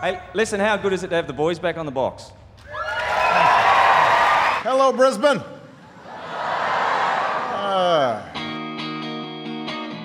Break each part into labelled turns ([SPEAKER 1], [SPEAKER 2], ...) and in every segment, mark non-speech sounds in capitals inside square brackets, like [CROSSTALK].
[SPEAKER 1] Hey, listen, how good is it to have the boys back on the box?
[SPEAKER 2] Hello, Brisbane. Ah.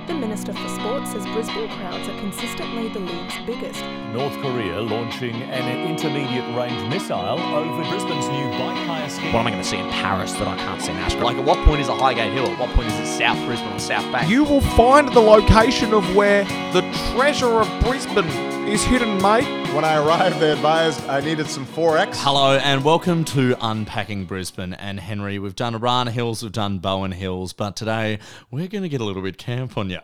[SPEAKER 3] The Minister for Sport says Brisbane crowds are consistently the league's biggest.
[SPEAKER 4] North Korea launching an intermediate range missile over Brisbane's new bike hire scheme.
[SPEAKER 5] What am I going to see in Paris that I can't see in Ashburn? Like, at what point is it Highgate Hill? At what point is it South Brisbane or South Bank?
[SPEAKER 6] You will find the location of where the treasure of Brisbane is hidden, mate.
[SPEAKER 2] When I arrived, they advised I needed some 4X.
[SPEAKER 7] Hello and welcome to Unpacking Brisbane and Henry. We've done Arana Hills, we've done Bowen Hills, but today we're going to get a little bit camp on you.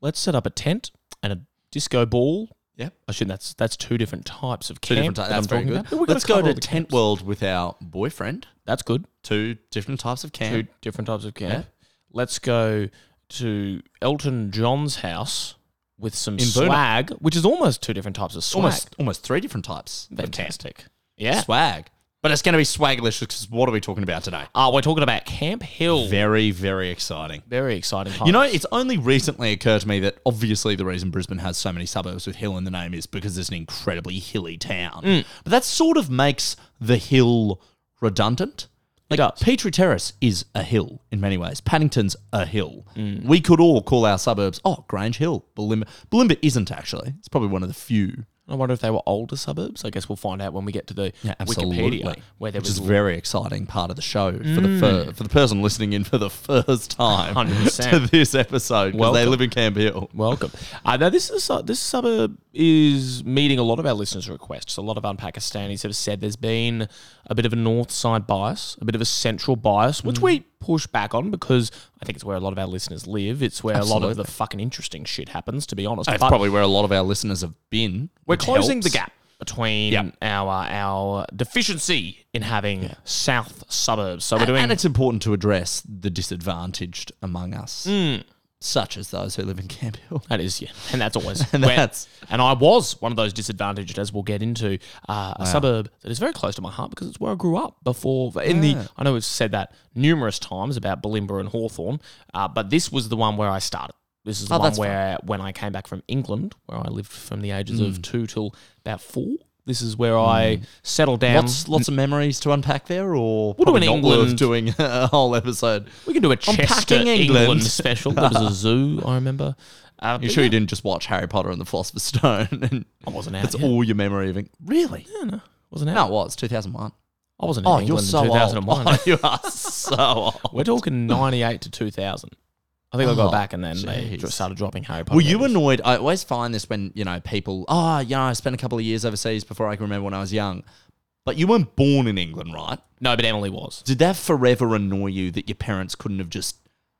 [SPEAKER 5] Let's set up a tent and a disco ball.
[SPEAKER 7] Yep.
[SPEAKER 5] I assume that's that's two different types of
[SPEAKER 7] Two
[SPEAKER 5] camp.
[SPEAKER 7] different types. That's
[SPEAKER 5] that I'm
[SPEAKER 7] very
[SPEAKER 5] talking
[SPEAKER 7] good.
[SPEAKER 5] about. But we've
[SPEAKER 7] Let's
[SPEAKER 5] gotta
[SPEAKER 7] go to
[SPEAKER 5] cover all the
[SPEAKER 7] Tent
[SPEAKER 5] camps.
[SPEAKER 7] World with our boyfriend.
[SPEAKER 5] That's good.
[SPEAKER 7] Two different types of camp.
[SPEAKER 5] Two different types of camp. Let's go to Elton John's house with some
[SPEAKER 7] In Boona.
[SPEAKER 5] swag, which is almost two different types of swag.
[SPEAKER 7] Almost, almost three different types. of camp.
[SPEAKER 5] Fantastic. Yeah.
[SPEAKER 7] Swag. But it's going to be swaglicious because what are we talking about today?
[SPEAKER 5] Ah, we're talking about Camp Hill. Very,
[SPEAKER 7] Very, very exciting.
[SPEAKER 5] exciting.
[SPEAKER 7] You know,
[SPEAKER 5] times.
[SPEAKER 7] it's only recently occurred to me that obviously the reason Brisbane has so many suburbs with hill in the name is because it's an incredibly hilly town.
[SPEAKER 5] Mm.
[SPEAKER 7] But that sort of makes the hill redundant. Like
[SPEAKER 5] does.
[SPEAKER 7] Petrie Terrace is a hill in many ways. Paddington's a hill.
[SPEAKER 5] Mm.
[SPEAKER 7] We could all call our suburbs, oh, Grange Hill, Bulimba. Bulimba isn't actually. It's probably one of the few.
[SPEAKER 5] I wonder if they were older suburbs. I guess we'll find out when we get to the Wikipedia, where there
[SPEAKER 7] which
[SPEAKER 5] was Mm.
[SPEAKER 7] is a very exciting part of the show for the fir- for the person listening in for the first time
[SPEAKER 5] 100%.
[SPEAKER 7] to this episode because they
[SPEAKER 5] Welcome.
[SPEAKER 7] live in Camp Hill.
[SPEAKER 5] Welcome. Uh, now, this is a, su- this suburb is meeting a lot of our listeners' requests. A lot of unpakistanis have said there's been a bit of a north side bias, a bit of a central bias, which
[SPEAKER 7] Hmm.
[SPEAKER 5] we push back on because I think it's where a lot of our listeners live. It's where a lot of the
[SPEAKER 7] Absolutely.
[SPEAKER 5] fucking interesting shit happens, to be honest.
[SPEAKER 7] That's
[SPEAKER 5] But
[SPEAKER 7] probably where a lot of our listeners have been.
[SPEAKER 5] we're
[SPEAKER 7] which
[SPEAKER 5] closing the
[SPEAKER 7] helps.
[SPEAKER 5] gap between
[SPEAKER 7] Yep.
[SPEAKER 5] our our deficiency in having south suburbs. So we're
[SPEAKER 7] And,
[SPEAKER 5] doing
[SPEAKER 7] and it's important to address the disadvantaged among us, such as those who live in Camp Hill.
[SPEAKER 5] Hmm. That is, yeah, and
[SPEAKER 7] [LAUGHS]
[SPEAKER 5] that's always
[SPEAKER 7] And
[SPEAKER 5] where-
[SPEAKER 7] that's-
[SPEAKER 5] and I was one of those disadvantaged, as we'll get into, uh, a suburb that is very close to my heart because it's where I grew up before. In the, I know we've said that numerous times about Bulimba and Hawthorn, uh, but this was the one where I started. This is the
[SPEAKER 7] Oh,
[SPEAKER 5] one
[SPEAKER 7] that's
[SPEAKER 5] where when I came back from England, where I lived from the ages
[SPEAKER 7] Hmm.
[SPEAKER 5] of two till about four. This is where I settled down.
[SPEAKER 7] Lots, lots of memories to unpack there, or
[SPEAKER 5] We'll do
[SPEAKER 7] probably
[SPEAKER 5] an
[SPEAKER 7] not worth
[SPEAKER 5] England-
[SPEAKER 7] doing [LAUGHS] a whole episode.
[SPEAKER 5] we can do a
[SPEAKER 7] Unpacking
[SPEAKER 5] Chester England.
[SPEAKER 7] England.
[SPEAKER 5] special. There
[SPEAKER 7] [LAUGHS]
[SPEAKER 5] was a zoo, I remember. Uh,
[SPEAKER 7] You
[SPEAKER 5] but
[SPEAKER 7] sure
[SPEAKER 5] yeah,
[SPEAKER 7] you didn't just watch Harry Potter and the Philosopher's Stone? And
[SPEAKER 5] I wasn't out
[SPEAKER 7] That's
[SPEAKER 5] yet.
[SPEAKER 7] all your memory of it. Really?
[SPEAKER 5] wasn't out.
[SPEAKER 7] No, it was 2001.
[SPEAKER 5] I wasn't in
[SPEAKER 7] Oh,
[SPEAKER 5] England
[SPEAKER 7] you're so
[SPEAKER 5] in 2001.
[SPEAKER 7] old. [LAUGHS] Oh, you are so old.
[SPEAKER 5] [LAUGHS] We're talking 98 to 2000. I think I
[SPEAKER 7] Oh,
[SPEAKER 5] got back and then they
[SPEAKER 7] jeez.
[SPEAKER 5] dr- started dropping Harry Potter.
[SPEAKER 7] Were you
[SPEAKER 5] movies.
[SPEAKER 7] annoyed? I always find this when, you know, people, oh, you know, I spent a couple of years overseas before I can remember when I was young. But you weren't born in England, right?
[SPEAKER 5] No, but Emily was.
[SPEAKER 7] Did that forever annoy you that your parents couldn't have just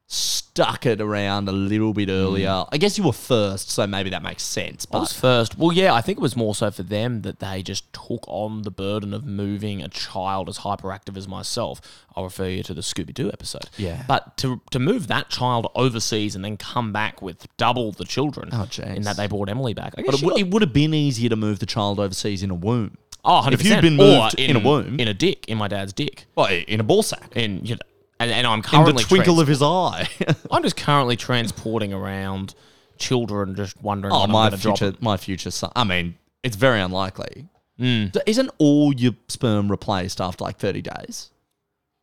[SPEAKER 7] stuck it around a little bit earlier? I guess you were first, so maybe that makes sense.
[SPEAKER 5] Hmm. I
[SPEAKER 7] But
[SPEAKER 5] was first. Well, yeah, I think it was more so for them that they just took on the burden of moving a child as hyperactive as myself. I'll refer you to the Scooby Doo episode.
[SPEAKER 7] Yeah.
[SPEAKER 5] But to, to move that child overseas and then come back with double the children
[SPEAKER 7] Oh, jeez.
[SPEAKER 5] in that they brought Emily back. I guess
[SPEAKER 7] but it,
[SPEAKER 5] she
[SPEAKER 7] w-
[SPEAKER 5] got-
[SPEAKER 7] it would have been easier to move the child overseas in a womb.
[SPEAKER 5] oh, 100%.
[SPEAKER 7] if you'd been
[SPEAKER 5] Or
[SPEAKER 7] moved in a womb-
[SPEAKER 5] In a dick, in my dad's dick.
[SPEAKER 7] Well, in a ball sack.
[SPEAKER 5] And, you know, and, and I'm
[SPEAKER 7] In the
[SPEAKER 5] currently
[SPEAKER 7] twinkle
[SPEAKER 5] trans-
[SPEAKER 7] of his eye. [LAUGHS]
[SPEAKER 5] I'm just currently transporting around children, just wondering.
[SPEAKER 7] oh,
[SPEAKER 5] when
[SPEAKER 7] my
[SPEAKER 5] I'm gonna drop
[SPEAKER 7] future,
[SPEAKER 5] them.
[SPEAKER 7] my future son. I mean, it's very unlikely.
[SPEAKER 5] Mm.
[SPEAKER 7] D- Isn't all your sperm replaced after like 30 days?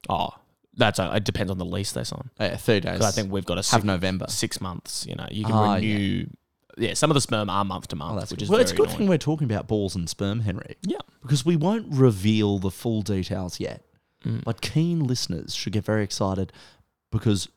[SPEAKER 5] Oh, that's a, it. Depends on the lease they sign.
[SPEAKER 7] Oh, yeah, 30 days.
[SPEAKER 5] Because I think we've got a six,
[SPEAKER 7] have November.
[SPEAKER 5] six months. You know, you can
[SPEAKER 7] Ah, yeah.
[SPEAKER 5] renew. Yeah. some of the sperm are month to month,
[SPEAKER 7] Oh, that's
[SPEAKER 5] which
[SPEAKER 7] good.
[SPEAKER 5] is
[SPEAKER 7] well,
[SPEAKER 5] very
[SPEAKER 7] it's a good thing
[SPEAKER 5] annoying.
[SPEAKER 7] we're talking about balls and sperm, Henry.
[SPEAKER 5] Yeah,
[SPEAKER 7] because we won't reveal the full details yet.
[SPEAKER 5] Mm.
[SPEAKER 7] But keen listeners should get very excited because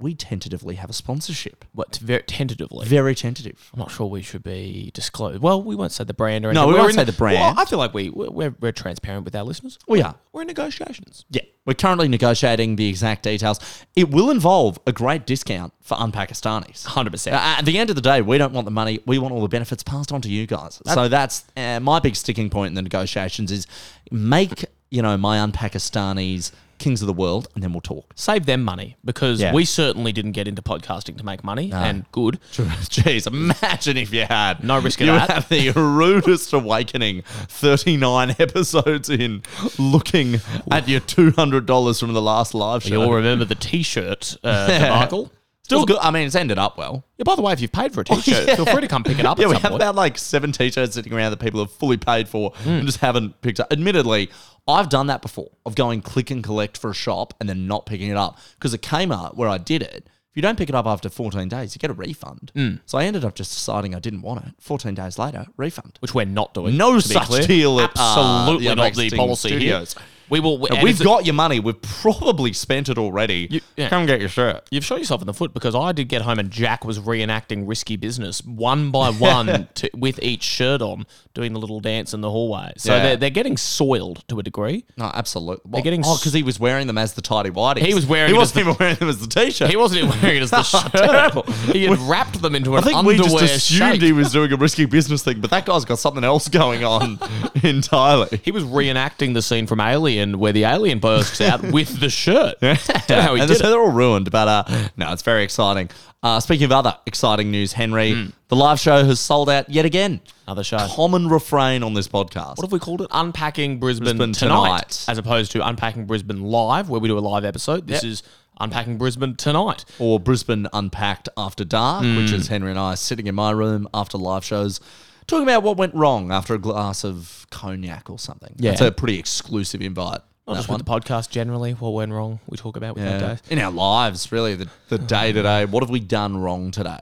[SPEAKER 7] we tentatively have a sponsorship.
[SPEAKER 5] but t- very tentatively.
[SPEAKER 7] Very tentative.
[SPEAKER 5] I'm not sure we should be disclosed. Well, we won't say the brand or anything.
[SPEAKER 7] No, we
[SPEAKER 5] We're
[SPEAKER 7] won't
[SPEAKER 5] in
[SPEAKER 7] say the brand.
[SPEAKER 5] Well, I feel like we we're, we're, we're transparent with our listeners.
[SPEAKER 7] We are.
[SPEAKER 5] We're in negotiations.
[SPEAKER 7] Yeah. We're currently negotiating the exact details. It will involve a great discount for unpakistanis.
[SPEAKER 5] 100%.
[SPEAKER 7] Uh, At the end of the day, we don't want the money. We want all the benefits passed on to you guys. so that's uh, my big sticking point in the negotiations is make, you know, my unpakistanis kings of the world and then we'll talk.
[SPEAKER 5] Save them money because
[SPEAKER 7] Yeah.
[SPEAKER 5] we certainly didn't get into podcasting to make money, and good.
[SPEAKER 7] [LAUGHS] Jeez, imagine if you had.
[SPEAKER 5] No risk of
[SPEAKER 7] you
[SPEAKER 5] that.
[SPEAKER 7] have the rudest awakening 39 [LAUGHS] episodes in looking at your $200 from the last live show. [LAUGHS]
[SPEAKER 5] You'll remember the T-shirt uh, debacle.
[SPEAKER 7] Still good. I mean, it's ended up well.
[SPEAKER 5] Yeah, by the way, if you've paid for a t-shirt,
[SPEAKER 7] Oh, yeah.
[SPEAKER 5] feel free to come
[SPEAKER 7] [LAUGHS]
[SPEAKER 5] pick it up
[SPEAKER 7] Yeah,
[SPEAKER 5] at
[SPEAKER 7] we
[SPEAKER 5] some
[SPEAKER 7] have
[SPEAKER 5] point.
[SPEAKER 7] about like seven t-shirts sitting around that people have fully paid for
[SPEAKER 5] Hmm.
[SPEAKER 7] and just haven't picked up. Admittedly, I've done that before of going click and collect for a shop and then not picking it up because at Kmart where I did it, if you don't pick it up after 14 days, you get a refund.
[SPEAKER 5] Hmm.
[SPEAKER 7] So I ended up just deciding I didn't want it. 14 days later, refund.
[SPEAKER 5] Which we're not doing.
[SPEAKER 7] No
[SPEAKER 5] to be
[SPEAKER 7] such
[SPEAKER 5] clear.
[SPEAKER 7] deal at, uh,
[SPEAKER 5] Absolutely
[SPEAKER 7] the
[SPEAKER 5] not the
[SPEAKER 7] Unboxing
[SPEAKER 5] policy
[SPEAKER 7] Studios.
[SPEAKER 5] here. We will.
[SPEAKER 7] Now,
[SPEAKER 5] and
[SPEAKER 7] we've
[SPEAKER 5] if-
[SPEAKER 7] got your money. We've probably spent it already.
[SPEAKER 5] You- yeah.
[SPEAKER 7] Come get your shirt.
[SPEAKER 5] You've shot yourself in the foot because I did get home and Jack was reenacting risky business one
[SPEAKER 7] [LAUGHS]
[SPEAKER 5] by one to, with each shirt on, doing the little dance in the hallway. So
[SPEAKER 7] Yeah.
[SPEAKER 5] they're, they're getting soiled to a degree.
[SPEAKER 7] No, absolutely. Well,
[SPEAKER 5] getting
[SPEAKER 7] oh,
[SPEAKER 5] s-
[SPEAKER 7] because he was wearing them as the tidy whities.
[SPEAKER 5] He was wearing
[SPEAKER 7] He
[SPEAKER 5] it as
[SPEAKER 7] wasn't
[SPEAKER 5] the-
[SPEAKER 7] even wearing them as the t-shirt.
[SPEAKER 5] He wasn't even wearing it
[SPEAKER 7] [LAUGHS]
[SPEAKER 5] as the shirt. He had wrapped them into
[SPEAKER 7] I
[SPEAKER 5] an
[SPEAKER 7] think we
[SPEAKER 5] underwear
[SPEAKER 7] just assumed
[SPEAKER 5] shape.
[SPEAKER 7] he was doing a risky business thing, but that guy's got something else going
[SPEAKER 5] [LAUGHS]
[SPEAKER 7] on entirely.
[SPEAKER 5] He [LAUGHS] was reenacting the scene from Alien where the alien
[SPEAKER 7] [LAUGHS]
[SPEAKER 5] bursts out with the shirt. [LAUGHS] Don't know how he
[SPEAKER 7] and
[SPEAKER 5] did
[SPEAKER 7] so
[SPEAKER 5] it.
[SPEAKER 7] they're all ruined, but uh, no, it's very exciting. Uh, speaking of other exciting news, Henry, the live show has sold out yet again.
[SPEAKER 5] Hmm. Another show.
[SPEAKER 7] Common refrain on this podcast.
[SPEAKER 5] What have we called it? Unpacking Brisbane,
[SPEAKER 7] Brisbane
[SPEAKER 5] tonight,
[SPEAKER 7] Tonight.
[SPEAKER 5] as opposed to Unpacking Brisbane Live, where we do a live episode. This
[SPEAKER 7] Yep.
[SPEAKER 5] is Unpacking Brisbane Tonight.
[SPEAKER 7] or Brisbane Unpacked After Dark,
[SPEAKER 5] Hmm.
[SPEAKER 7] which is Henry and I sitting in my room after live shows, talking about what went wrong after a glass of cognac or something.
[SPEAKER 5] Yeah.
[SPEAKER 7] It's a pretty exclusive invite.
[SPEAKER 5] Not
[SPEAKER 7] that
[SPEAKER 5] just
[SPEAKER 7] one.
[SPEAKER 5] with the podcast generally, what went wrong, we talk about with
[SPEAKER 7] Yeah.
[SPEAKER 5] that day.
[SPEAKER 7] In our lives, really, the, the day to day. What have we done wrong today?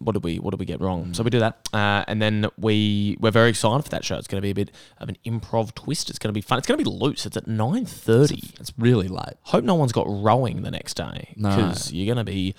[SPEAKER 5] What did we What did we get
[SPEAKER 7] Mm.
[SPEAKER 5] wrong? So we do that, uh, and then we we're very excited for that show. It's going to be a bit of an improv twist. It's going to be fun. It's going to be loose. It's at nine thirty.
[SPEAKER 7] It's really late.
[SPEAKER 5] Hope no one's got rowing the next day
[SPEAKER 7] No.
[SPEAKER 5] because you're going to be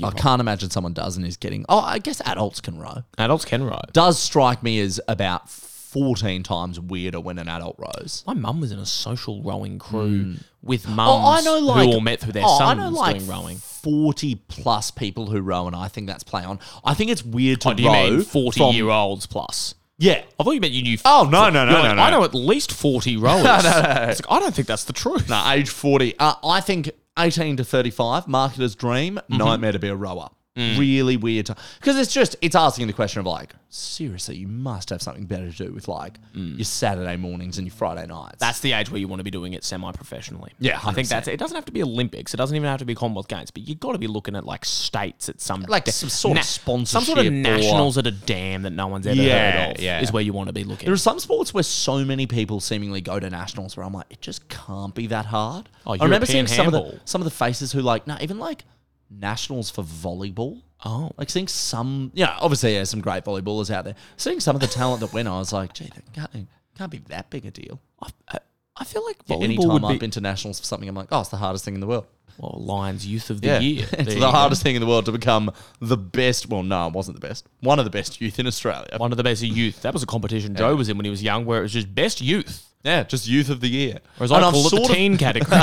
[SPEAKER 7] I can't imagine someone does and is getting. Oh, I guess adults can row.
[SPEAKER 5] adults can row.
[SPEAKER 7] Does strike me as about 14 times weirder when an adult rows.
[SPEAKER 5] My mum was in a social rowing crew with mums
[SPEAKER 7] Oh, I know, like
[SPEAKER 5] who all met through their
[SPEAKER 7] oh,
[SPEAKER 5] sons
[SPEAKER 7] I know, like
[SPEAKER 5] doing rowing.
[SPEAKER 7] Forty plus people who row, and I think that's play on. I think it's weird to
[SPEAKER 5] Oh, do you
[SPEAKER 7] row
[SPEAKER 5] mean forty
[SPEAKER 7] from-
[SPEAKER 5] year olds plus?
[SPEAKER 7] Yeah,
[SPEAKER 5] I thought you meant you knew.
[SPEAKER 7] Oh, no, no, no,
[SPEAKER 5] You're like,
[SPEAKER 7] no, no.
[SPEAKER 5] I know at
[SPEAKER 7] [LAUGHS]
[SPEAKER 5] least forty rowers.
[SPEAKER 7] No, no, no.
[SPEAKER 5] It's like, I don't think that's the truth.
[SPEAKER 7] no, age forty. Uh, I think eighteen to thirty-five, marketer's dream, nightmare to be a rower. Really weird because it's just it's asking the question of like, seriously, you must have something better to do with like your Saturday mornings and your Friday nights.
[SPEAKER 5] That's the age where you want to be doing it semi-professionally.
[SPEAKER 7] Yeah,
[SPEAKER 5] I think
[SPEAKER 7] 100%.
[SPEAKER 5] that's it. Doesn't have to be Olympics. It doesn't even have to be Commonwealth Games. But you've got to be looking at like states at some
[SPEAKER 7] Like some sort of
[SPEAKER 5] some sort of
[SPEAKER 7] sponsorship or-
[SPEAKER 5] nationals at a dam that no one's ever
[SPEAKER 7] Yeah,
[SPEAKER 5] heard of.
[SPEAKER 7] yeah.
[SPEAKER 5] is where you want to be looking.
[SPEAKER 7] There are some sports where so many people seemingly go to nationals where I'm like, it just can't be that hard.
[SPEAKER 5] Oh,
[SPEAKER 7] I remember seeing
[SPEAKER 5] European
[SPEAKER 7] some of the
[SPEAKER 5] handball.
[SPEAKER 7] some of the faces who like, no, even like nationals for volleyball.
[SPEAKER 5] Oh.
[SPEAKER 7] like seeing some, you know, obviously there's some great volleyballers out there. Seeing some of the talent that went, I was like, gee, that can't, can't be that big a deal.
[SPEAKER 5] I, I- I feel like
[SPEAKER 7] Yeah,
[SPEAKER 5] volleyball
[SPEAKER 7] Anytime
[SPEAKER 5] would
[SPEAKER 7] I've
[SPEAKER 5] be
[SPEAKER 7] been to nationals for something, I'm like, oh, it's the hardest thing in the world.
[SPEAKER 5] well, Lions Youth of the Year.
[SPEAKER 7] [LAUGHS]
[SPEAKER 5] There
[SPEAKER 7] it's
[SPEAKER 5] you
[SPEAKER 7] the
[SPEAKER 5] go.
[SPEAKER 7] hardest thing in the world to become the best. Well, no, it wasn't the best. One of the best youth in Australia.
[SPEAKER 5] One of the best of youth. That was a competition Joe was in when he was young, where it was just best youth,
[SPEAKER 7] Yeah, just youth of the year.
[SPEAKER 5] or as I
[SPEAKER 7] And I've
[SPEAKER 5] call it,
[SPEAKER 7] sort
[SPEAKER 5] the
[SPEAKER 7] of-
[SPEAKER 5] [LAUGHS] teen category.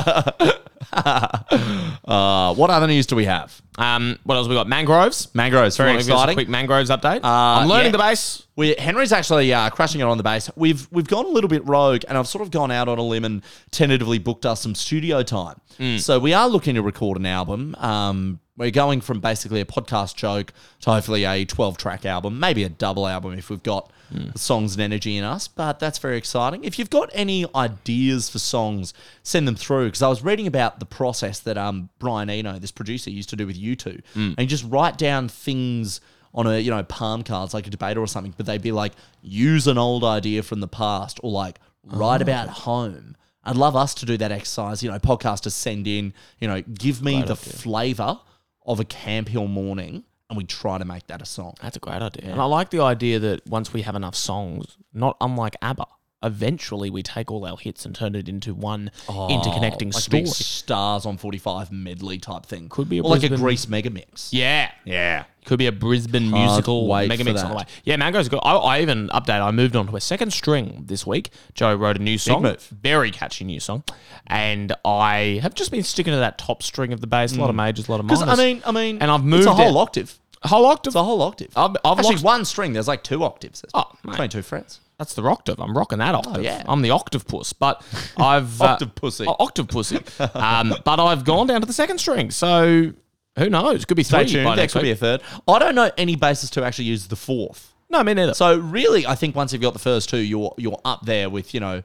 [SPEAKER 7] Uh, what other news do we have?
[SPEAKER 5] Um, what else we got? Mangroves.
[SPEAKER 7] Mangroves,
[SPEAKER 5] Very Uh,
[SPEAKER 7] very exciting.
[SPEAKER 5] A quick mangroves update. I'm
[SPEAKER 7] Uh,
[SPEAKER 5] learning
[SPEAKER 7] yeah.
[SPEAKER 5] the base.
[SPEAKER 7] We, Henry's actually uh, crushing it on the base. We've we've gone a little bit rogue, and I've sort of gone out on a limb and tentatively booked us some studio time.
[SPEAKER 5] Mm.
[SPEAKER 7] So we are looking to record an album. Um, we're going from basically a podcast joke to hopefully a 12 track album, maybe a double album if we've got
[SPEAKER 5] Mm.
[SPEAKER 7] the songs and energy in us. But that's very exciting. If you've got any ideas for songs, send them through. Because I was reading about the process that um, Brian Eno, this producer, used to do with you two,
[SPEAKER 5] Mm.
[SPEAKER 7] and you just write down things on a you know palm cards like a debater or something, but they'd be like use an old idea from the past or like write about
[SPEAKER 5] Oh.
[SPEAKER 7] home. I'd love us to do that exercise. You know, podcasters send in. You know, give me the flavor of a Camp Hill morning, and we try to make that a song.
[SPEAKER 5] That's a great idea. And I like the idea that once we have enough songs, not unlike ABBA, eventually we take all our hits and turn it into one interconnecting
[SPEAKER 7] like a
[SPEAKER 5] story.
[SPEAKER 7] big stars on forty five medley type thing.
[SPEAKER 5] Could be a
[SPEAKER 7] or like a
[SPEAKER 5] Brisbane-
[SPEAKER 7] Grease mega mix.
[SPEAKER 5] Yeah.
[SPEAKER 7] yeah.
[SPEAKER 5] Could be a Brisbane musical
[SPEAKER 7] wait
[SPEAKER 5] mega
[SPEAKER 7] for
[SPEAKER 5] mix on the way.
[SPEAKER 7] that.
[SPEAKER 5] Yeah, Mango's good. I, I even update. I moved on to a second string this week. Joe wrote a new song,
[SPEAKER 7] move.
[SPEAKER 5] very catchy new song, and I have just been sticking to that top string of the bass. A lot of majors, a lot of minors.
[SPEAKER 7] Because Mm. I mean, I mean,
[SPEAKER 5] and I've
[SPEAKER 7] It's
[SPEAKER 5] moved
[SPEAKER 7] a whole
[SPEAKER 5] it.
[SPEAKER 7] octave.
[SPEAKER 5] whole octave.
[SPEAKER 7] It's a whole octave.
[SPEAKER 5] I've- I've
[SPEAKER 7] Actually,
[SPEAKER 5] lost-
[SPEAKER 7] one string. There's like two octaves. There's
[SPEAKER 5] Oh, mate.
[SPEAKER 7] twenty-two frets.
[SPEAKER 5] That's the octave. I'm rocking that octave.
[SPEAKER 7] Oh, yeah.
[SPEAKER 5] I'm the octave
[SPEAKER 7] [LAUGHS]
[SPEAKER 5] puss, but I've
[SPEAKER 7] Octave pussy.
[SPEAKER 5] Oh, octave pussy. Um, but I've gone down to the second string, so who knows? Could be
[SPEAKER 7] Stay
[SPEAKER 5] three
[SPEAKER 7] tuned.
[SPEAKER 5] by
[SPEAKER 7] There
[SPEAKER 5] next
[SPEAKER 7] could be a
[SPEAKER 5] week.
[SPEAKER 7] third. I don't know any basis to actually use the fourth.
[SPEAKER 5] no, me neither. So
[SPEAKER 7] So really, I think once you've got the first two, you're you're up there with you know,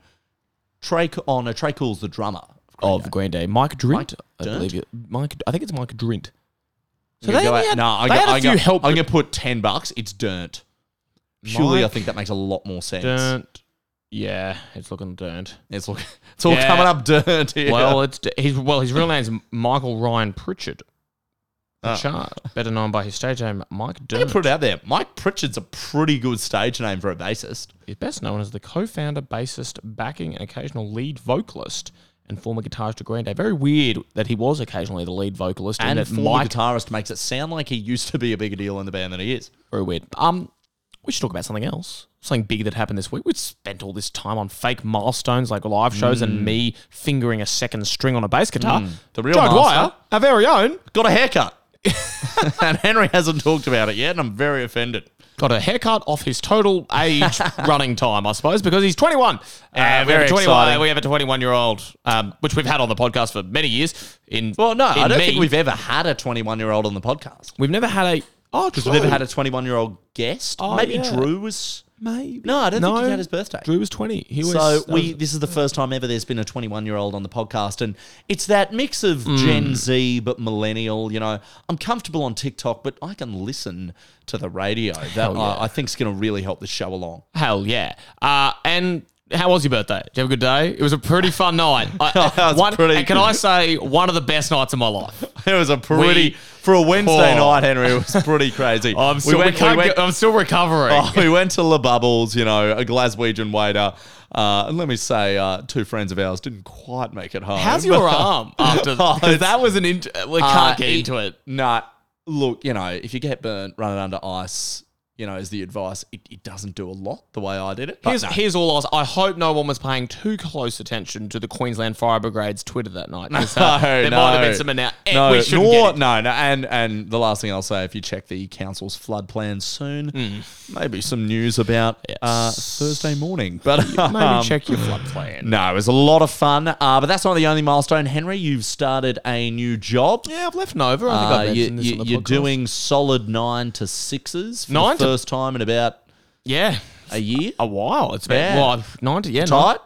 [SPEAKER 7] Trey Co- on a Trey Cool's the drummer.
[SPEAKER 5] of Green Day, Mike Drint,
[SPEAKER 7] Mike
[SPEAKER 5] I
[SPEAKER 7] Drint?
[SPEAKER 5] believe it. Mike, I think it's Mike Drint. So
[SPEAKER 7] I'm gonna
[SPEAKER 5] they
[SPEAKER 7] go
[SPEAKER 5] only
[SPEAKER 7] out-
[SPEAKER 5] had-
[SPEAKER 7] no, I'm
[SPEAKER 5] they
[SPEAKER 7] gonna-
[SPEAKER 5] had a
[SPEAKER 7] I'm
[SPEAKER 5] few
[SPEAKER 7] gonna-
[SPEAKER 5] help-
[SPEAKER 7] I'm going to put 10 bucks. It's Dirt. Surely I
[SPEAKER 5] Mike
[SPEAKER 7] think that makes a lot more sense.
[SPEAKER 5] Don't. Yeah, it's looking don't.
[SPEAKER 7] It's, look, it's all
[SPEAKER 5] Yeah.
[SPEAKER 7] coming up Dirt here.
[SPEAKER 5] Well, it's he's well. His real name's Michael Ryan Pritchard.
[SPEAKER 7] Ah.
[SPEAKER 5] Pritchard, better known by his stage name Mike
[SPEAKER 7] I'm going
[SPEAKER 5] Dern.
[SPEAKER 7] to put it out there. Mike Pritchard's a pretty good stage name for a bassist.
[SPEAKER 5] He's best known as the co-founder, bassist, backing, and occasional lead vocalist and former guitarist to Green Day. Very weird that he was occasionally the lead vocalist and,
[SPEAKER 7] And
[SPEAKER 5] that
[SPEAKER 7] former
[SPEAKER 5] Mike.
[SPEAKER 7] guitarist makes it sound like he used to be a bigger deal in the band than he is.
[SPEAKER 5] Very weird. Um, we should talk about something else. Something big that happened this week. We'd spent all this time on fake milestones like live shows and me fingering a second string on a bass guitar.
[SPEAKER 7] Mm. The real
[SPEAKER 5] Joe Dwyer,
[SPEAKER 7] master.
[SPEAKER 5] our very own,
[SPEAKER 7] Got a haircut. [LAUGHS] and Henry hasn't talked about it yet, and I'm very offended.
[SPEAKER 5] got a haircut off his total
[SPEAKER 7] [LAUGHS]
[SPEAKER 5] age running time, I suppose, because he's 21. Uh, we, have
[SPEAKER 7] Ah, very
[SPEAKER 5] a 21
[SPEAKER 7] exciting.
[SPEAKER 5] we have a 21 year old, um, which we've had on the podcast for many years. In
[SPEAKER 7] Well, no, I
[SPEAKER 5] in
[SPEAKER 7] don't
[SPEAKER 5] me.
[SPEAKER 7] think we've ever had a 21-year-old on the podcast.
[SPEAKER 5] we've never had a oh,
[SPEAKER 7] Because we've never had a 21-year-old guest.
[SPEAKER 5] Oh,
[SPEAKER 7] Maybe
[SPEAKER 5] yeah.
[SPEAKER 7] Drew was...
[SPEAKER 5] maybe.
[SPEAKER 7] No, I don't think he had his birthday.
[SPEAKER 5] Drew was 20. He was
[SPEAKER 7] So
[SPEAKER 5] that
[SPEAKER 7] we
[SPEAKER 5] was-
[SPEAKER 7] this is the first time ever there's been a 21 year old on the podcast, and it's that mix of
[SPEAKER 5] Mm.
[SPEAKER 7] Gen Z but millennial. You know, I'm comfortable on TikTok, but I can listen to the radio. That I, I think's going to really help the show along. [LAUGHS]
[SPEAKER 5] Hell yeah. Uh, and how was your birthday? Did you have a good day? It was a pretty fun [LAUGHS] night. I,
[SPEAKER 7] That was
[SPEAKER 5] one-
[SPEAKER 7] pretty-
[SPEAKER 5] and Can I say one of the best nights of my life?
[SPEAKER 7] [LAUGHS] It was a
[SPEAKER 5] pretty-
[SPEAKER 7] for a Wednesday
[SPEAKER 5] Oh.
[SPEAKER 7] night, Henry. It was pretty crazy.
[SPEAKER 5] [LAUGHS] I'm still, we can't get- I'm still recovering.
[SPEAKER 7] [LAUGHS] Oh, we went to La Bubbles, you know, a Glaswegian waiter. Uh, and let me say, uh, two friends of ours didn't quite make it home.
[SPEAKER 5] How's
[SPEAKER 7] [LAUGHS]
[SPEAKER 5] [LAUGHS] your arm after?
[SPEAKER 7] Oh,
[SPEAKER 5] Because that was an. Int- we
[SPEAKER 7] Uh,
[SPEAKER 5] can't get into it.
[SPEAKER 7] Nah, look, you know, if you get burnt, run it under ice. You know, is the advice. It, it doesn't do a lot the way I did it. But
[SPEAKER 5] Here's,
[SPEAKER 7] no.
[SPEAKER 5] here's all I was. I hope no one was paying too close attention to the Queensland Fire Brigade's Twitter that [LAUGHS] night.
[SPEAKER 7] [LAUGHS]
[SPEAKER 5] 'cause, uh, there might have been some annou- eh,
[SPEAKER 7] No,
[SPEAKER 5] we shouldn't
[SPEAKER 7] nor-
[SPEAKER 5] get into-
[SPEAKER 7] no, no, and and the last thing I'll say, if you check the council's flood plan soon,
[SPEAKER 5] Hmm.
[SPEAKER 7] maybe some news about uh, Thursday morning. But
[SPEAKER 5] Maybe
[SPEAKER 7] um,
[SPEAKER 5] check your flood plan.
[SPEAKER 7] No, it was a lot of fun. Uh, but that's not the only milestone, Henry. You've started a new job.
[SPEAKER 5] Yeah, I've left [LAUGHS] Nova. I think
[SPEAKER 7] Uh,
[SPEAKER 5] I've
[SPEAKER 7] you,
[SPEAKER 5] mentioned this
[SPEAKER 7] you-
[SPEAKER 5] on the
[SPEAKER 7] you're
[SPEAKER 5] podcast.
[SPEAKER 7] doing solid nine to sixes for
[SPEAKER 5] Nine
[SPEAKER 7] the
[SPEAKER 5] to-
[SPEAKER 7] first time in about
[SPEAKER 5] yeah
[SPEAKER 7] a year.
[SPEAKER 5] a while. It's been
[SPEAKER 7] Yeah.
[SPEAKER 5] well ninety. Yeah, nine-
[SPEAKER 7] Tight?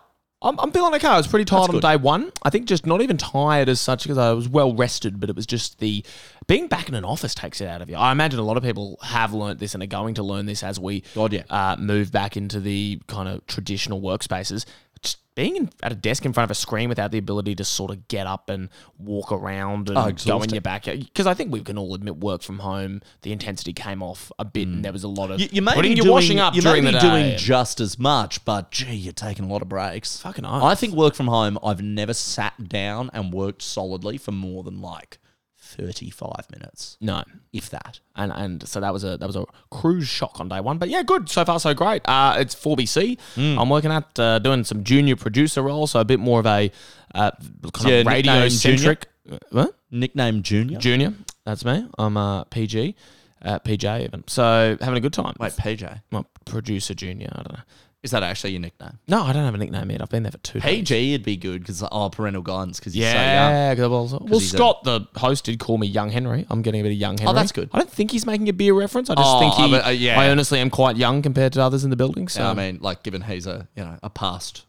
[SPEAKER 5] I'm, I'm feeling okay. I was pretty tired
[SPEAKER 7] That's
[SPEAKER 5] on
[SPEAKER 7] good.
[SPEAKER 5] day one. I think just not even tired as such because I was well rested, but it was just the being back in an office takes it out of you. I imagine a lot of people have learnt this and are going to learn this as we
[SPEAKER 7] God, yeah.
[SPEAKER 5] uh, move back into the kind of traditional workspaces. Just being in, at a desk in front of a screen without the ability to sort of get up and walk around and
[SPEAKER 7] Oh,
[SPEAKER 5] go in
[SPEAKER 7] exhausting.
[SPEAKER 5] your backyard. Because I think we can all admit work from home, the intensity came off a bit and there was a lot of
[SPEAKER 7] Mm. You, you may
[SPEAKER 5] putting
[SPEAKER 7] be
[SPEAKER 5] your
[SPEAKER 7] doing,
[SPEAKER 5] washing up
[SPEAKER 7] you may
[SPEAKER 5] during
[SPEAKER 7] be
[SPEAKER 5] the day.
[SPEAKER 7] doing just as much, but gee, you're taking a lot of breaks.
[SPEAKER 5] Fucking oath.
[SPEAKER 7] I think work from home. I've never sat down and worked solidly for more than like thirty-five minutes,
[SPEAKER 5] no.
[SPEAKER 7] if that.
[SPEAKER 5] and and so that was a that was a cruise shock on day one. But yeah, good so far, so great. Uh, it's four BC.
[SPEAKER 7] Hmm.
[SPEAKER 5] I'm working at uh, doing some junior producer roles, so a bit more of a uh, kind
[SPEAKER 7] Yeah,
[SPEAKER 5] of radio
[SPEAKER 7] nickname Junior?
[SPEAKER 5] centric. Uh, What
[SPEAKER 7] Nickname Junior.
[SPEAKER 5] junior? That's me. I'm uh, PG, uh, PJ even. So having a good time.
[SPEAKER 7] Wait, PJ.
[SPEAKER 5] well, producer junior. I don't know.
[SPEAKER 7] Is that actually your nickname?
[SPEAKER 5] No, I don't have a nickname yet. I've been there for two. days.
[SPEAKER 7] PG would be good because oh, parental guidance because you're so young.
[SPEAKER 5] Yeah, 'cause I was- well,
[SPEAKER 7] he's a- Oh,
[SPEAKER 5] Scott, the host, did call me Young Henry. I'm getting a bit of Young Henry.
[SPEAKER 7] that's good.
[SPEAKER 5] I don't think he's making a beer reference. I just
[SPEAKER 7] Oh,
[SPEAKER 5] think he.
[SPEAKER 7] I bet- uh, yeah.
[SPEAKER 5] I honestly am quite young compared to others in the building. So
[SPEAKER 7] So, I mean, like, given he's a you know a past,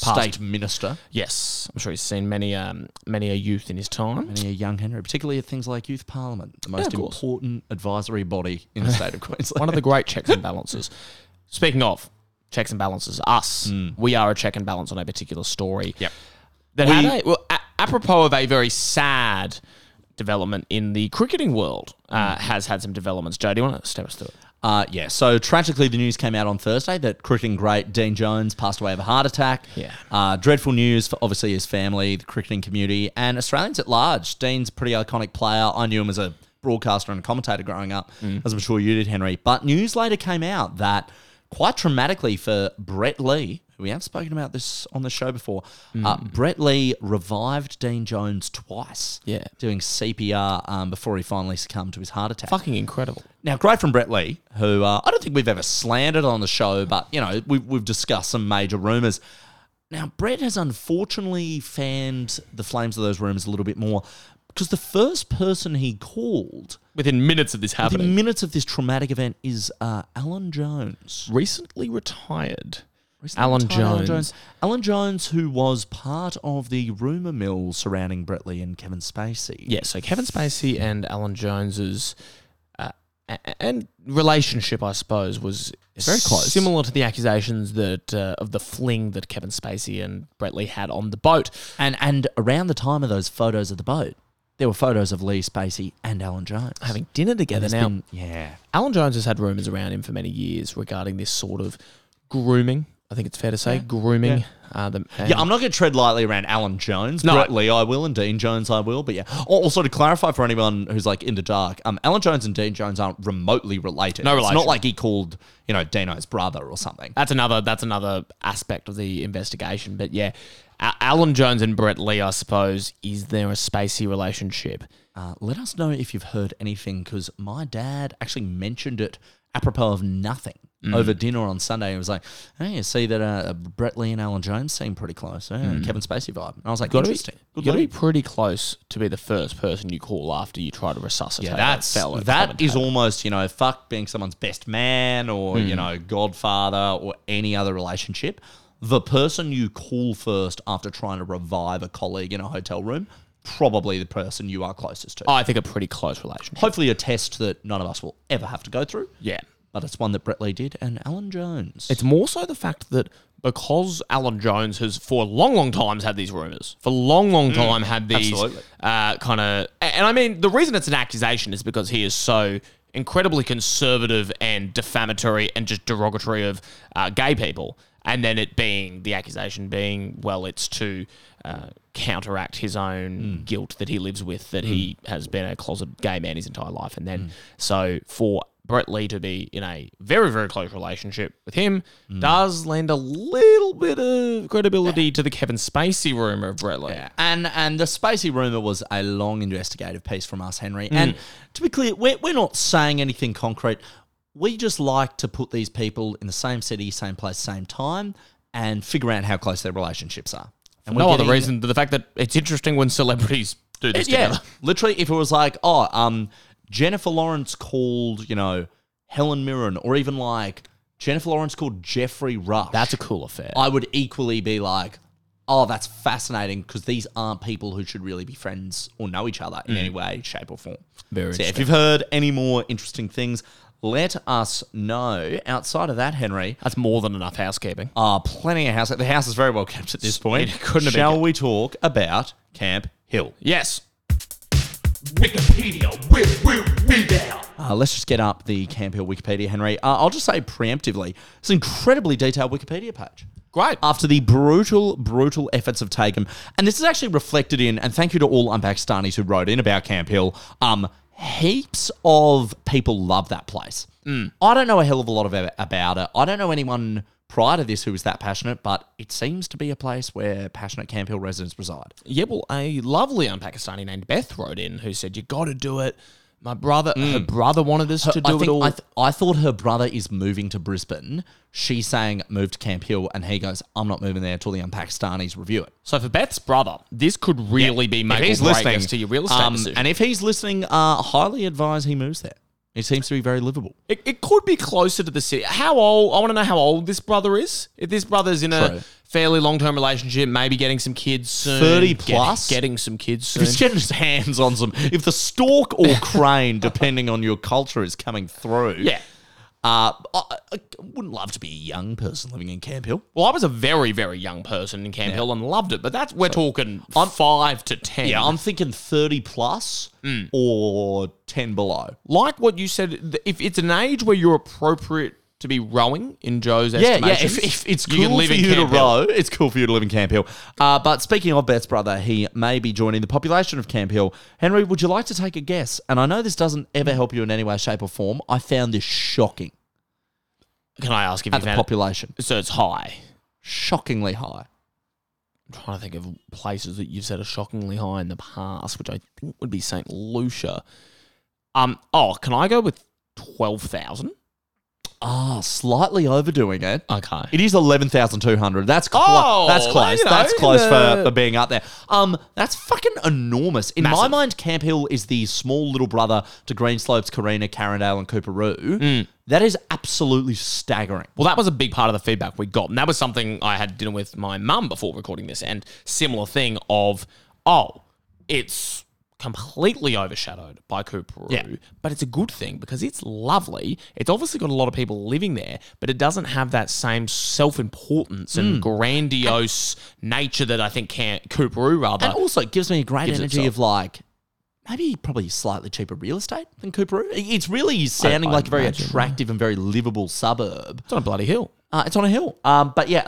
[SPEAKER 5] Past.
[SPEAKER 7] state minister,
[SPEAKER 5] Yes, I'm sure he's seen many, um, many a youth in his time.
[SPEAKER 7] and a young Henry, particularly at things like youth parliament, the
[SPEAKER 5] of
[SPEAKER 7] most
[SPEAKER 5] course.
[SPEAKER 7] important advisory body in the [LAUGHS] state of Queensland.
[SPEAKER 5] [LAUGHS] One of the great checks and balances. Speaking of checks and balances, us we are a check and balance on a particular story.
[SPEAKER 7] Hmm. Yep.
[SPEAKER 5] That
[SPEAKER 7] We-
[SPEAKER 5] had a, well, a- apropos of a very sad development in the cricketing world, uh,
[SPEAKER 7] Hmm.
[SPEAKER 5] has had some developments. Joe, do you want to step us through it?
[SPEAKER 7] Uh, yeah. So tragically, the news came out on Thursday that cricketing great Dean Jones passed away of a heart attack.
[SPEAKER 5] Yeah.
[SPEAKER 7] Uh, dreadful news for obviously his family, the cricketing community, and Australians at large. Dean's a pretty iconic player. I knew him as a broadcaster and commentator growing up,
[SPEAKER 5] Mm.
[SPEAKER 7] as I'm sure you did, Henry. But news later came out that quite dramatically for Brett Lee. who We have spoken about this on the show before. Uh,
[SPEAKER 5] Mm.
[SPEAKER 7] Brett Lee revived Dean Jones twice.
[SPEAKER 5] Yeah.
[SPEAKER 7] Doing CPR um, before he finally succumbed to his heart attack.
[SPEAKER 5] Fucking incredible.
[SPEAKER 7] Now, great from Brett Lee, who uh, I don't think we've ever slandered on the show, but you know we've we've discussed some major rumours. Now, Brett has unfortunately fanned the flames of those rumours a little bit more because the first person he called
[SPEAKER 5] Within minutes of this
[SPEAKER 7] the
[SPEAKER 5] happening,
[SPEAKER 7] minutes of this traumatic event is uh, Alan Jones.
[SPEAKER 5] recently retired
[SPEAKER 7] Recently
[SPEAKER 5] Alan
[SPEAKER 7] retired
[SPEAKER 5] Jones.
[SPEAKER 7] Alan Jones, who was part of the rumor mill surrounding Brett Lee and Kevin Spacey.
[SPEAKER 5] Yeah, so Kevin Spacey and Alan Jones's uh, a- a- and relationship, I suppose, was
[SPEAKER 7] Very close.
[SPEAKER 5] similar to the accusations that uh, of the fling that Kevin Spacey and Brett Lee had on the boat.
[SPEAKER 7] And and around the time of those photos of the boat, there were photos of Lee Spacey and Alan Jones
[SPEAKER 5] Having dinner
[SPEAKER 7] And
[SPEAKER 5] together
[SPEAKER 7] there's
[SPEAKER 5] now.
[SPEAKER 7] been- yeah.
[SPEAKER 5] Alan Jones has had rumors around him for many years regarding this sort of grooming. I think it's fair to say grooming. Uh, the, and-
[SPEAKER 7] Yeah, I'm not going to tread lightly around Alan Jones.
[SPEAKER 5] No.
[SPEAKER 7] Brett Lee, I will, and Dean Jones, I will. But yeah, Al- also to clarify for anyone who's like in the dark, um, Alan Jones and Dean Jones aren't remotely related.
[SPEAKER 5] No
[SPEAKER 7] It's
[SPEAKER 5] relation. Uh,
[SPEAKER 7] not like he called, you know, Dino's brother or something.
[SPEAKER 5] That's another that's another aspect of the investigation. But yeah, A- Alan Jones and Brett Lee, I suppose, is there a spacey relationship?
[SPEAKER 7] Uh, let us know if you've heard anything because my dad actually mentioned it apropos of nothing
[SPEAKER 5] Mm.
[SPEAKER 7] over dinner on Sunday. He was like, "Hey, you see that uh, Brett Lee and Alan Jones seem pretty close. Yeah, Kevin Spacey vibe." And I was like,
[SPEAKER 5] Got to
[SPEAKER 7] "Interesting.
[SPEAKER 5] Mm. be,
[SPEAKER 7] Good
[SPEAKER 5] got to be
[SPEAKER 7] luck."
[SPEAKER 5] pretty close to be the first person you call after you try to resuscitate.
[SPEAKER 7] Yeah,
[SPEAKER 5] a
[SPEAKER 7] that's
[SPEAKER 5] fellow
[SPEAKER 7] that is
[SPEAKER 5] commentator.
[SPEAKER 7] almost you know fuck being someone's best man or
[SPEAKER 5] Hmm.
[SPEAKER 7] you know godfather or any other relationship. The person you call first after trying to revive a colleague in a hotel room, probably the person you are closest to.
[SPEAKER 5] I think a pretty close relationship.
[SPEAKER 7] Hopefully, a test that none of us will ever have to go through.
[SPEAKER 5] Yeah,
[SPEAKER 7] but it's one that Brett Lee did and Alan Jones.
[SPEAKER 5] it's more so the fact that because Alan Jones has for a long, long times had these rumors, for a long, long time had these
[SPEAKER 7] absolutely.
[SPEAKER 5] uh, kind of, and I mean the reason it's an accusation is because he is so incredibly conservative and defamatory and just derogatory of uh, gay people, and then it being the accusation being well, it's to uh, counteract his own guilt that he lives with that he has been a closet gay man his entire life, and then so for. Brett Lee to be in a very, very close relationship with him does lend a little bit of credibility to the Kevin Spacey rumor of Brett Lee.
[SPEAKER 7] Yeah. And and the Spacey rumor was a long investigative piece from us,
[SPEAKER 5] Hmm.
[SPEAKER 7] Henry. And to be clear, we're, we're not saying anything concrete. We just like to put these people in the same city, same place, same time, and figure out how close their relationships are. And
[SPEAKER 5] no
[SPEAKER 7] we're
[SPEAKER 5] other
[SPEAKER 7] getting-
[SPEAKER 5] reason than the fact that it's interesting when celebrities do [LAUGHS] this
[SPEAKER 7] yeah,
[SPEAKER 5] together.
[SPEAKER 7] [LAUGHS] literally, if it was like, oh, um, Jennifer Lawrence called, you know, Helen Mirren, or even like Jennifer Lawrence called Jeffrey Rush.
[SPEAKER 5] That's a cool affair.
[SPEAKER 7] I would equally be like, oh, that's fascinating because these aren't people who should really be friends or know each other in any way, shape, or form.
[SPEAKER 5] Mm. Very
[SPEAKER 7] So yeah, if you've heard any more interesting things, let us know. Outside of that, Henry,
[SPEAKER 5] That's more than enough housekeeping.
[SPEAKER 7] uh, plenty of house. The house is very well kept at this point.
[SPEAKER 5] It couldn't have been
[SPEAKER 7] Shall
[SPEAKER 5] kept.
[SPEAKER 7] we talk about Camp Hill?
[SPEAKER 5] yes.
[SPEAKER 7] Uh, let's just get up the Camp Hill Wikipedia, Henry. Uh, I'll just say preemptively, it's an incredibly detailed Wikipedia page.
[SPEAKER 5] Great.
[SPEAKER 7] After the brutal, brutal efforts of Tagum, and this is actually reflected in, and thank you to all Unpakistanis who wrote in about Camp Hill. Um, heaps of people love that place. I don't know a hell of a lot of ab- about it. I don't know anyone prior to this who was that passionate, but it seems to be a place where passionate Camp Hill residents reside.
[SPEAKER 5] Yeah, well, a lovely un-Pakistani named Beth wrote in who said, you got to do it. My brother, Mm. her brother wanted us to do
[SPEAKER 7] I
[SPEAKER 5] it
[SPEAKER 7] think-
[SPEAKER 5] all.
[SPEAKER 7] I, th- I thought her brother is moving to Brisbane. She's saying move to Camp Hill, and he goes, "I'm not moving there until the Pakistanis review it."
[SPEAKER 5] so for Beth's brother, this could really be
[SPEAKER 7] If
[SPEAKER 5] make or break as to your real estate
[SPEAKER 7] um,
[SPEAKER 5] decision.
[SPEAKER 7] and if he's listening, uh, highly advise he moves there. It seems to be very livable.
[SPEAKER 5] It, it could be closer to the city. How old? I want to know how old this brother is. If this brother's in a
[SPEAKER 7] True.
[SPEAKER 5] fairly long term relationship, maybe getting some kids soon.
[SPEAKER 7] 30
[SPEAKER 5] getting-
[SPEAKER 7] plus?
[SPEAKER 5] Getting, some kids
[SPEAKER 7] If he's
[SPEAKER 5] soon.
[SPEAKER 7] getting his hands on some, if the stork [LAUGHS] or crane, depending on your culture, is coming through,
[SPEAKER 5] Yeah.
[SPEAKER 7] uh, I, I wouldn't love to be a young person living in Camp Hill.
[SPEAKER 5] Well, I was a very, very young person in Camp Hill and loved it, but that's we're talking five to ten.
[SPEAKER 7] Yeah, Mm. I'm thinking thirty plus or ten below.
[SPEAKER 5] like what you said. th- If it's an age where you're appropriate to be rowing in Joe's
[SPEAKER 7] Yeah, yeah.
[SPEAKER 5] estimation,
[SPEAKER 7] If, if it's
[SPEAKER 5] you
[SPEAKER 7] cool
[SPEAKER 5] can live
[SPEAKER 7] for
[SPEAKER 5] in
[SPEAKER 7] you
[SPEAKER 5] Camp
[SPEAKER 7] to
[SPEAKER 5] Hill.
[SPEAKER 7] row, it's cool for you to live in Camp Hill. Uh, but speaking of Beth's brother, he may be joining the population of Camp Hill. Henry, would you like to take a guess? And I know this doesn't ever help you in any way, shape, or form. I found this shocking
[SPEAKER 5] Can I ask if you
[SPEAKER 7] at the
[SPEAKER 5] found it?
[SPEAKER 7] population,
[SPEAKER 5] So it's high.
[SPEAKER 7] shockingly high.
[SPEAKER 5] I'm trying to think of places that you've said are shockingly high in the past, which I think would be St. Lucia. Um, oh, can I go with 12,000?
[SPEAKER 7] are Ah, slightly overdoing it.
[SPEAKER 5] Okay.
[SPEAKER 7] It is 11,200. That's, clo-
[SPEAKER 5] Oh,
[SPEAKER 7] that's
[SPEAKER 5] well,
[SPEAKER 7] close.
[SPEAKER 5] you know,
[SPEAKER 7] that's close
[SPEAKER 5] the-
[SPEAKER 7] for, for being up there. Um, That's fucking enormous. In my
[SPEAKER 5] Massive.
[SPEAKER 7] mind, Camp Hill is the small little brother to Green Slopes, Carina, Carindale, and Cooperoo.
[SPEAKER 5] Mm.
[SPEAKER 7] That is absolutely staggering.
[SPEAKER 5] Well, that was a big part of the feedback we got. And that was something I had dinner with my mum before recording this, and similar thing of, oh, it's completely overshadowed by Cooperoo.
[SPEAKER 7] Yeah.
[SPEAKER 5] But it's a good thing because it's lovely. It's obviously got a lot of people living there, but it doesn't have that same self importance
[SPEAKER 7] Hmm.
[SPEAKER 5] and grandiose nature that I think can- Cooperoo rather.
[SPEAKER 7] And oh. also, it gives me a great
[SPEAKER 5] gives
[SPEAKER 7] energy
[SPEAKER 5] itself.
[SPEAKER 7] of like maybe probably slightly cheaper real estate than Cooperoo. It's really sounding
[SPEAKER 5] I
[SPEAKER 7] like a very
[SPEAKER 5] imagine, yeah.
[SPEAKER 7] attractive and very livable suburb.
[SPEAKER 5] it's on a bloody hill.
[SPEAKER 7] Uh, it's on a hill. Um, but yeah,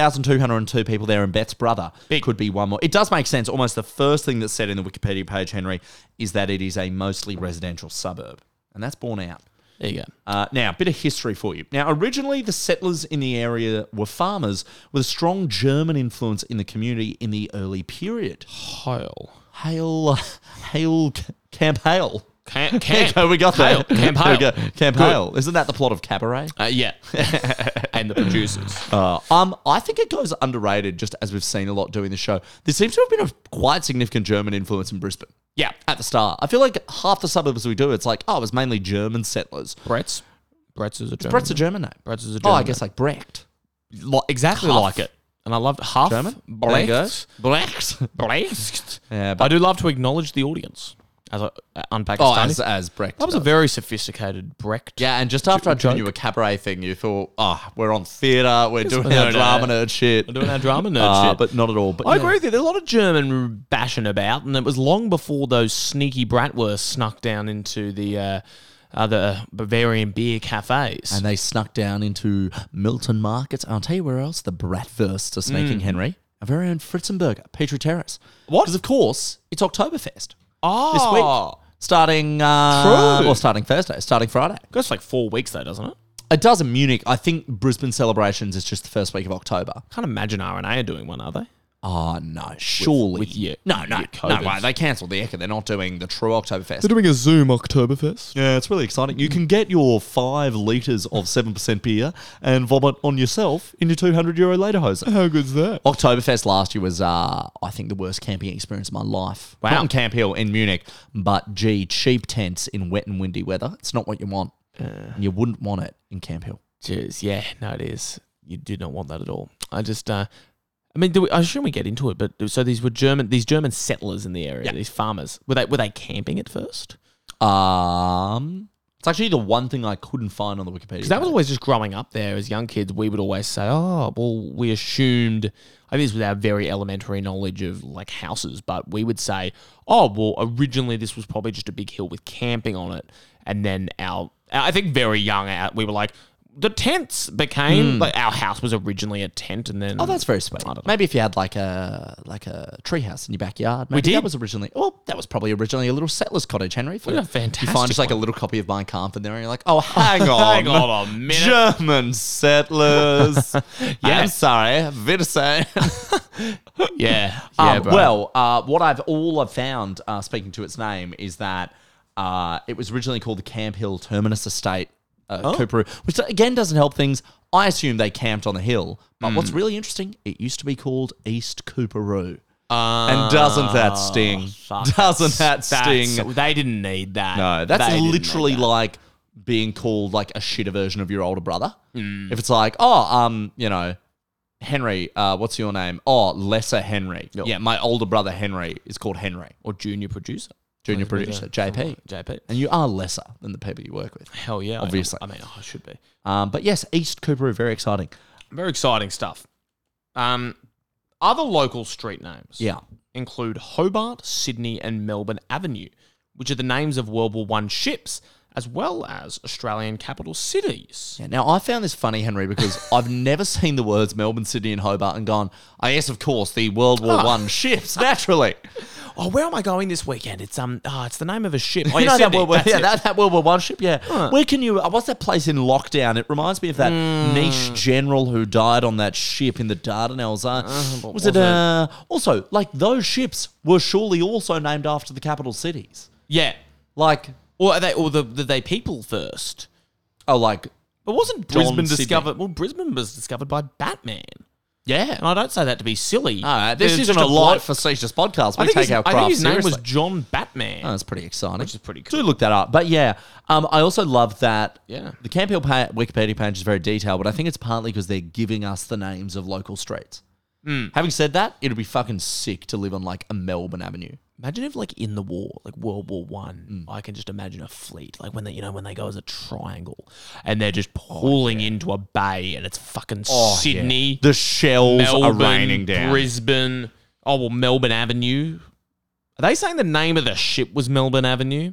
[SPEAKER 7] 11,202 people there, and Beth's brother
[SPEAKER 5] Big.
[SPEAKER 7] could be one more. It does make sense. Almost the first thing that's said in the Wikipedia page, Henry, is that it is a mostly residential suburb. And that's borne out.
[SPEAKER 5] There you go.
[SPEAKER 7] Uh, now, a bit of history for you. Now, originally, the settlers in the area were farmers with a strong German influence in the community in the early period.
[SPEAKER 5] Hale.
[SPEAKER 7] Hail, hail, C- Camp Hale.
[SPEAKER 5] Camp,
[SPEAKER 7] [LAUGHS] There you go, we got
[SPEAKER 5] Hale.
[SPEAKER 7] that.
[SPEAKER 5] Camp
[SPEAKER 7] There we
[SPEAKER 5] Hale.
[SPEAKER 7] go, Camp Hale. Isn't that the plot of Cabaret?
[SPEAKER 5] Uh,
[SPEAKER 7] [LAUGHS]
[SPEAKER 5] yeah. and the producers.
[SPEAKER 7] Uh, um, I think it goes underrated, just as we've seen a lot doing the show. There seems to have been a quite significant German influence in Brisbane.
[SPEAKER 5] Yeah.
[SPEAKER 7] At the start, I feel like half the suburbs we do, it's like, oh, it was mainly German settlers.
[SPEAKER 5] Brett's. Brett's is a German.
[SPEAKER 7] Brett's a German name.
[SPEAKER 5] Brett's is a
[SPEAKER 7] Oh,
[SPEAKER 5] German
[SPEAKER 7] I guess like Brecht.
[SPEAKER 5] Li- exactly
[SPEAKER 7] Huff.
[SPEAKER 5] like it. And I loved Huff.
[SPEAKER 7] German? There you go.
[SPEAKER 5] Brecht. Brecht. [LAUGHS] Brecht.
[SPEAKER 7] Yeah,
[SPEAKER 5] I
[SPEAKER 7] but
[SPEAKER 5] do love to acknowledge the audience as I uh, unpack
[SPEAKER 7] oh,
[SPEAKER 5] Pakistani.
[SPEAKER 7] as, as Brecht.
[SPEAKER 5] that was a very sophisticated Brecht.
[SPEAKER 7] yeah, and just after I
[SPEAKER 5] joke.
[SPEAKER 7] joined you a cabaret thing, you thought, oh, we're on theatre, we're doing
[SPEAKER 5] no,
[SPEAKER 7] our
[SPEAKER 5] no.
[SPEAKER 7] drama nerd shit.
[SPEAKER 5] We're doing our
[SPEAKER 7] [LAUGHS]
[SPEAKER 5] drama nerd
[SPEAKER 7] Uh,
[SPEAKER 5] shit.
[SPEAKER 7] But not at all. But
[SPEAKER 5] I
[SPEAKER 7] yeah.
[SPEAKER 5] agree with you. There's a lot of German bashing about, and it was long before those sneaky bratwursts snuck down into the uh, other Bavarian beer cafes.
[SPEAKER 7] And they snuck down into Milton Markets. I'll tell you where else the Bratwursts are
[SPEAKER 5] Mm.
[SPEAKER 7] sneaking, Henry. Our very own Fritzenberger, Petrie Terrace. What? Because, of course, it's Oktoberfest
[SPEAKER 5] oh,
[SPEAKER 7] this week. Starting, uh,
[SPEAKER 5] True.
[SPEAKER 7] well, starting Thursday, starting Friday.
[SPEAKER 5] goes for like four weeks though, doesn't it?
[SPEAKER 7] It does in Munich. I think Brisbane celebrations is just the first week of October.
[SPEAKER 5] Can't imagine R and A are doing one, are they?
[SPEAKER 7] Oh, no, surely.
[SPEAKER 5] with your-
[SPEAKER 7] no, no,
[SPEAKER 5] your
[SPEAKER 7] no
[SPEAKER 5] COVIDs.
[SPEAKER 7] way. They cancelled the Echo. They're not doing the true Oktoberfest.
[SPEAKER 5] doing a Zoom Oktoberfest.
[SPEAKER 7] Yeah, it's really exciting. You can get your five litres of 7% beer and vomit on yourself in your 200 euro lederhosen. How good's that? Oktoberfest last year was, uh, I think, the worst camping experience of my life.
[SPEAKER 5] Wow.
[SPEAKER 7] Not in Camp Hill in Munich, but gee, cheap tents in wet and windy weather. It's not what you want. you wouldn't want it in Camp Hill.
[SPEAKER 5] Jeez, yeah, no, it is. You do not want that at all. I just, uh, I mean, do we, I assume we get into it, but so these were German, these German settlers in the area, these farmers. Were they were they camping at first?
[SPEAKER 7] Um, it's actually the one thing I couldn't find on the Wikipedia.
[SPEAKER 5] Because that was always just growing up there as young kids. We would always say, oh, well, we assumed. I mean, this was our very elementary knowledge of like houses, but we would say, oh, well, originally this was probably just a big hill with camping on it, and then our, I think very young, our- we were like. The tents became like our house was originally a tent, and then
[SPEAKER 7] Hmm. Oh, that's very sweet. Maybe if you had like a like a treehouse in your backyard. Maybe
[SPEAKER 5] did.
[SPEAKER 7] That was originally. Well, that was probably originally a little settler's cottage, Henry. For
[SPEAKER 5] We had a fantastic
[SPEAKER 7] You find just like
[SPEAKER 5] one.
[SPEAKER 7] a little copy of Mein Kampf in there, and
[SPEAKER 5] [LAUGHS]
[SPEAKER 7] you're like, oh, [LAUGHS] hang on,
[SPEAKER 5] [LAUGHS] Hang on a minute.
[SPEAKER 7] German
[SPEAKER 5] [LAUGHS]
[SPEAKER 7] settlers. yeah, I'm sorry, Wiedersehen.
[SPEAKER 5] Yeah.
[SPEAKER 7] Um, well, uh, what I've all I've found uh, speaking to its name is that uh, it was originally called the Camp Hill Terminus Estate, uh, Cooperoo, which again doesn't help things. I assume they camped on the hill, but what's really interesting, it used to be called East Cooperoo. and doesn't that sting? Doesn't that sting?
[SPEAKER 5] They didn't need that.
[SPEAKER 7] No, that's literally like being called like a shitter version of your older brother. If it's like, oh, um, you know, Henry, uh, what's your name? Oh, lesser Henry. Yeah, my older brother Henry is called Henry,
[SPEAKER 5] Or junior producer.
[SPEAKER 7] junior
[SPEAKER 5] Oh,
[SPEAKER 7] producer, JP.
[SPEAKER 5] JP.
[SPEAKER 7] And you are lesser than the people you work with.
[SPEAKER 5] Hell yeah. I am.
[SPEAKER 7] Obviously.
[SPEAKER 5] I, mean, oh, I should be.
[SPEAKER 7] Um, but yes, East Cooperoo, very exciting.
[SPEAKER 5] Very exciting stuff. Um, other local street names
[SPEAKER 7] Yeah.
[SPEAKER 5] include Hobart, Sydney, and Melbourne Avenue, which are the names of World War One ships, as well as Australian capital cities.
[SPEAKER 7] Yeah, now I found this funny, Henry, because I've never seen the words Melbourne, Sydney, and Hobart and gone, oh, yes, of course, the World War One ships, naturally.
[SPEAKER 5] Oh, where am I going this weekend? It's um, oh, it's the name of
[SPEAKER 7] [LAUGHS]
[SPEAKER 5] a ship. Oh,
[SPEAKER 7] you
[SPEAKER 5] yeah,
[SPEAKER 7] know that
[SPEAKER 5] Sydney.
[SPEAKER 7] World War,
[SPEAKER 5] That's
[SPEAKER 7] yeah,
[SPEAKER 5] it.
[SPEAKER 7] that, that World War One ship, yeah. Where can you? uh, What's that place in lockdown? It reminds me of that niche general who died on that ship in the Dardanelles. Uh, was, it?
[SPEAKER 5] was it?
[SPEAKER 7] Uh, also, like those ships were surely also named after the capital cities,
[SPEAKER 5] yeah.
[SPEAKER 7] like
[SPEAKER 5] Or are they, or the, the they people first?
[SPEAKER 7] oh, like
[SPEAKER 5] But wasn't
[SPEAKER 7] John
[SPEAKER 5] Brisbane
[SPEAKER 7] Sydney.
[SPEAKER 5] discovered? Well, Brisbane was discovered by Batman,
[SPEAKER 7] Yeah.
[SPEAKER 5] and I don't say that to be silly.
[SPEAKER 7] All right, this
[SPEAKER 5] There's
[SPEAKER 7] isn't
[SPEAKER 5] just
[SPEAKER 7] a light
[SPEAKER 5] bloke-
[SPEAKER 7] facetious podcast. We
[SPEAKER 5] I think,
[SPEAKER 7] take
[SPEAKER 5] his,
[SPEAKER 7] our
[SPEAKER 5] I
[SPEAKER 7] craft
[SPEAKER 5] think his name
[SPEAKER 7] seriously.
[SPEAKER 5] was John Batman.
[SPEAKER 7] Oh, that's pretty exciting.
[SPEAKER 5] Which is pretty cool.
[SPEAKER 7] Do look that up. But yeah, um, I also love that
[SPEAKER 5] Yeah.
[SPEAKER 7] the Camp Hill pa- Wikipedia page is very detailed, but I think it's partly because they're giving us the names of local streets.
[SPEAKER 5] Hmm.
[SPEAKER 7] Having said that, it'd be fucking sick to live on like a Melbourne Avenue.
[SPEAKER 5] Imagine if, like, in the war, like World War One,
[SPEAKER 7] Mm.
[SPEAKER 5] I can just imagine a fleet, like when they, you know, when they go as a triangle, and they're just pulling into a bay, and it's fucking Sydney,
[SPEAKER 7] Oh, The shells
[SPEAKER 5] Melbourne,
[SPEAKER 7] are raining down.
[SPEAKER 5] Brisbane. Oh well, Melbourne Avenue. Are they saying the name of the ship was Melbourne Avenue?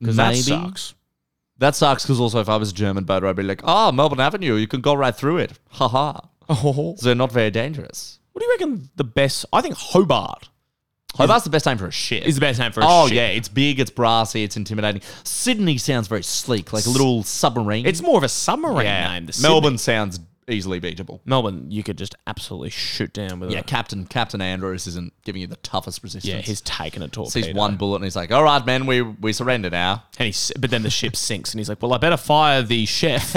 [SPEAKER 5] Because that
[SPEAKER 7] Maybe.
[SPEAKER 5] sucks. [LAUGHS]
[SPEAKER 7] that sucks because also if I was a German boater, I'd be like, oh, Melbourne Avenue, you can go right through it. Ha ha.
[SPEAKER 5] Oh,
[SPEAKER 7] They're not very dangerous.
[SPEAKER 5] what do you reckon the best? I think Hobart
[SPEAKER 7] Hobart's the best name for a ship.
[SPEAKER 5] is the best name for a
[SPEAKER 7] oh
[SPEAKER 5] ship.
[SPEAKER 7] yeah, it's big, it's brassy, it's intimidating. Sydney sounds very sleek, like a little submarine.
[SPEAKER 5] it's more of a submarine name. The Sydney-
[SPEAKER 7] Melbourne sounds easily beatable.
[SPEAKER 5] Melbourne, you could just absolutely shoot down with
[SPEAKER 7] Yeah,
[SPEAKER 5] a-
[SPEAKER 7] Captain Captain Andrews isn't giving you the toughest resistance.
[SPEAKER 5] yeah, he's taking a
[SPEAKER 7] He
[SPEAKER 5] torpedo.
[SPEAKER 7] sees one bullet and he's like, "All right, man, we we surrender [LAUGHS] now."
[SPEAKER 5] And he's, but then the ship sinks, and he's like, "Well, I better fire the [LAUGHS] chef."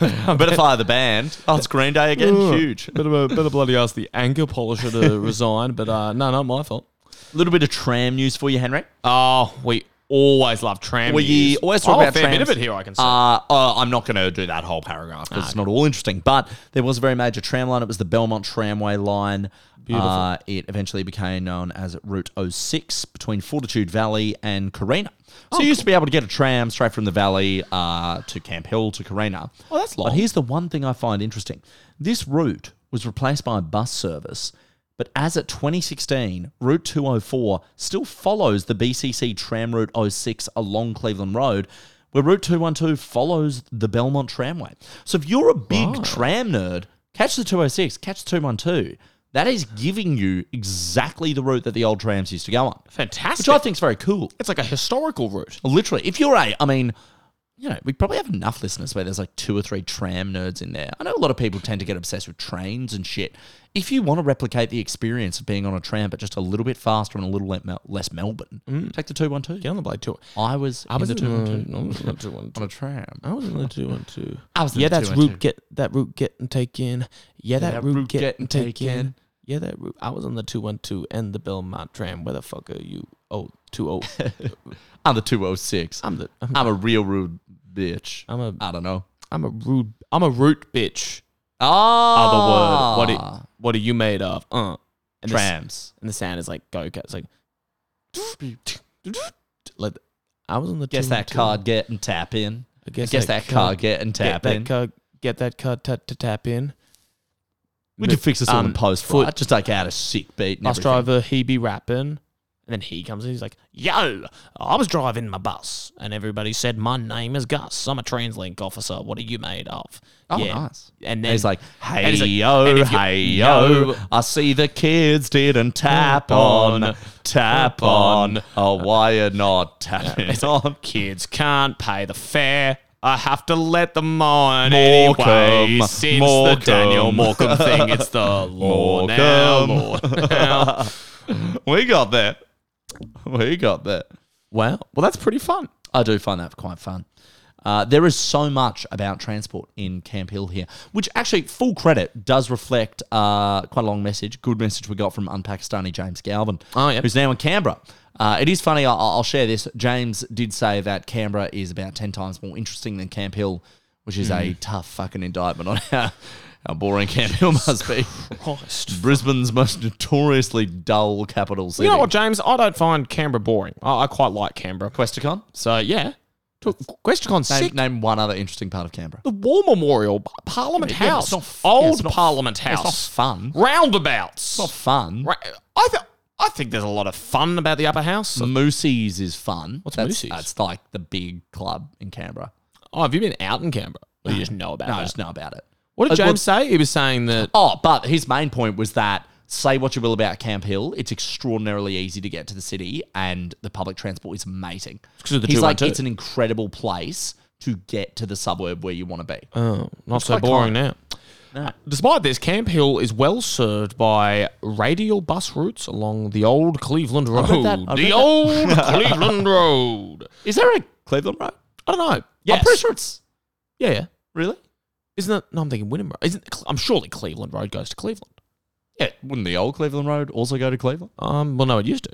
[SPEAKER 7] Better fire the band. Oh, it's Green Day again. Huge.
[SPEAKER 5] better, better bloody ask the anchor polisher [LAUGHS] to resign. But uh, no, not my fault.
[SPEAKER 7] A little bit of tram news for you, Henry.
[SPEAKER 5] Oh, we always love tram.
[SPEAKER 7] We
[SPEAKER 5] news.
[SPEAKER 7] always talk
[SPEAKER 5] oh,
[SPEAKER 7] about
[SPEAKER 5] a fair
[SPEAKER 7] trams.
[SPEAKER 5] bit of it here. I can see.
[SPEAKER 7] Uh, uh, I'm not going to do that whole paragraph because it's not all interesting. But there was a very major tram line. It was the Belmont Tramway line. Beautiful. Uh, it eventually became known as Route 06 between Fortitude Valley and Carina.
[SPEAKER 5] Oh,
[SPEAKER 7] So you used to be able to get a tram straight from the valley uh, to Camp Hill to Carina.
[SPEAKER 5] Oh, that's long.
[SPEAKER 7] But here's the one thing I find interesting. This route was replaced by a bus service, but as at 2016, Route 204 still follows the BCC tram route 06 along Cleveland Road, where Route 212 follows the Belmont tramway. So if you're a big tram nerd, catch the 206, catch the 212. That is giving you exactly the route that the old trams used to go on,
[SPEAKER 5] Fantastic.
[SPEAKER 7] which I think is very cool.
[SPEAKER 5] it's like a historical route.
[SPEAKER 7] Literally, if you're a, I mean, you know, we probably have enough listeners where there's like two or three tram nerds in there. I know a lot of people tend to get obsessed with trains and shit. If you want to replicate the experience of being on a tram, but just a little bit faster and a little le- less Melbourne, take the two one two.
[SPEAKER 5] Get on the blade too.
[SPEAKER 7] I was, I was in the two one two
[SPEAKER 5] Mm. I [LAUGHS] was in the two one
[SPEAKER 7] on
[SPEAKER 5] two.
[SPEAKER 7] a tram.
[SPEAKER 5] I was in the two one two.
[SPEAKER 7] I was in
[SPEAKER 5] Yeah,
[SPEAKER 7] the
[SPEAKER 5] that's
[SPEAKER 7] 212.
[SPEAKER 5] route get that route get and take in. Yeah, that, route, get, and take in. Yeah, that route. I was on the two one two and the Belmont tram. Where the fuck are you? Oh,
[SPEAKER 7] [LAUGHS]
[SPEAKER 5] two oh.
[SPEAKER 7] I'm the two oh six.
[SPEAKER 5] I'm the I'm,
[SPEAKER 7] I'm a real rude bitch.
[SPEAKER 5] I'm a
[SPEAKER 7] I don't know.
[SPEAKER 5] I'm a rude I'm a root bitch.
[SPEAKER 7] Ah,
[SPEAKER 5] Other word. What are, what are you made of? Uh. And the s-
[SPEAKER 7] trams.
[SPEAKER 5] and the sound is like go go. It's like like I was on the
[SPEAKER 7] Guess that
[SPEAKER 5] 212.
[SPEAKER 7] card get and tap in.
[SPEAKER 5] I guess,
[SPEAKER 7] Guess that card get and
[SPEAKER 5] get
[SPEAKER 7] tap
[SPEAKER 5] that
[SPEAKER 7] in.
[SPEAKER 5] card get that card ta- to tap in.
[SPEAKER 7] We can fix this all in
[SPEAKER 5] Um,
[SPEAKER 7] post,
[SPEAKER 5] foot-
[SPEAKER 7] right? Just like add a sick beat. And
[SPEAKER 5] Bus
[SPEAKER 7] everything.
[SPEAKER 5] driver, he be rapping, and then he comes in. He's like, "Yo, I was driving my bus, and everybody said my name is Gus. I'm a TransLink officer. What are you made of?"
[SPEAKER 7] Oh, nice.
[SPEAKER 5] And
[SPEAKER 7] And
[SPEAKER 5] then
[SPEAKER 7] he's like, hey
[SPEAKER 5] and he's like,
[SPEAKER 7] yo,
[SPEAKER 5] and if you-
[SPEAKER 7] hey yo,
[SPEAKER 5] No.
[SPEAKER 7] I see the kids didn't tap
[SPEAKER 5] Tap
[SPEAKER 7] on,
[SPEAKER 5] on.
[SPEAKER 7] tap
[SPEAKER 5] Tap
[SPEAKER 7] on.
[SPEAKER 5] on.
[SPEAKER 7] Oh, why you not tapping on?
[SPEAKER 5] kids can't pay the fare. I have to let them on
[SPEAKER 7] Morecambe,
[SPEAKER 5] anyway. Since
[SPEAKER 7] Morecambe.
[SPEAKER 5] the Daniel Morecambe thing,
[SPEAKER 7] [LAUGHS]
[SPEAKER 5] it's the law now. Law now.
[SPEAKER 7] Oh, We got that. We got that.
[SPEAKER 5] Wow. Well, that's pretty fun.
[SPEAKER 7] I do find that quite fun. Uh, there is so much about transport in Camp Hill here, which actually, full credit, does reflect uh, quite a long message. Good message we got from Unpakistani James Galvin,
[SPEAKER 5] Oh, yep.
[SPEAKER 7] who's now in Canberra. Uh, it is funny, I- I'll share this. James did say that Canberra is about 10 times more interesting than Camp Hill, which is
[SPEAKER 5] Mm.
[SPEAKER 7] a tough fucking indictment on how, how boring Camp Hill must be.
[SPEAKER 5] Christ.
[SPEAKER 7] Brisbane's most notoriously dull capital city.
[SPEAKER 5] You know what, James? I don't find Canberra boring. I, I quite like Canberra.
[SPEAKER 7] Questacon?
[SPEAKER 5] So yeah, To- QuestCon's
[SPEAKER 7] Name,
[SPEAKER 5] sick.
[SPEAKER 7] name one other interesting part of Canberra.
[SPEAKER 5] The War Memorial, Parliament
[SPEAKER 7] Yeah, but
[SPEAKER 5] House,
[SPEAKER 7] it's not f- yeah,
[SPEAKER 5] old
[SPEAKER 7] it's not f-
[SPEAKER 5] Parliament
[SPEAKER 7] it's
[SPEAKER 5] House,
[SPEAKER 7] not fun.
[SPEAKER 5] roundabouts.
[SPEAKER 7] It's not fun.
[SPEAKER 5] Ra- I th- I think there's a lot of fun about the Upper House.
[SPEAKER 7] Mm. Moosey's is fun.
[SPEAKER 5] What's
[SPEAKER 7] that's,
[SPEAKER 5] Moosey's?
[SPEAKER 7] That's like the big club in Canberra.
[SPEAKER 5] Oh, have you been out in Canberra? Or you just know about
[SPEAKER 7] No,
[SPEAKER 5] that?
[SPEAKER 7] I just know about it.
[SPEAKER 5] What
[SPEAKER 7] Uh,
[SPEAKER 5] did James say? He was saying that.
[SPEAKER 7] Oh, but his main point was that say what you will about Camp Hill, it's extraordinarily easy to get to the city, and the public transport is mating.
[SPEAKER 5] 'cause of the
[SPEAKER 7] He's like,
[SPEAKER 5] 212.
[SPEAKER 7] it's an incredible place to get to the suburb where you want to be.
[SPEAKER 5] Oh, not so boring
[SPEAKER 7] oh,
[SPEAKER 5] now. Despite this, Camp Hill is well served by radial bus routes along the old Cleveland Road.
[SPEAKER 7] read that. I read
[SPEAKER 5] The
[SPEAKER 7] that. [LAUGHS]
[SPEAKER 5] old Cleveland Road.
[SPEAKER 7] Is there a Cleveland Road?
[SPEAKER 5] I don't know. Yes.
[SPEAKER 7] I'm pretty sure it's.
[SPEAKER 5] Yeah, yeah.
[SPEAKER 7] Really?
[SPEAKER 5] Isn't it? No, I'm thinking Wynnum Road. Isn't Cle- I'm surely Cleveland Road goes to Cleveland.
[SPEAKER 7] Yeah. Wouldn't the old Cleveland Road also go to Cleveland?
[SPEAKER 5] Um, well, no, it used to.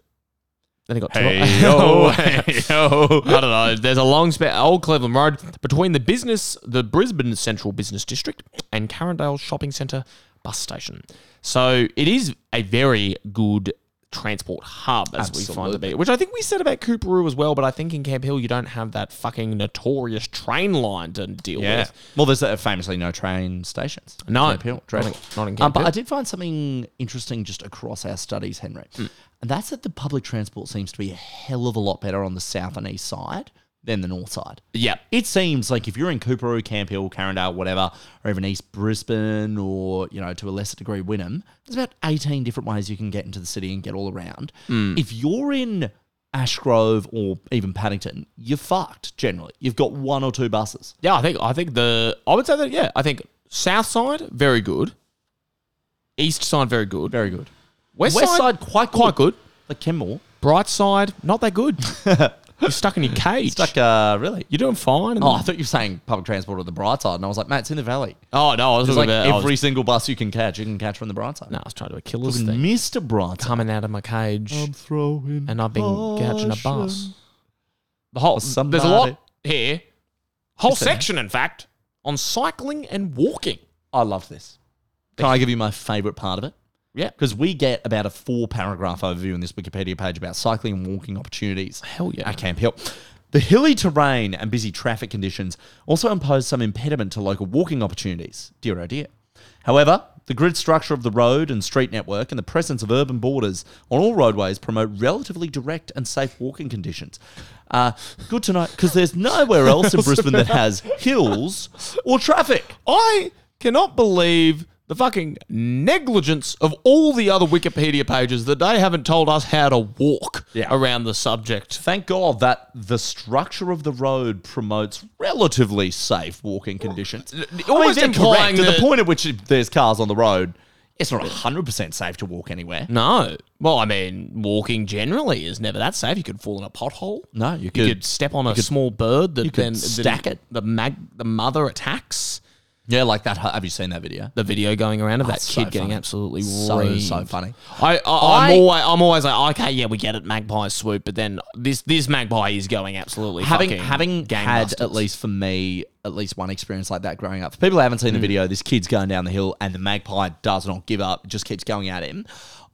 [SPEAKER 5] Then it got
[SPEAKER 7] Hey, [LAUGHS]
[SPEAKER 5] [LAUGHS] to
[SPEAKER 7] yo,
[SPEAKER 5] yo. [LAUGHS] I don't know. There's a long span, old Cleveland Road between the business, the Brisbane Central Business District, and Carindale Shopping Centre bus station. So it is a very good transport hub as we find it to be, which I think we said about Cooperoo as well. But I think in Camp Hill you don't have that fucking notorious train line to deal with.
[SPEAKER 7] Well, there's uh, famously no train stations.
[SPEAKER 5] No,
[SPEAKER 7] Camp Hill,
[SPEAKER 5] not in,
[SPEAKER 7] train.
[SPEAKER 5] not in Camp
[SPEAKER 7] Um, but
[SPEAKER 5] Hill.
[SPEAKER 7] I did find something interesting just across our studies, Henry. And that's that the public transport seems to be a hell of a lot better on the south and east side than the north side.
[SPEAKER 5] yeah,
[SPEAKER 7] It seems like if you're in Cooperoo, Camp Hill, Carindale, whatever, or even East Brisbane, or you know to a lesser degree Wynnum, there's about 18 different ways you can get into the city and get all around.
[SPEAKER 5] Mm.
[SPEAKER 7] If you're in Ashgrove or even Paddington, you're fucked. Generally, you've got one or two buses.
[SPEAKER 5] Yeah, I think I think the I would say that yeah, I think south side very good, east side very good,
[SPEAKER 7] Very good.
[SPEAKER 5] west,
[SPEAKER 7] West
[SPEAKER 5] side,
[SPEAKER 7] side, quite
[SPEAKER 5] quite good,
[SPEAKER 7] Like Kenmore.
[SPEAKER 5] bright side not
[SPEAKER 7] [LAUGHS]
[SPEAKER 5] that good. You're stuck in your cage.
[SPEAKER 7] Stuck, uh, really?
[SPEAKER 5] You're doing fine. and-
[SPEAKER 7] Oh, I thought you were saying public transport or the bright side. And I was like, mate, it's in the valley.
[SPEAKER 5] oh no, I was
[SPEAKER 7] There's
[SPEAKER 5] talking
[SPEAKER 7] like
[SPEAKER 5] about I was-
[SPEAKER 7] every single bus you can catch, you can catch from the bright side.
[SPEAKER 5] no, I was trying to do a killer's thing.
[SPEAKER 7] Mr. Bright Side.
[SPEAKER 5] Coming out of my cage,
[SPEAKER 7] throwing
[SPEAKER 5] and I've been catching a bus. The whole
[SPEAKER 7] Somebody-
[SPEAKER 5] there's a lot here, whole
[SPEAKER 7] Listen.
[SPEAKER 5] section in fact on cycling and walking.
[SPEAKER 7] I love this. Can I give you my favorite part of it?
[SPEAKER 5] Yeah.
[SPEAKER 7] Because we get about a four paragraph overview in this Wikipedia page about cycling and walking opportunities.
[SPEAKER 5] Hell yeah.
[SPEAKER 7] At Camp Hill. The hilly terrain and busy traffic conditions also impose some impediment to local walking opportunities. Dear oh dear. However, the grid structure of the road and street network and the presence of urban borders on all roadways promote relatively direct and safe walking conditions. Uh, good to know, because there's nowhere
[SPEAKER 5] [LAUGHS]
[SPEAKER 7] else in Brisbane that has hills or traffic.
[SPEAKER 5] I cannot believe the fucking negligence of all the other Wikipedia pages that they haven't told us how to walk
[SPEAKER 7] Yeah.
[SPEAKER 5] around the subject.
[SPEAKER 7] Thank God that the structure of the road promotes relatively safe walking conditions.
[SPEAKER 5] almost
[SPEAKER 7] they're
[SPEAKER 5] implying
[SPEAKER 7] correct at
[SPEAKER 5] that-
[SPEAKER 7] the point at which there's cars on the road, it's not 100% safe to walk anywhere.
[SPEAKER 5] No. Well, I mean, walking generally is never that safe. You could fall in a pothole.
[SPEAKER 7] No, you
[SPEAKER 5] You
[SPEAKER 7] could-
[SPEAKER 5] could step on a small bird that
[SPEAKER 7] you could
[SPEAKER 5] then that
[SPEAKER 7] stack it.
[SPEAKER 5] The mag, the mother attacks.
[SPEAKER 7] Yeah, like that. Have you seen that video?
[SPEAKER 5] The video going around of that
[SPEAKER 7] it's
[SPEAKER 5] kid
[SPEAKER 7] so
[SPEAKER 5] getting
[SPEAKER 7] funny.
[SPEAKER 5] absolutely
[SPEAKER 7] So, so
[SPEAKER 5] reamed.
[SPEAKER 7] funny.
[SPEAKER 5] I, I, I'm
[SPEAKER 7] I-
[SPEAKER 5] always I'm always like okay yeah we get it magpie swoop but then this this magpie is going absolutely
[SPEAKER 7] having
[SPEAKER 5] fucking
[SPEAKER 7] having had
[SPEAKER 5] gangbusters.
[SPEAKER 7] at least for me at least one experience like that growing up. For people who haven't
[SPEAKER 5] Mm.
[SPEAKER 7] seen the video, this kid's going down the hill and the magpie does not give up; it just keeps going at him.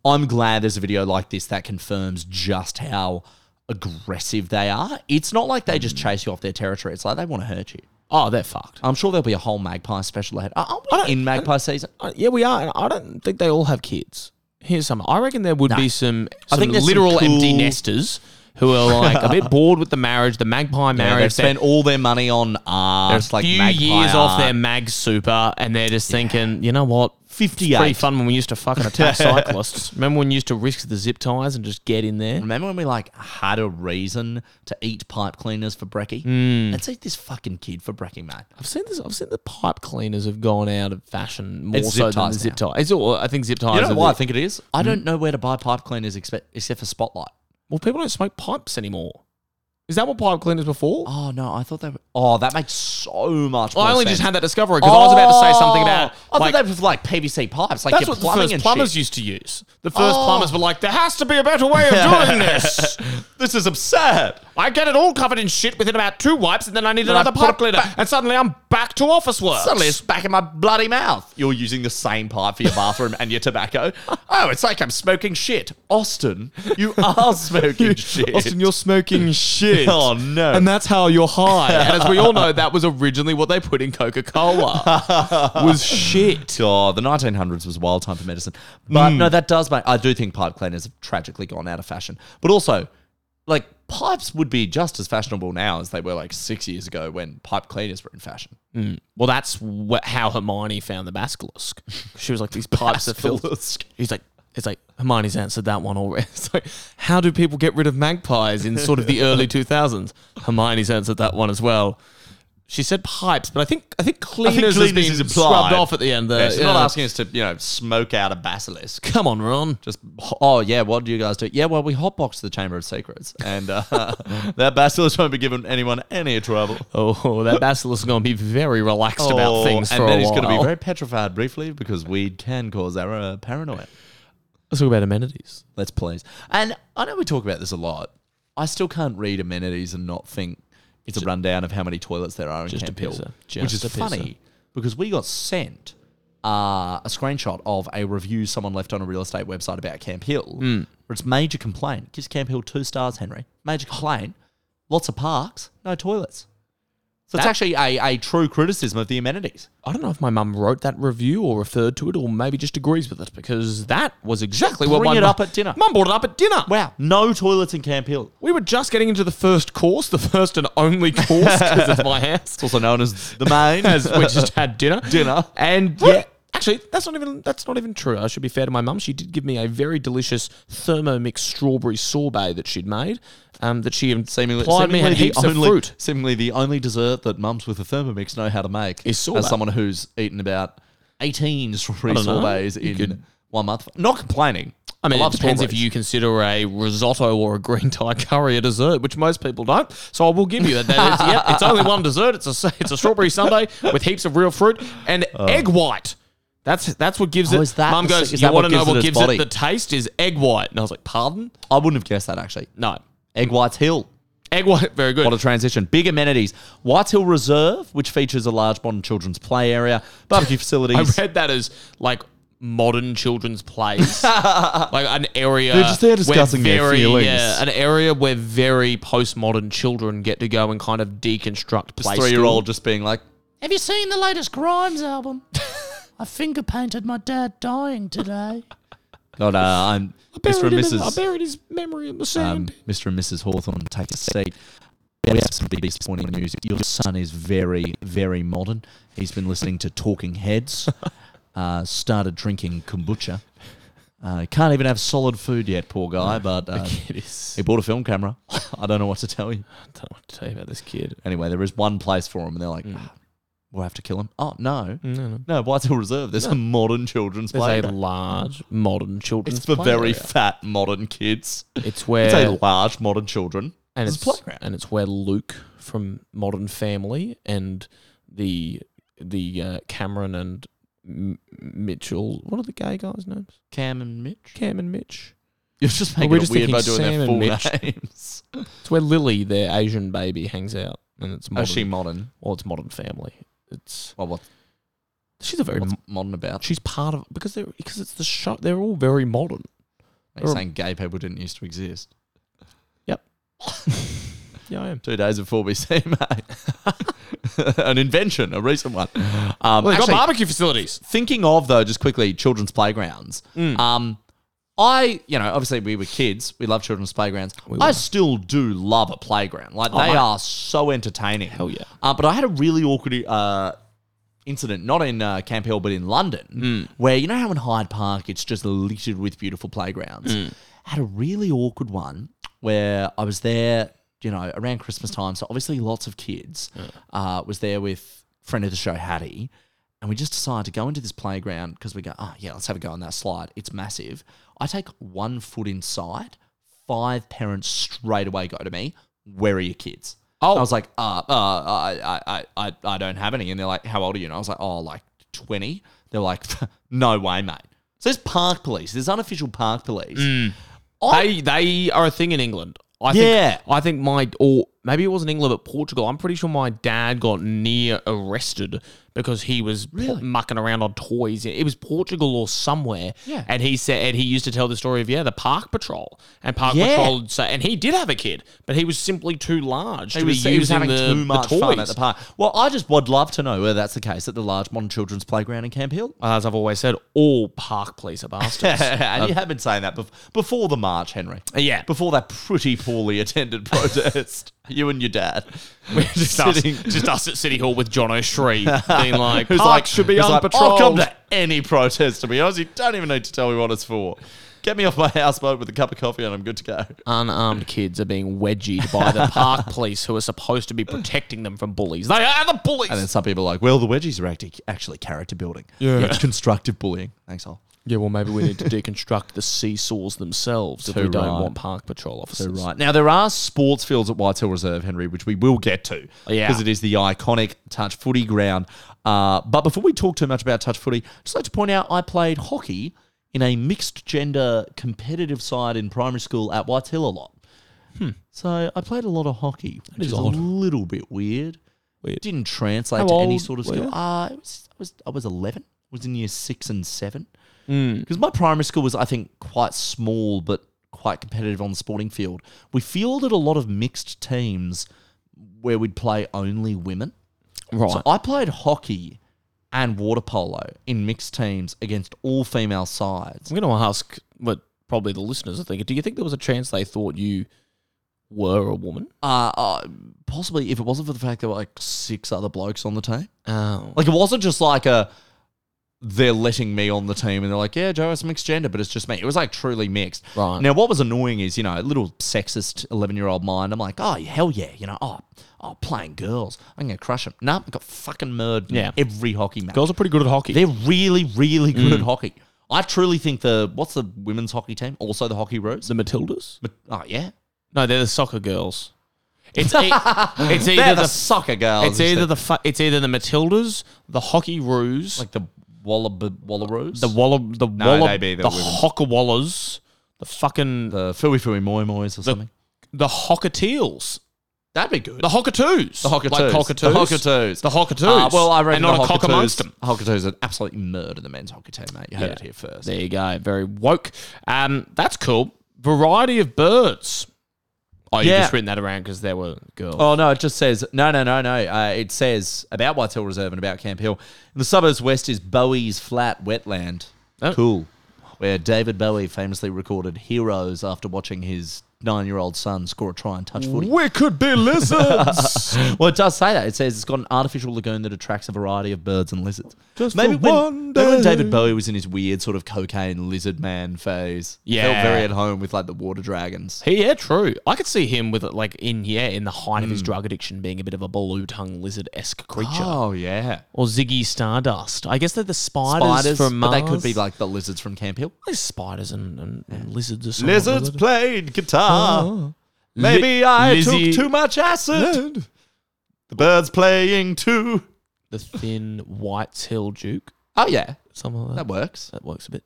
[SPEAKER 7] I'm glad there's a video like this that confirms just how aggressive they are. It's not like they just chase you off their territory; it's like they want to hurt you.
[SPEAKER 5] Mm. oh they're fucked
[SPEAKER 7] I'm sure there'll be a whole magpie special ahead. Are
[SPEAKER 5] I
[SPEAKER 7] are
[SPEAKER 5] don't-
[SPEAKER 7] we in magpie season?
[SPEAKER 5] Uh, yeah, we are. And I don't think they all have kids. Here's some. I reckon there would be some, some
[SPEAKER 7] think there's some
[SPEAKER 5] literal empty
[SPEAKER 7] cool-
[SPEAKER 5] nesters who [LAUGHS] are like a bit bored with the marriage, the magpie
[SPEAKER 7] Yeah, they've
[SPEAKER 5] marriage.
[SPEAKER 7] spent all their money on
[SPEAKER 5] they're
[SPEAKER 7] art,
[SPEAKER 5] a
[SPEAKER 7] like
[SPEAKER 5] few
[SPEAKER 7] magpie
[SPEAKER 5] years off
[SPEAKER 7] art.
[SPEAKER 5] their mag super, and they're just thinking, you know what? It's pretty
[SPEAKER 7] 58.
[SPEAKER 5] fun when we used to fucking [LAUGHS] attack cyclists. Remember when you used to risk the zip ties and just get in there?
[SPEAKER 7] Remember when we like had a reason to eat pipe cleaners for brekkie? Let's eat this fucking kid for brekkie, mate.
[SPEAKER 5] I've seen this. I've seen the pipe cleaners have gone out of fashion more
[SPEAKER 7] It's
[SPEAKER 5] so
[SPEAKER 7] zip
[SPEAKER 5] than the
[SPEAKER 7] ties Hmm?
[SPEAKER 5] zip
[SPEAKER 7] now.
[SPEAKER 5] tie. It's all. I think zip ties.
[SPEAKER 7] You know
[SPEAKER 5] are
[SPEAKER 7] why I
[SPEAKER 5] the-
[SPEAKER 7] think it is? I don't know where to buy pipe cleaners expe- except for Spotlight.
[SPEAKER 5] Well, people don't smoke pipes anymore. Is that what pipe cleaners were for?
[SPEAKER 7] Oh no, I thought they were. Oh, that makes so much.
[SPEAKER 5] Well,
[SPEAKER 7] more
[SPEAKER 5] I only
[SPEAKER 7] sense.
[SPEAKER 5] just had that discovery because I was about to say something about.
[SPEAKER 7] Oh, I
[SPEAKER 5] like,
[SPEAKER 7] thought they were for like PVC pipes, like
[SPEAKER 5] that's
[SPEAKER 7] your
[SPEAKER 5] what the
[SPEAKER 7] plumbing
[SPEAKER 5] first
[SPEAKER 7] and
[SPEAKER 5] plumbers
[SPEAKER 7] shit.
[SPEAKER 5] used to use. The first
[SPEAKER 7] Oh.
[SPEAKER 5] plumbers were like, "There has to be a
[SPEAKER 7] [LAUGHS]
[SPEAKER 5] better way of doing this."
[SPEAKER 7] This is absurd.
[SPEAKER 5] I get it all covered in shit within about two wipes, and then I need
[SPEAKER 7] I
[SPEAKER 5] another
[SPEAKER 7] put
[SPEAKER 5] pipe
[SPEAKER 7] it
[SPEAKER 5] cleaner,
[SPEAKER 7] back-
[SPEAKER 5] and suddenly I'm back to office work.
[SPEAKER 7] Suddenly it's back in my bloody mouth. You're using the same pipe for your bathroom and your
[SPEAKER 5] [LAUGHS]
[SPEAKER 7] tobacco. Oh, it's like I'm smoking shit. [LAUGHS] Austin, you are [LAUGHS] smoking shit. [LAUGHS]
[SPEAKER 5] you're smoking shit.
[SPEAKER 7] Oh, no.
[SPEAKER 5] And that's how you're high. and as we
[SPEAKER 7] [LAUGHS]
[SPEAKER 5] all know, that was originally what they put in Coca-Cola. was shit.
[SPEAKER 7] [LAUGHS]
[SPEAKER 5] Mm.
[SPEAKER 7] Oh, the 1900s was a wild time for medicine. But no, that does make. I do think pipe cleaners have tragically gone out of fashion. But also, like, pipes would be just as fashionable now as they were like six years ago when pipe cleaners were in fashion.
[SPEAKER 5] Well, that's what, how Hermione found the basilisk. She was like, "These pipes are filled." He's like, it's like Hermione's answered that one already. It's like, how do [LAUGHS] people get rid of magpies in sort of the early 2000s? Hermione's answered that one as well. She said pipes, but I think I think
[SPEAKER 7] I think
[SPEAKER 5] cleaners, has
[SPEAKER 7] cleaners
[SPEAKER 5] been
[SPEAKER 7] is implied.
[SPEAKER 5] scrubbed off at the end. There,
[SPEAKER 7] Yeah, she's not
[SPEAKER 5] yeah.
[SPEAKER 7] asking us to, you know, smoke out a basilisk.
[SPEAKER 5] [LAUGHS] Come on, Ron.
[SPEAKER 7] Just, oh, yeah, what do you guys do? Yeah, well, we hotbox the Chamber of Secrets, and uh, [LAUGHS] that basilisk won't be giving anyone any trouble. [LAUGHS]
[SPEAKER 5] Oh, that basilisk's going to be very relaxed
[SPEAKER 7] Oh,
[SPEAKER 5] about things for
[SPEAKER 7] and
[SPEAKER 5] a
[SPEAKER 7] then
[SPEAKER 5] while.
[SPEAKER 7] he's going to be very petrified briefly because we can cause our uh, paranoia.
[SPEAKER 5] Let's talk about amenities.
[SPEAKER 7] Let's please. And I know we talk about this a lot. I still can't read amenities and not think it's a rundown of how many toilets there are in
[SPEAKER 5] Just a
[SPEAKER 7] Camp Hill,
[SPEAKER 5] pisser.
[SPEAKER 7] which
[SPEAKER 5] Just
[SPEAKER 7] is
[SPEAKER 5] a pisser.
[SPEAKER 7] funny because we got sent uh, a screenshot of a review someone left on a real estate website about Camp Hill.
[SPEAKER 5] Hmm.
[SPEAKER 7] Where it's major complaint. Gives Camp Hill two stars, Henry. Major complaint. Lots of parks, no toilets. So it's
[SPEAKER 5] That-
[SPEAKER 7] actually a, a true criticism of the amenities.
[SPEAKER 5] I don't know if my mum wrote that review or referred to it or maybe just agrees with it because that was exactly what
[SPEAKER 7] Bring
[SPEAKER 5] my
[SPEAKER 7] it
[SPEAKER 5] mu-
[SPEAKER 7] up at dinner.
[SPEAKER 5] Mum brought it up at dinner.
[SPEAKER 7] Wow, no toilets in Camp Hill.
[SPEAKER 5] We were just getting into the first course, the first and only course because it's my house.
[SPEAKER 7] It's also known as the main.
[SPEAKER 5] As we just had dinner.
[SPEAKER 7] [LAUGHS] Dinner.
[SPEAKER 5] And yeah. Actually, that's not even that's not even true. I should be fair to my mum. She did give me a very delicious Thermomix strawberry sorbet that she'd made. Um, that she
[SPEAKER 7] Seemingly,
[SPEAKER 5] supplied
[SPEAKER 7] seemingly
[SPEAKER 5] me had heaps
[SPEAKER 7] the
[SPEAKER 5] of
[SPEAKER 7] only,
[SPEAKER 5] fruit.
[SPEAKER 7] Seemingly the only dessert that mums with a Thermomix know how to make
[SPEAKER 5] Is sorbet.
[SPEAKER 7] As someone who's eaten about 18 strawberry
[SPEAKER 5] I don't know.
[SPEAKER 7] sorbets
[SPEAKER 5] You
[SPEAKER 7] in
[SPEAKER 5] could-
[SPEAKER 7] one month. Not complaining.
[SPEAKER 5] I mean,
[SPEAKER 7] love
[SPEAKER 5] it depends if
[SPEAKER 7] strawberries.
[SPEAKER 5] you consider a risotto or a green Thai curry a dessert, which most people don't. So I will give you that. that is, yep, it's only one dessert. It's a s- it's a strawberry sundae with heaps of real fruit and egg white. That's that's what gives
[SPEAKER 7] Oh,
[SPEAKER 5] it.
[SPEAKER 7] is that
[SPEAKER 5] Mum
[SPEAKER 7] the- is
[SPEAKER 5] goes, you
[SPEAKER 7] that
[SPEAKER 5] want
[SPEAKER 7] what
[SPEAKER 5] to know
[SPEAKER 7] gives it
[SPEAKER 5] what
[SPEAKER 7] its
[SPEAKER 5] gives
[SPEAKER 7] body?"
[SPEAKER 5] it the taste is egg white, and I was like, pardon?
[SPEAKER 7] I wouldn't have guessed that actually.
[SPEAKER 5] No,
[SPEAKER 7] Egg White's Hill.
[SPEAKER 5] egg white, very good.
[SPEAKER 7] What a transition. Big amenities. White's Hill Reserve, which features a large modern children's play area,
[SPEAKER 5] [LAUGHS]
[SPEAKER 7] barbecue
[SPEAKER 5] I
[SPEAKER 7] facilities.
[SPEAKER 5] read that as like modern children's
[SPEAKER 7] [LAUGHS]
[SPEAKER 5] plays, like an area.
[SPEAKER 7] They're just there
[SPEAKER 5] where
[SPEAKER 7] discussing their
[SPEAKER 5] very-
[SPEAKER 7] feelings.
[SPEAKER 5] Yeah, an area where very postmodern children get to go and kind of deconstruct play.
[SPEAKER 7] Three year old
[SPEAKER 5] still.
[SPEAKER 7] just being like,
[SPEAKER 8] Have you seen the latest Grimes album? [LAUGHS] I finger painted my dad dying
[SPEAKER 7] [LAUGHS]
[SPEAKER 8] today.
[SPEAKER 7] God, uh, I'm Mr. and
[SPEAKER 5] I
[SPEAKER 7] Mrs.
[SPEAKER 5] buried his memory in the
[SPEAKER 7] um,
[SPEAKER 5] sand.
[SPEAKER 7] Mr. and Mrs. Hawthorne take a seat. We have some big disappointing news. Your son is very, very modern. He's been listening to Talking [LAUGHS] Heads, uh, started drinking kombucha. Uh, can't even have solid food yet, poor guy, but [LAUGHS] uh,
[SPEAKER 5] [LAUGHS] it is.
[SPEAKER 7] he bought a film camera. [LAUGHS] I don't know what to tell you.
[SPEAKER 5] I don't know what to tell you about this kid.
[SPEAKER 7] Anyway, there is one place for him, and they're like, "Ah, we'll have to kill him. Oh, no. No, no. no White Hill Reserve. There's a modern children's
[SPEAKER 5] There's
[SPEAKER 7] play.
[SPEAKER 5] a large modern children's.
[SPEAKER 7] It's for
[SPEAKER 5] play
[SPEAKER 7] very
[SPEAKER 5] area.
[SPEAKER 7] fat modern kids.
[SPEAKER 5] It's where
[SPEAKER 7] It's a large modern children.
[SPEAKER 5] and
[SPEAKER 7] It's
[SPEAKER 5] it's
[SPEAKER 7] a playground.
[SPEAKER 5] and it's where Luke from Modern Family and the the uh, Cameron and M- Mitchell. What are the gay guys' names?
[SPEAKER 7] Cam and Mitch.
[SPEAKER 5] Cam and Mitch.
[SPEAKER 7] You're just
[SPEAKER 5] Well,
[SPEAKER 7] making
[SPEAKER 5] we're
[SPEAKER 7] it
[SPEAKER 5] just
[SPEAKER 7] weird by
[SPEAKER 5] thinking
[SPEAKER 7] doing their
[SPEAKER 5] Sam
[SPEAKER 7] full
[SPEAKER 5] and
[SPEAKER 7] names.
[SPEAKER 5] It's where Lily, their Asian baby, hangs out, and it's [LAUGHS] modern.
[SPEAKER 7] Is Oh, she modern?
[SPEAKER 5] well, it's Modern Family. It's
[SPEAKER 7] Well, what,
[SPEAKER 5] she's a very
[SPEAKER 7] what's modern about?
[SPEAKER 5] she's part of because they're because it's the show. They're all very modern.
[SPEAKER 7] You're saying gay people didn't used to exist.
[SPEAKER 5] Yeah, I am.
[SPEAKER 7] Two days before we see, [LAUGHS] mate. [LAUGHS] An invention, a recent one. Um,
[SPEAKER 5] Well, they've
[SPEAKER 7] actually,
[SPEAKER 5] got barbecue facilities.
[SPEAKER 7] thinking of though, just quickly, children's playgrounds.
[SPEAKER 5] Mm.
[SPEAKER 7] Um, I, you know, obviously we were kids. We love children's playgrounds. I still do love a playground. Like they
[SPEAKER 5] mate.
[SPEAKER 7] are so entertaining.
[SPEAKER 5] Oh, Hell yeah.
[SPEAKER 7] Uh, but I had a really awkward uh, incident, not in uh, Camp Hill, but in London,
[SPEAKER 5] Hmm.
[SPEAKER 7] where you know how in Hyde Park it's just littered with beautiful playgrounds.
[SPEAKER 5] Hmm.
[SPEAKER 7] I had a really awkward one where I was there, you know, around Christmas time. So obviously lots of kids. Uh, was there with friend of the show Hattie, and we just decided to go into this playground because we go, oh yeah, let's have a go on that slide. It's massive. I take one foot inside. Five parents straight away go to me. Where are your kids?
[SPEAKER 5] Oh.
[SPEAKER 7] I was like, uh, uh, I, I, I, I- I don't have any. And they're like, how old are you? And I was like, oh, like 20. They're like, [LAUGHS] no way, mate. So there's park police. There's unofficial park police.
[SPEAKER 5] They they are a thing in England. I
[SPEAKER 7] Yeah.
[SPEAKER 5] think I think my or maybe it wasn't England but Portugal. I'm pretty sure my dad got near arrested because he was pu- mucking around on toys. It was Portugal or somewhere.
[SPEAKER 7] Yeah.
[SPEAKER 5] And he said and he used to tell the story of yeah, the park patrol. And park
[SPEAKER 7] Yeah.
[SPEAKER 5] patrol would say and he did have a kid, but he was simply too large
[SPEAKER 7] He
[SPEAKER 5] to
[SPEAKER 7] was,
[SPEAKER 5] be
[SPEAKER 7] he was
[SPEAKER 5] using
[SPEAKER 7] having
[SPEAKER 5] the,
[SPEAKER 7] too much
[SPEAKER 5] the toys.
[SPEAKER 7] fun at the park. Well, I just would love to know whether that's the case at the large modern children's playground in Camp Hill. [LAUGHS]
[SPEAKER 5] As I've always said, all park police are bastards.
[SPEAKER 7] and you have been saying that bef- before the march, Henry.
[SPEAKER 5] Uh, yeah.
[SPEAKER 7] Before that pretty poorly attended [LAUGHS] protest. you and your dad. [LAUGHS]
[SPEAKER 5] just, us, just us at City Hall with John O'Shree being mean, like,
[SPEAKER 7] who's
[SPEAKER 5] parks
[SPEAKER 7] like
[SPEAKER 6] should be
[SPEAKER 7] who's like, I'll come
[SPEAKER 6] unpatrolled."
[SPEAKER 7] to any protest. To be honest, you don't even need to tell me what it's for. Get me off my [LAUGHS] houseboat with a cup of coffee, and I'm good to go.
[SPEAKER 5] unarmed kids are being wedgied by the park [LAUGHS] police who are supposed to be protecting them from bullies. They
[SPEAKER 7] "Ah,
[SPEAKER 5] are the bullies.
[SPEAKER 7] And then some people are like, well, the wedgies are acti- actually character building. Yeah. it's constructive bullying. Thanks, all.
[SPEAKER 5] yeah, well, maybe we need to deconstruct the seesaws themselves if
[SPEAKER 7] Too
[SPEAKER 5] we don't
[SPEAKER 7] right.
[SPEAKER 5] want park patrol officers.
[SPEAKER 7] So right now there are sports fields at Whitehall Reserve, Henry, which we will get to,
[SPEAKER 5] Yeah.
[SPEAKER 7] because it is the iconic touch footy ground. Uh, but before we talk too much about touch footy, I'd just like to point out I played hockey in a mixed gender competitive side in primary school at White Hill a lot. So I played a lot of hockey, which
[SPEAKER 5] is
[SPEAKER 7] is, a
[SPEAKER 5] odd.
[SPEAKER 7] little bit weird.
[SPEAKER 5] Weird.
[SPEAKER 7] Didn't translate
[SPEAKER 5] How
[SPEAKER 7] to any
[SPEAKER 5] old
[SPEAKER 7] sort of
[SPEAKER 5] were
[SPEAKER 7] skill.
[SPEAKER 5] you?
[SPEAKER 7] Uh, it was, I was I was eleven. I was in year six and seven.
[SPEAKER 5] Hmm.
[SPEAKER 7] Because my primary school was, I think, quite small but quite competitive on the sporting field. We fielded a lot of mixed teams where we'd play only women.
[SPEAKER 5] Right.
[SPEAKER 7] So I played hockey and water polo in mixed teams against all female sides.
[SPEAKER 5] I'm going to ask what probably the listeners are thinking. Do you think there was a chance they thought you were a woman?
[SPEAKER 7] Uh, uh, possibly if it wasn't for the fact there were like six other blokes on the team.
[SPEAKER 5] Oh.
[SPEAKER 7] Like it wasn't just like a they're letting me on the team and they're like, yeah, Joe, it's mixed gender, but it's just me. It was like truly mixed.
[SPEAKER 5] Right.
[SPEAKER 7] Now, what was annoying is, you know, little sexist 11 year old mind, I'm like, oh, hell yeah. You know, oh, oh playing girls. I'm going to crush them. Nah, I got fucking murdered
[SPEAKER 5] Yeah.
[SPEAKER 7] in every hockey match.
[SPEAKER 5] Girls are pretty good at hockey.
[SPEAKER 7] They're really, really good at
[SPEAKER 5] Mm.
[SPEAKER 7] hockey. I truly think the, what's the women's hockey team? Also the Hockey Roos?
[SPEAKER 5] the Matildas?
[SPEAKER 7] But- oh, yeah.
[SPEAKER 5] No, they're the soccer girls. It's,
[SPEAKER 7] [LAUGHS]
[SPEAKER 5] e- it's
[SPEAKER 7] They're
[SPEAKER 5] either
[SPEAKER 7] the,
[SPEAKER 5] the,
[SPEAKER 7] soccer girls.
[SPEAKER 5] it's either the fu- it's either the Matildas, the hockey roos,
[SPEAKER 7] like the Wallab- Wallaroos?
[SPEAKER 5] the wallab the
[SPEAKER 7] No,
[SPEAKER 5] wallab
[SPEAKER 7] they be the
[SPEAKER 5] the
[SPEAKER 7] women.
[SPEAKER 5] hockawallas, the fucking the,
[SPEAKER 7] the Fui Fui Moi Mois or something.
[SPEAKER 5] the hockateals,
[SPEAKER 7] That'd be good.
[SPEAKER 5] the hockatoos,
[SPEAKER 7] The Hockatoos.
[SPEAKER 5] like cockatoos,
[SPEAKER 7] The Hockatoos.
[SPEAKER 5] the hockatoos.
[SPEAKER 7] Uh, well, I reckon
[SPEAKER 5] and not
[SPEAKER 7] the
[SPEAKER 5] a cock amongst
[SPEAKER 7] Hockatoos,
[SPEAKER 5] them.
[SPEAKER 7] Hockatoos would absolutely murder the men's hockey team, mate. You heard it here first.
[SPEAKER 5] There you go, very woke. Um, that's cool. Variety of birds. Oh, you
[SPEAKER 7] Yeah.
[SPEAKER 5] just written that around because there were girls.
[SPEAKER 7] Oh no! It just says no, no, no, no. Uh, it says about Whitehall Reserve and about Camp Hill. In the suburbs west is Bowie's Flat Wetland.
[SPEAKER 5] Oh.
[SPEAKER 7] Cool, where David Bowie famously recorded "Heroes" after watching his nine-year-old son score a try and touch footy.
[SPEAKER 6] We could be
[SPEAKER 5] [LAUGHS]
[SPEAKER 6] lizards.
[SPEAKER 7] Well, it does say that. It says it's got an artificial lagoon that attracts a variety of birds and lizards.
[SPEAKER 6] Just
[SPEAKER 7] maybe
[SPEAKER 6] for
[SPEAKER 7] when,
[SPEAKER 6] one
[SPEAKER 7] maybe when
[SPEAKER 6] day.
[SPEAKER 7] David Bowie was in his weird sort of cocaine lizard man phase. He
[SPEAKER 5] Yeah.
[SPEAKER 7] felt very at home with like the water dragons.
[SPEAKER 5] He, yeah, true. I could see him with it like in yeah, in the height of his drug addiction, being a bit of a blue tongue lizard esque creature,
[SPEAKER 7] Oh yeah,
[SPEAKER 5] or Ziggy Stardust. I guess they're the spiders,
[SPEAKER 7] spiders,
[SPEAKER 5] from
[SPEAKER 7] but
[SPEAKER 5] Mars.
[SPEAKER 7] they could be like the lizards from Camp Hill.
[SPEAKER 5] There's spiders and, and, and lizards. Or something.
[SPEAKER 7] Lizards
[SPEAKER 5] Lizard.
[SPEAKER 7] played guitar.
[SPEAKER 5] Maybe
[SPEAKER 7] Maybe
[SPEAKER 5] Li- I
[SPEAKER 7] I
[SPEAKER 5] Lizzie- took
[SPEAKER 7] took
[SPEAKER 5] too
[SPEAKER 7] too much acid. The birds playing too.
[SPEAKER 5] the thin White's Hill Duke.
[SPEAKER 7] Oh yeah,
[SPEAKER 5] Something like
[SPEAKER 7] that
[SPEAKER 5] that.
[SPEAKER 7] works.
[SPEAKER 5] That works a bit.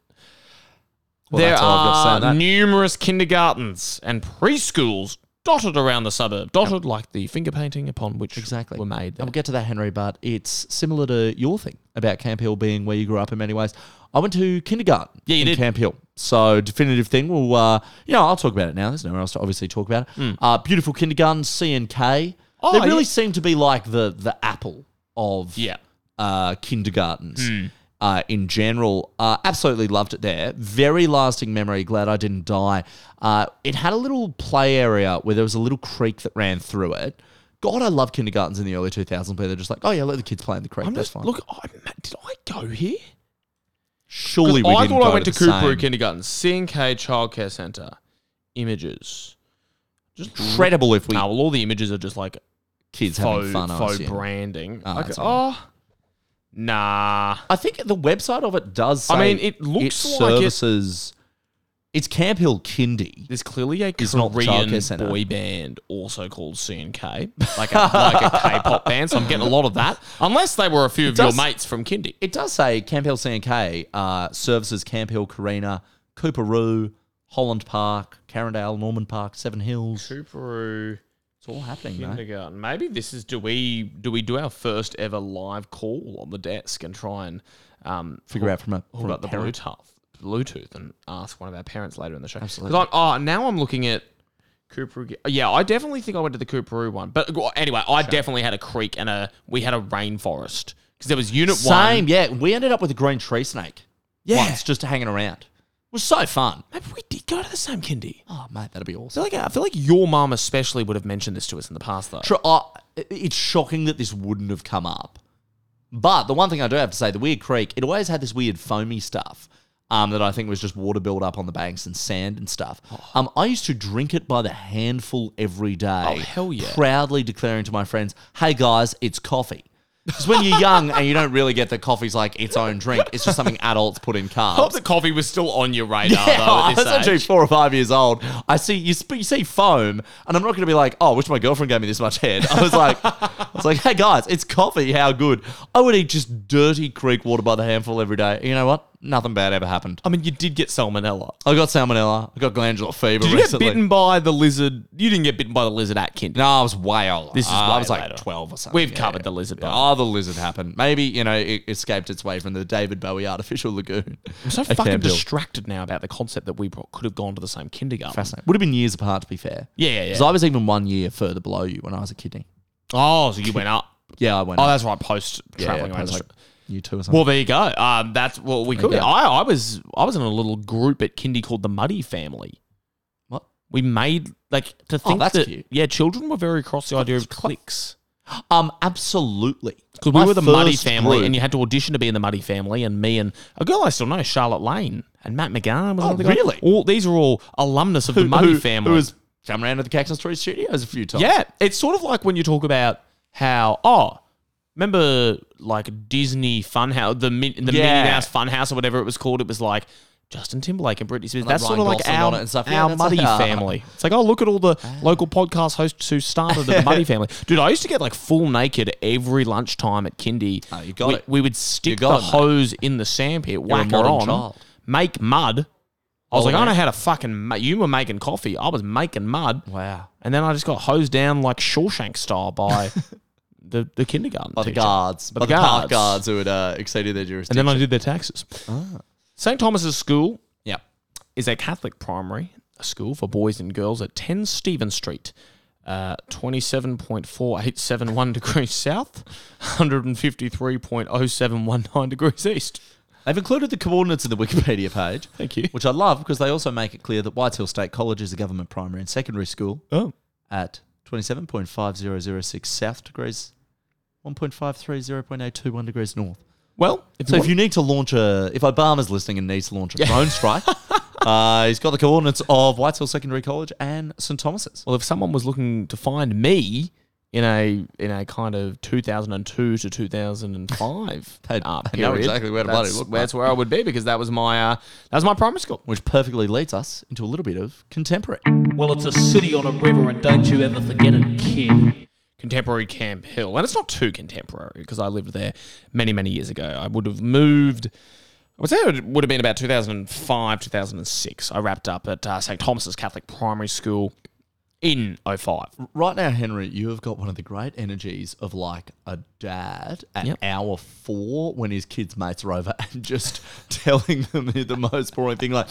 [SPEAKER 7] Well,
[SPEAKER 5] there
[SPEAKER 7] that's all I've got
[SPEAKER 5] are
[SPEAKER 7] to say on that.
[SPEAKER 5] numerous kindergartens and preschools dotted around the suburb, dotted like the finger painting upon which
[SPEAKER 7] Exactly.
[SPEAKER 5] were made.
[SPEAKER 7] And
[SPEAKER 5] There.
[SPEAKER 7] we'll get to that, Henry, but it's similar to your thing about Camp Hill being where you grew up in many ways. I went to kindergarten
[SPEAKER 5] Yeah, you
[SPEAKER 7] in
[SPEAKER 5] did.
[SPEAKER 7] Camp Hill. So, definitive thing. Well, uh, you know, I'll talk about it now. There's nowhere else to obviously talk about it. Uh, beautiful kindergarten, C and K.
[SPEAKER 5] Oh,
[SPEAKER 7] they really
[SPEAKER 5] yeah.
[SPEAKER 7] seem to be like the the apple of
[SPEAKER 5] Yeah. Hmm.
[SPEAKER 7] uh, kindergartens uh, in general. Uh, absolutely loved it there. Very lasting memory. Glad I didn't die. Uh, it had a little play area where there was a little creek that ran through it. God, I love kindergartens in the early 2000s where they're just like, oh yeah, let the kids play in the creek.
[SPEAKER 5] I'm
[SPEAKER 7] That's
[SPEAKER 5] just
[SPEAKER 7] fine.
[SPEAKER 5] look. I, ma- did I go here?
[SPEAKER 7] surely
[SPEAKER 5] 'Cause
[SPEAKER 7] we
[SPEAKER 5] I
[SPEAKER 7] didn't
[SPEAKER 5] thought
[SPEAKER 7] go
[SPEAKER 5] I went to,
[SPEAKER 7] the
[SPEAKER 5] Cooper
[SPEAKER 7] same.
[SPEAKER 5] Kindergarten, CNK Childcare Centre, images. Just
[SPEAKER 7] Incredible if we
[SPEAKER 5] Now, well, all the images are just like
[SPEAKER 7] kids
[SPEAKER 5] faux,
[SPEAKER 7] having fun. I
[SPEAKER 5] faux
[SPEAKER 7] assume.
[SPEAKER 5] branding.
[SPEAKER 7] Ah,
[SPEAKER 5] Like,
[SPEAKER 7] that's
[SPEAKER 5] oh, nah.
[SPEAKER 7] I think the website of it does. Say
[SPEAKER 5] I mean, it looks
[SPEAKER 7] it
[SPEAKER 5] like it-
[SPEAKER 7] services. It's Camp Hill Kindy.
[SPEAKER 5] There's clearly a
[SPEAKER 7] It's not
[SPEAKER 5] Korean
[SPEAKER 7] childcare centre.
[SPEAKER 5] boy band also
[SPEAKER 7] [LAUGHS]
[SPEAKER 5] called CNK, like a, like a K-pop band. So I'm getting a lot of that, unless they were a few of
[SPEAKER 7] does-
[SPEAKER 5] your mates from kindy.
[SPEAKER 7] It does say Camp Hill CNK uh, services Camp Hill, Carina, Cooperoo, Holland Park, Carindale, Norman Park, Seven Hills.
[SPEAKER 5] Cooperu
[SPEAKER 7] It's all happening, mate.
[SPEAKER 5] Kindergarten. Maybe this is do we do we do our first ever live call on the desk and try and um,
[SPEAKER 7] Figure out from a
[SPEAKER 5] What
[SPEAKER 7] from a
[SPEAKER 5] about the
[SPEAKER 7] parent.
[SPEAKER 5] Bluetooth? Bluetooth and ask one of our parents later in the show.
[SPEAKER 7] Absolutely.
[SPEAKER 5] Because oh, now I'm looking at Cooper. Yeah, I definitely think I went to the Cooperoo one. But well, anyway, I definitely had a creek and a we had a rainforest because there was Unit
[SPEAKER 7] Same,
[SPEAKER 5] One.
[SPEAKER 7] yeah. We ended up with a green tree snake. Yeah, once just hanging around. It was so fun.
[SPEAKER 5] Maybe we did go to the same kindy.
[SPEAKER 7] Oh
[SPEAKER 5] I
[SPEAKER 7] mate, that'd be awesome.
[SPEAKER 5] feel like I feel like your mum especially would have mentioned this to us in the past though.
[SPEAKER 7] Tr- uh, it- it's shocking that this wouldn't have come up. But the one thing I do have to say, the Weird Creek, it always had this weird foamy stuff um, that I think was just water build up on the banks and sand and stuff.
[SPEAKER 5] Oh.
[SPEAKER 7] Um, I used to drink it by the handful every day.
[SPEAKER 5] Oh, hell yeah.
[SPEAKER 7] Proudly declaring to my friends, hey guys, it's coffee. Because when you're young and you don't really get that coffee's like its own drink, it's just
[SPEAKER 5] [LAUGHS]
[SPEAKER 7] something adults put in carbs.
[SPEAKER 5] I hope the coffee was still on your radar,
[SPEAKER 7] Oh. [LAUGHS] Yeah,
[SPEAKER 5] though,
[SPEAKER 7] I
[SPEAKER 5] at
[SPEAKER 7] was
[SPEAKER 5] this
[SPEAKER 7] actually
[SPEAKER 5] age.
[SPEAKER 7] four or five years old. I see you, sp- you see foam, and I'm not going to be like, oh, I wish my girlfriend gave me this much head. [LAUGHS] I was like, I was like, hey guys, it's coffee. How good? I would eat just dirty creek water by the handful every day. You know what? Nothing bad ever happened.
[SPEAKER 5] I mean, you did get salmonella.
[SPEAKER 7] I got salmonella. I got glandular fever
[SPEAKER 5] Did you
[SPEAKER 7] recently.
[SPEAKER 5] get bitten by the lizard? You didn't get bitten by the lizard Atkin.
[SPEAKER 7] No, I was way older.
[SPEAKER 5] This is
[SPEAKER 7] I
[SPEAKER 5] way
[SPEAKER 7] was
[SPEAKER 5] later.
[SPEAKER 7] like twelve or something.
[SPEAKER 5] We've covered the lizard bug.
[SPEAKER 7] Oh, the lizard happened. Maybe you know it escaped its way from the David Bowie artificial [LAUGHS] lagoon.
[SPEAKER 5] I'm so fucking
[SPEAKER 7] Campbell.
[SPEAKER 5] distracted now about the concept that we pro- could have gone to the same kindergarten.
[SPEAKER 7] Fascinating. Would have been years apart, to be fair.
[SPEAKER 5] Yeah, yeah, yeah.
[SPEAKER 7] Because I was even one year further below you when I was a kidney.
[SPEAKER 5] Oh, so you went
[SPEAKER 7] [LAUGHS]
[SPEAKER 5] up.
[SPEAKER 7] Yeah, I went.
[SPEAKER 5] Oh,
[SPEAKER 7] up.
[SPEAKER 5] that's right. Post traveling around.
[SPEAKER 7] post-
[SPEAKER 5] Australia.
[SPEAKER 7] you two or something.
[SPEAKER 5] Well, there you go. Um, that's well, we could.
[SPEAKER 7] Okay.
[SPEAKER 5] I, I was I was in a little group at kindy called the Muddy Family.
[SPEAKER 7] What? Oh,
[SPEAKER 5] We made like to think
[SPEAKER 7] that's
[SPEAKER 5] that
[SPEAKER 7] cute.
[SPEAKER 5] yeah, children were very across the idea of cliques
[SPEAKER 7] um, absolutely.
[SPEAKER 5] because we
[SPEAKER 7] My
[SPEAKER 5] were the Muddy
[SPEAKER 7] first
[SPEAKER 5] Family,
[SPEAKER 7] group-
[SPEAKER 5] and you had to audition to be in the Muddy Family. And me and a girl I still know, Charlotte Lane, and Matt McGann was
[SPEAKER 7] Oh,
[SPEAKER 5] another guy.
[SPEAKER 7] really?
[SPEAKER 5] All these are all alumnus of the
[SPEAKER 7] who-
[SPEAKER 5] Muddy
[SPEAKER 7] who-
[SPEAKER 5] Family.
[SPEAKER 7] Who was come around to the Cactus Tree Studios a few times.
[SPEAKER 5] Yeah, it's sort of like when you talk about how oh, remember like Disney Funhouse, the min, the
[SPEAKER 7] Yeah.
[SPEAKER 5] Minnie Mouse Funhouse or whatever it was called. It was like Justin Timberlake and Britney Spears.
[SPEAKER 7] like
[SPEAKER 5] that's sort of
[SPEAKER 7] Ryan
[SPEAKER 5] like
[SPEAKER 7] Gosling
[SPEAKER 5] our,
[SPEAKER 7] on it and stuff. Yeah,
[SPEAKER 5] our
[SPEAKER 7] that's
[SPEAKER 5] Muddy
[SPEAKER 7] like our-
[SPEAKER 5] family. It's like oh, look at all
[SPEAKER 7] [LAUGHS]
[SPEAKER 5] the local podcast hosts who started at the Muddy family. Dude, I used to get like full naked every lunchtime at Kindy.
[SPEAKER 7] Oh, you got
[SPEAKER 5] we,
[SPEAKER 7] it.
[SPEAKER 5] we would stick
[SPEAKER 7] got
[SPEAKER 5] the
[SPEAKER 7] it, mate.
[SPEAKER 5] hose in the sandpit, whack it
[SPEAKER 7] modern
[SPEAKER 5] on,
[SPEAKER 7] child.
[SPEAKER 5] make mud. I was
[SPEAKER 7] Oh,
[SPEAKER 5] like, I
[SPEAKER 7] yeah.
[SPEAKER 5] know how to fucking. Ma- you were making coffee. I was making mud.
[SPEAKER 7] Wow.
[SPEAKER 5] And then I just got hosed down like Shawshank
[SPEAKER 7] [LAUGHS]
[SPEAKER 5] style by the, the kindergarten.
[SPEAKER 7] By the
[SPEAKER 5] teacher.
[SPEAKER 7] guards, by,
[SPEAKER 5] By the
[SPEAKER 7] the, park
[SPEAKER 5] guards.
[SPEAKER 7] guards Ah. who had uh, exceeded their
[SPEAKER 5] And
[SPEAKER 7] jurisdiction.
[SPEAKER 5] then I did their taxes. St. Thomas's School
[SPEAKER 7] yeah.
[SPEAKER 5] is a Catholic primary, a school for boys and girls at 10 Stephen Street, uh, 27.4871 degrees south, 153.0719 degrees east.
[SPEAKER 7] They've included the coordinates in the Wikipedia page.
[SPEAKER 5] Thank you.
[SPEAKER 7] Which I love because they also make it clear that Whites Hill State College is a government primary and secondary school
[SPEAKER 5] Oh.
[SPEAKER 7] at 27.5006 south degrees, 1.530.821 degrees north.
[SPEAKER 5] Well, if
[SPEAKER 7] So
[SPEAKER 5] you
[SPEAKER 7] if you need to launch a, if Obama's listening and needs to launch a drone
[SPEAKER 5] [LAUGHS]
[SPEAKER 7] strike, uh, he's got the coordinates of White Hill Secondary College and St Thomas's.
[SPEAKER 5] Well, if someone was looking to find me in a in a kind of 2002
[SPEAKER 7] [LAUGHS]
[SPEAKER 5] to 2005
[SPEAKER 7] They-
[SPEAKER 5] uh,
[SPEAKER 7] they know
[SPEAKER 5] period,
[SPEAKER 7] exactly where to bloody
[SPEAKER 5] that's,
[SPEAKER 7] look,
[SPEAKER 5] That's where I would be because that was my uh, that was my primary school.
[SPEAKER 7] Which perfectly leads us into a little bit of contemporary.
[SPEAKER 9] Well, it's a city on a river, and don't you ever forget it, kid.
[SPEAKER 5] Contemporary Camp Hill, and it's not too contemporary because I lived there many many years ago. I would have moved. I would say it would have been about 2005 2006. I wrapped up at uh, St Thomas's Catholic Primary School in 05.
[SPEAKER 7] Right now, Henry, you have got one of the great energies of like a dad at
[SPEAKER 5] Yep.
[SPEAKER 7] hour four when his kids' mates are over [LAUGHS] and just telling them the most boring thing. Like,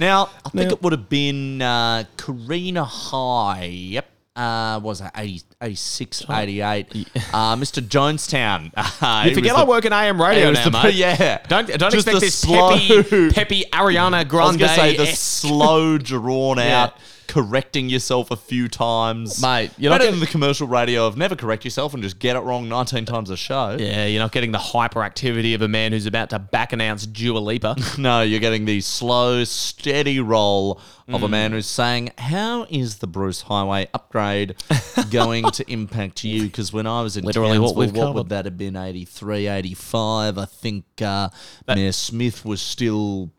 [SPEAKER 7] now, I think
[SPEAKER 5] Now-
[SPEAKER 7] it would have been uh, Karina High. Yep. Uh, was it 80, 86, 88? Uh, Mr. Jonestown. [LAUGHS] Uh,
[SPEAKER 5] You forget I work in AM radio
[SPEAKER 7] it was
[SPEAKER 5] now,
[SPEAKER 7] the- [LAUGHS]
[SPEAKER 5] mate.
[SPEAKER 7] yeah.
[SPEAKER 5] Don't don't
[SPEAKER 7] Just
[SPEAKER 5] expect
[SPEAKER 7] the
[SPEAKER 5] this
[SPEAKER 7] slow-
[SPEAKER 5] peppy, peppy Ariana
[SPEAKER 7] I was
[SPEAKER 5] Grande.
[SPEAKER 7] going to say the slow, [LAUGHS] drawn
[SPEAKER 5] Yeah.
[SPEAKER 7] out, correcting yourself a few times.
[SPEAKER 5] Mate, you're not
[SPEAKER 7] Better
[SPEAKER 5] getting-
[SPEAKER 7] than the commercial radio of never correct yourself and just get it wrong 19 times a show.
[SPEAKER 5] yeah, you're not getting the hyperactivity of a man who's about to back announce
[SPEAKER 7] [LAUGHS]
[SPEAKER 5] Dua Lipa.
[SPEAKER 7] No, you're getting the slow, steady roll of a man who's saying, How is the Bruce Highway [LAUGHS] upgrade going to impact you? Because when I was in
[SPEAKER 5] Literally what
[SPEAKER 7] Townsville,
[SPEAKER 5] we've
[SPEAKER 7] what,
[SPEAKER 5] covered.
[SPEAKER 7] would that have been? 83, 85? I think uh, Mayor Smith was still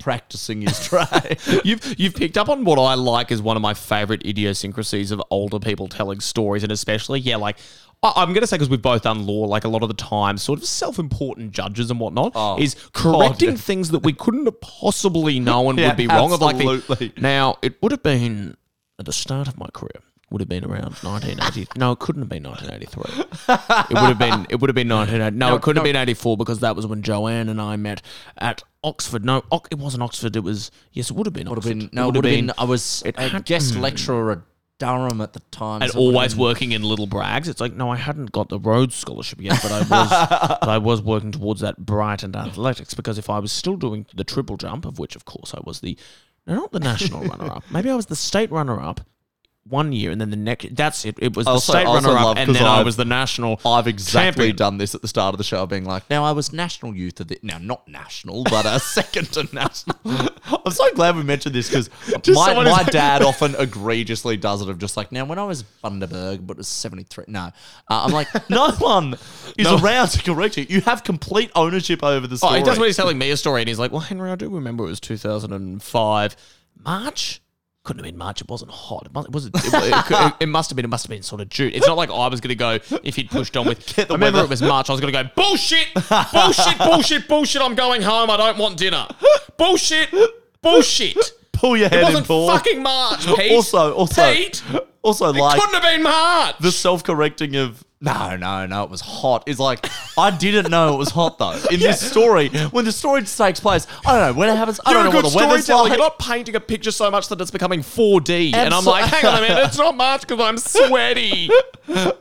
[SPEAKER 7] practicing his [LAUGHS] trade.
[SPEAKER 5] you've you've picked up on what I like as one of my favorite idiosyncrasies of older people telling stories, and especially yeah, like. I- I'm going to say because we've both done law, like a lot of the time, sort of self-important judges and whatnot,
[SPEAKER 7] Oh,
[SPEAKER 5] is correcting
[SPEAKER 7] God.
[SPEAKER 5] things that we couldn't have possibly
[SPEAKER 7] [LAUGHS]
[SPEAKER 5] known
[SPEAKER 7] Yeah,
[SPEAKER 5] would be wrong. Of like the-
[SPEAKER 7] absolutely.
[SPEAKER 5] now, it would have been at the start of my career. Would have been around 1980. No, it couldn't have been 1983. It would have been. It would
[SPEAKER 7] [LAUGHS]
[SPEAKER 5] have been 1980. No, it couldn't have been 84 because that was when Joanne and I met at Oxford. No, Ox- it wasn't Oxford. It was yes, it would have been.
[SPEAKER 7] would
[SPEAKER 5] Oxford.
[SPEAKER 7] have been, no, it would have been, Mm. I was
[SPEAKER 5] it
[SPEAKER 7] a
[SPEAKER 5] had-
[SPEAKER 7] guest lecturer at Durham at the time.
[SPEAKER 5] and
[SPEAKER 7] so it would have
[SPEAKER 5] always
[SPEAKER 7] been-
[SPEAKER 5] working in little brags. It's like no, I hadn't got the Rhodes scholarship yet, but I
[SPEAKER 7] [LAUGHS]
[SPEAKER 5] was. but I was working towards that Brighton athletics because if I was still doing
[SPEAKER 7] [LAUGHS]
[SPEAKER 5] the triple jump, of which of course I was the, no, not the national runner up. Maybe I was the state runner up. one year, and then the next. That's it. It was the
[SPEAKER 7] also- I
[SPEAKER 5] state
[SPEAKER 7] also
[SPEAKER 5] runner up,
[SPEAKER 7] love
[SPEAKER 5] and
[SPEAKER 7] 'cause
[SPEAKER 5] then i
[SPEAKER 7] I've-
[SPEAKER 5] was the national.
[SPEAKER 7] I've exactly
[SPEAKER 5] champion.
[SPEAKER 7] done this at the start of the show, being like, now I was national youth of the now not national, but uh, [LAUGHS] second to national. [LAUGHS] I'm so glad we mentioned this [LAUGHS] because my,
[SPEAKER 5] someone who's
[SPEAKER 7] my
[SPEAKER 5] like-
[SPEAKER 7] dad often egregiously does it of just like, now when I was Bundaberg, but it was 73. No, uh, I'm like, no one is around to correct you. You have complete ownership over the
[SPEAKER 5] Oh,
[SPEAKER 7] story.
[SPEAKER 5] he does when he's telling me a story, and he's like, "Well, Henry, I do remember it was 2005 March." Couldn't have been March. It wasn't hot. It must, it was. It, it, it, it must have been. It must have been sort of June. It's not like I was going to go if he'd pushed on
[SPEAKER 7] [LAUGHS]
[SPEAKER 5] with. I remember
[SPEAKER 7] weather.
[SPEAKER 5] it was March. I was going to go bullshit, bullshit, bullshit, bullshit. I'm going home. I don't want dinner. Bullshit, bullshit.
[SPEAKER 7] [LAUGHS] pull your
[SPEAKER 5] It
[SPEAKER 7] head in
[SPEAKER 5] wasn't
[SPEAKER 7] Paul.
[SPEAKER 5] fucking March,
[SPEAKER 7] [LAUGHS]
[SPEAKER 5] Pete.
[SPEAKER 7] Also, also,
[SPEAKER 5] Pete,
[SPEAKER 7] also,
[SPEAKER 5] it
[SPEAKER 7] like
[SPEAKER 5] couldn't have been March.
[SPEAKER 7] the self-correcting of no, no, no, it was hot. Is like I didn't know it was hot though. In this story, when the story takes place, I don't know when it happens. I
[SPEAKER 5] You're
[SPEAKER 7] don't
[SPEAKER 5] a
[SPEAKER 7] know
[SPEAKER 5] good
[SPEAKER 7] what the weather's
[SPEAKER 5] storyteller.
[SPEAKER 7] like.
[SPEAKER 5] You're not painting a picture so much that it's becoming 4D. and I'm
[SPEAKER 7] Absol-
[SPEAKER 5] like, hang on a minute, it's not March because
[SPEAKER 6] [LAUGHS]
[SPEAKER 5] I'm sweaty.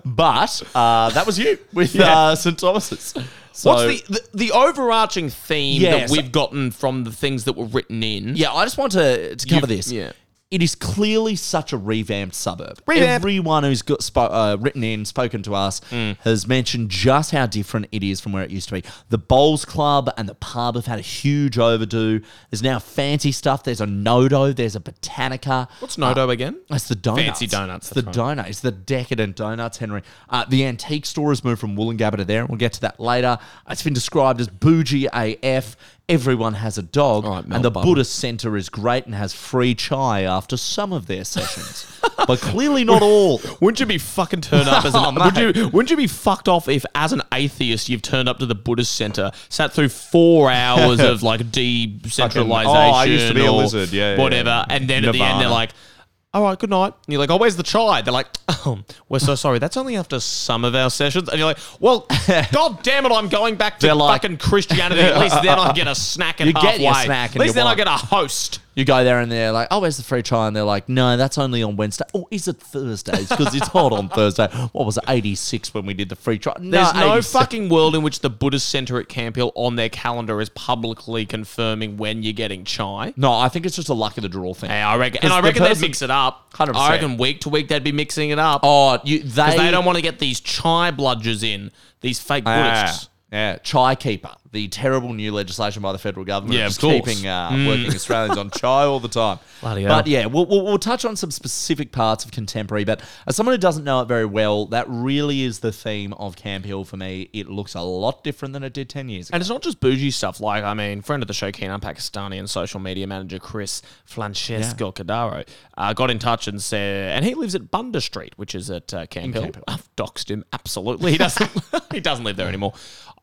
[SPEAKER 7] But uh, that was you with
[SPEAKER 5] Yeah.
[SPEAKER 7] uh, St Thomas's. So,
[SPEAKER 5] What's the, the the overarching theme
[SPEAKER 7] Yes.
[SPEAKER 5] that we've gotten from the things that were written in?
[SPEAKER 7] Yeah, I just want to, to cover
[SPEAKER 5] You've-
[SPEAKER 7] this.
[SPEAKER 5] yeah.
[SPEAKER 7] It is clearly such a revamped suburb.
[SPEAKER 5] Revamp.
[SPEAKER 7] Everyone who's got spo- uh, written in, spoken to us,
[SPEAKER 5] Mm.
[SPEAKER 7] has mentioned just how different it is from where it used to be. The Bowls Club and the pub have had a huge overdo. There's now fancy stuff. There's a Nodo. There's a Botanica.
[SPEAKER 5] What's Nodo again?
[SPEAKER 7] Oh, It's the donuts.
[SPEAKER 5] Fancy donuts,
[SPEAKER 7] It's the
[SPEAKER 5] that's
[SPEAKER 7] donut. It's the decadent donuts, Henry. Uh, the antique store has moved from Wollongabba to there, and we'll get to that later. It's been described as bougie AF. Everyone has a dog,
[SPEAKER 5] right, Mel
[SPEAKER 7] and the
[SPEAKER 5] Bubble.
[SPEAKER 7] Buddhist Centre is great and has free chai after some of their sessions, [LAUGHS] but clearly not all.
[SPEAKER 5] Wouldn't you be fucking turned up as an [LAUGHS]
[SPEAKER 7] Oh,
[SPEAKER 6] [LAUGHS]
[SPEAKER 5] would
[SPEAKER 7] mate.
[SPEAKER 5] you wouldn't you be fucked off if as an atheist you've turned up to the Buddhist center, sat through
[SPEAKER 6] [LAUGHS]
[SPEAKER 5] four hours of like decentralization
[SPEAKER 6] oh, I used to be a
[SPEAKER 5] or
[SPEAKER 6] lizard. Yeah, yeah,
[SPEAKER 5] whatever,
[SPEAKER 6] yeah.
[SPEAKER 5] and then at the
[SPEAKER 6] Nirvana.
[SPEAKER 5] end they're like, All right, good night. And you're like, Oh, where's the chai? They're like, Oh, we're so sorry. That's only after some of our sessions. And you're like,
[SPEAKER 7] [LAUGHS]
[SPEAKER 5] Well, god damn it, I'm going back to
[SPEAKER 7] They're like-
[SPEAKER 5] fucking Christianity. At least then I get a snack
[SPEAKER 7] [LAUGHS]
[SPEAKER 5] and
[SPEAKER 7] You get your
[SPEAKER 5] halfway.
[SPEAKER 7] snack and
[SPEAKER 5] At least
[SPEAKER 7] your
[SPEAKER 5] then I
[SPEAKER 7] wine.
[SPEAKER 5] get a host.
[SPEAKER 7] You go there and they're like, "Oh, where's the free chai?" And they're like, "No, that's only on Wednesday. Oh, is it Thursdays? Because it's hot on Thursday. What was it, eighty six when we did the free try?
[SPEAKER 5] There's no
[SPEAKER 7] 87.
[SPEAKER 5] fucking world in which the Buddhist Center at Camp Hill on their calendar is publicly confirming when you're getting chai.
[SPEAKER 7] No, I think it's just a luck of the draw thing.
[SPEAKER 5] Hey, I reckon,
[SPEAKER 7] 'Cause
[SPEAKER 5] and I
[SPEAKER 7] the
[SPEAKER 5] reckon they'd
[SPEAKER 7] person-
[SPEAKER 5] mix it up.
[SPEAKER 7] 100%.
[SPEAKER 5] I reckon week to week they'd be mixing it up.
[SPEAKER 7] Oh, you, they,
[SPEAKER 5] because they don't want to get these chai bludgers in, these fake
[SPEAKER 7] Ah.
[SPEAKER 5] Buddhists.
[SPEAKER 7] Yeah, Uh, chai keeper, the terrible new legislation by the federal government,
[SPEAKER 5] Yeah,
[SPEAKER 7] just
[SPEAKER 5] of course. Mm.
[SPEAKER 7] keeping uh, working Australians on chai all the time.
[SPEAKER 5] [LAUGHS] Bloody hell.
[SPEAKER 7] but yeah, we'll, we'll, we'll touch on some specific parts of contemporary. But as someone who doesn't know it very well, that really is the theme of Camp Hill for me. It looks a lot different than it did ten years ago.
[SPEAKER 5] And it's not just bougie stuff. Like, I mean, friend of the show, Keenan Pakistani, and social media manager Chris Francesco Cadaro uh, got in touch and said, and he lives at Bunder Street, which is at uh, Camp Hill. I've doxed him absolutely. He doesn't. [LAUGHS] he doesn't live there anymore.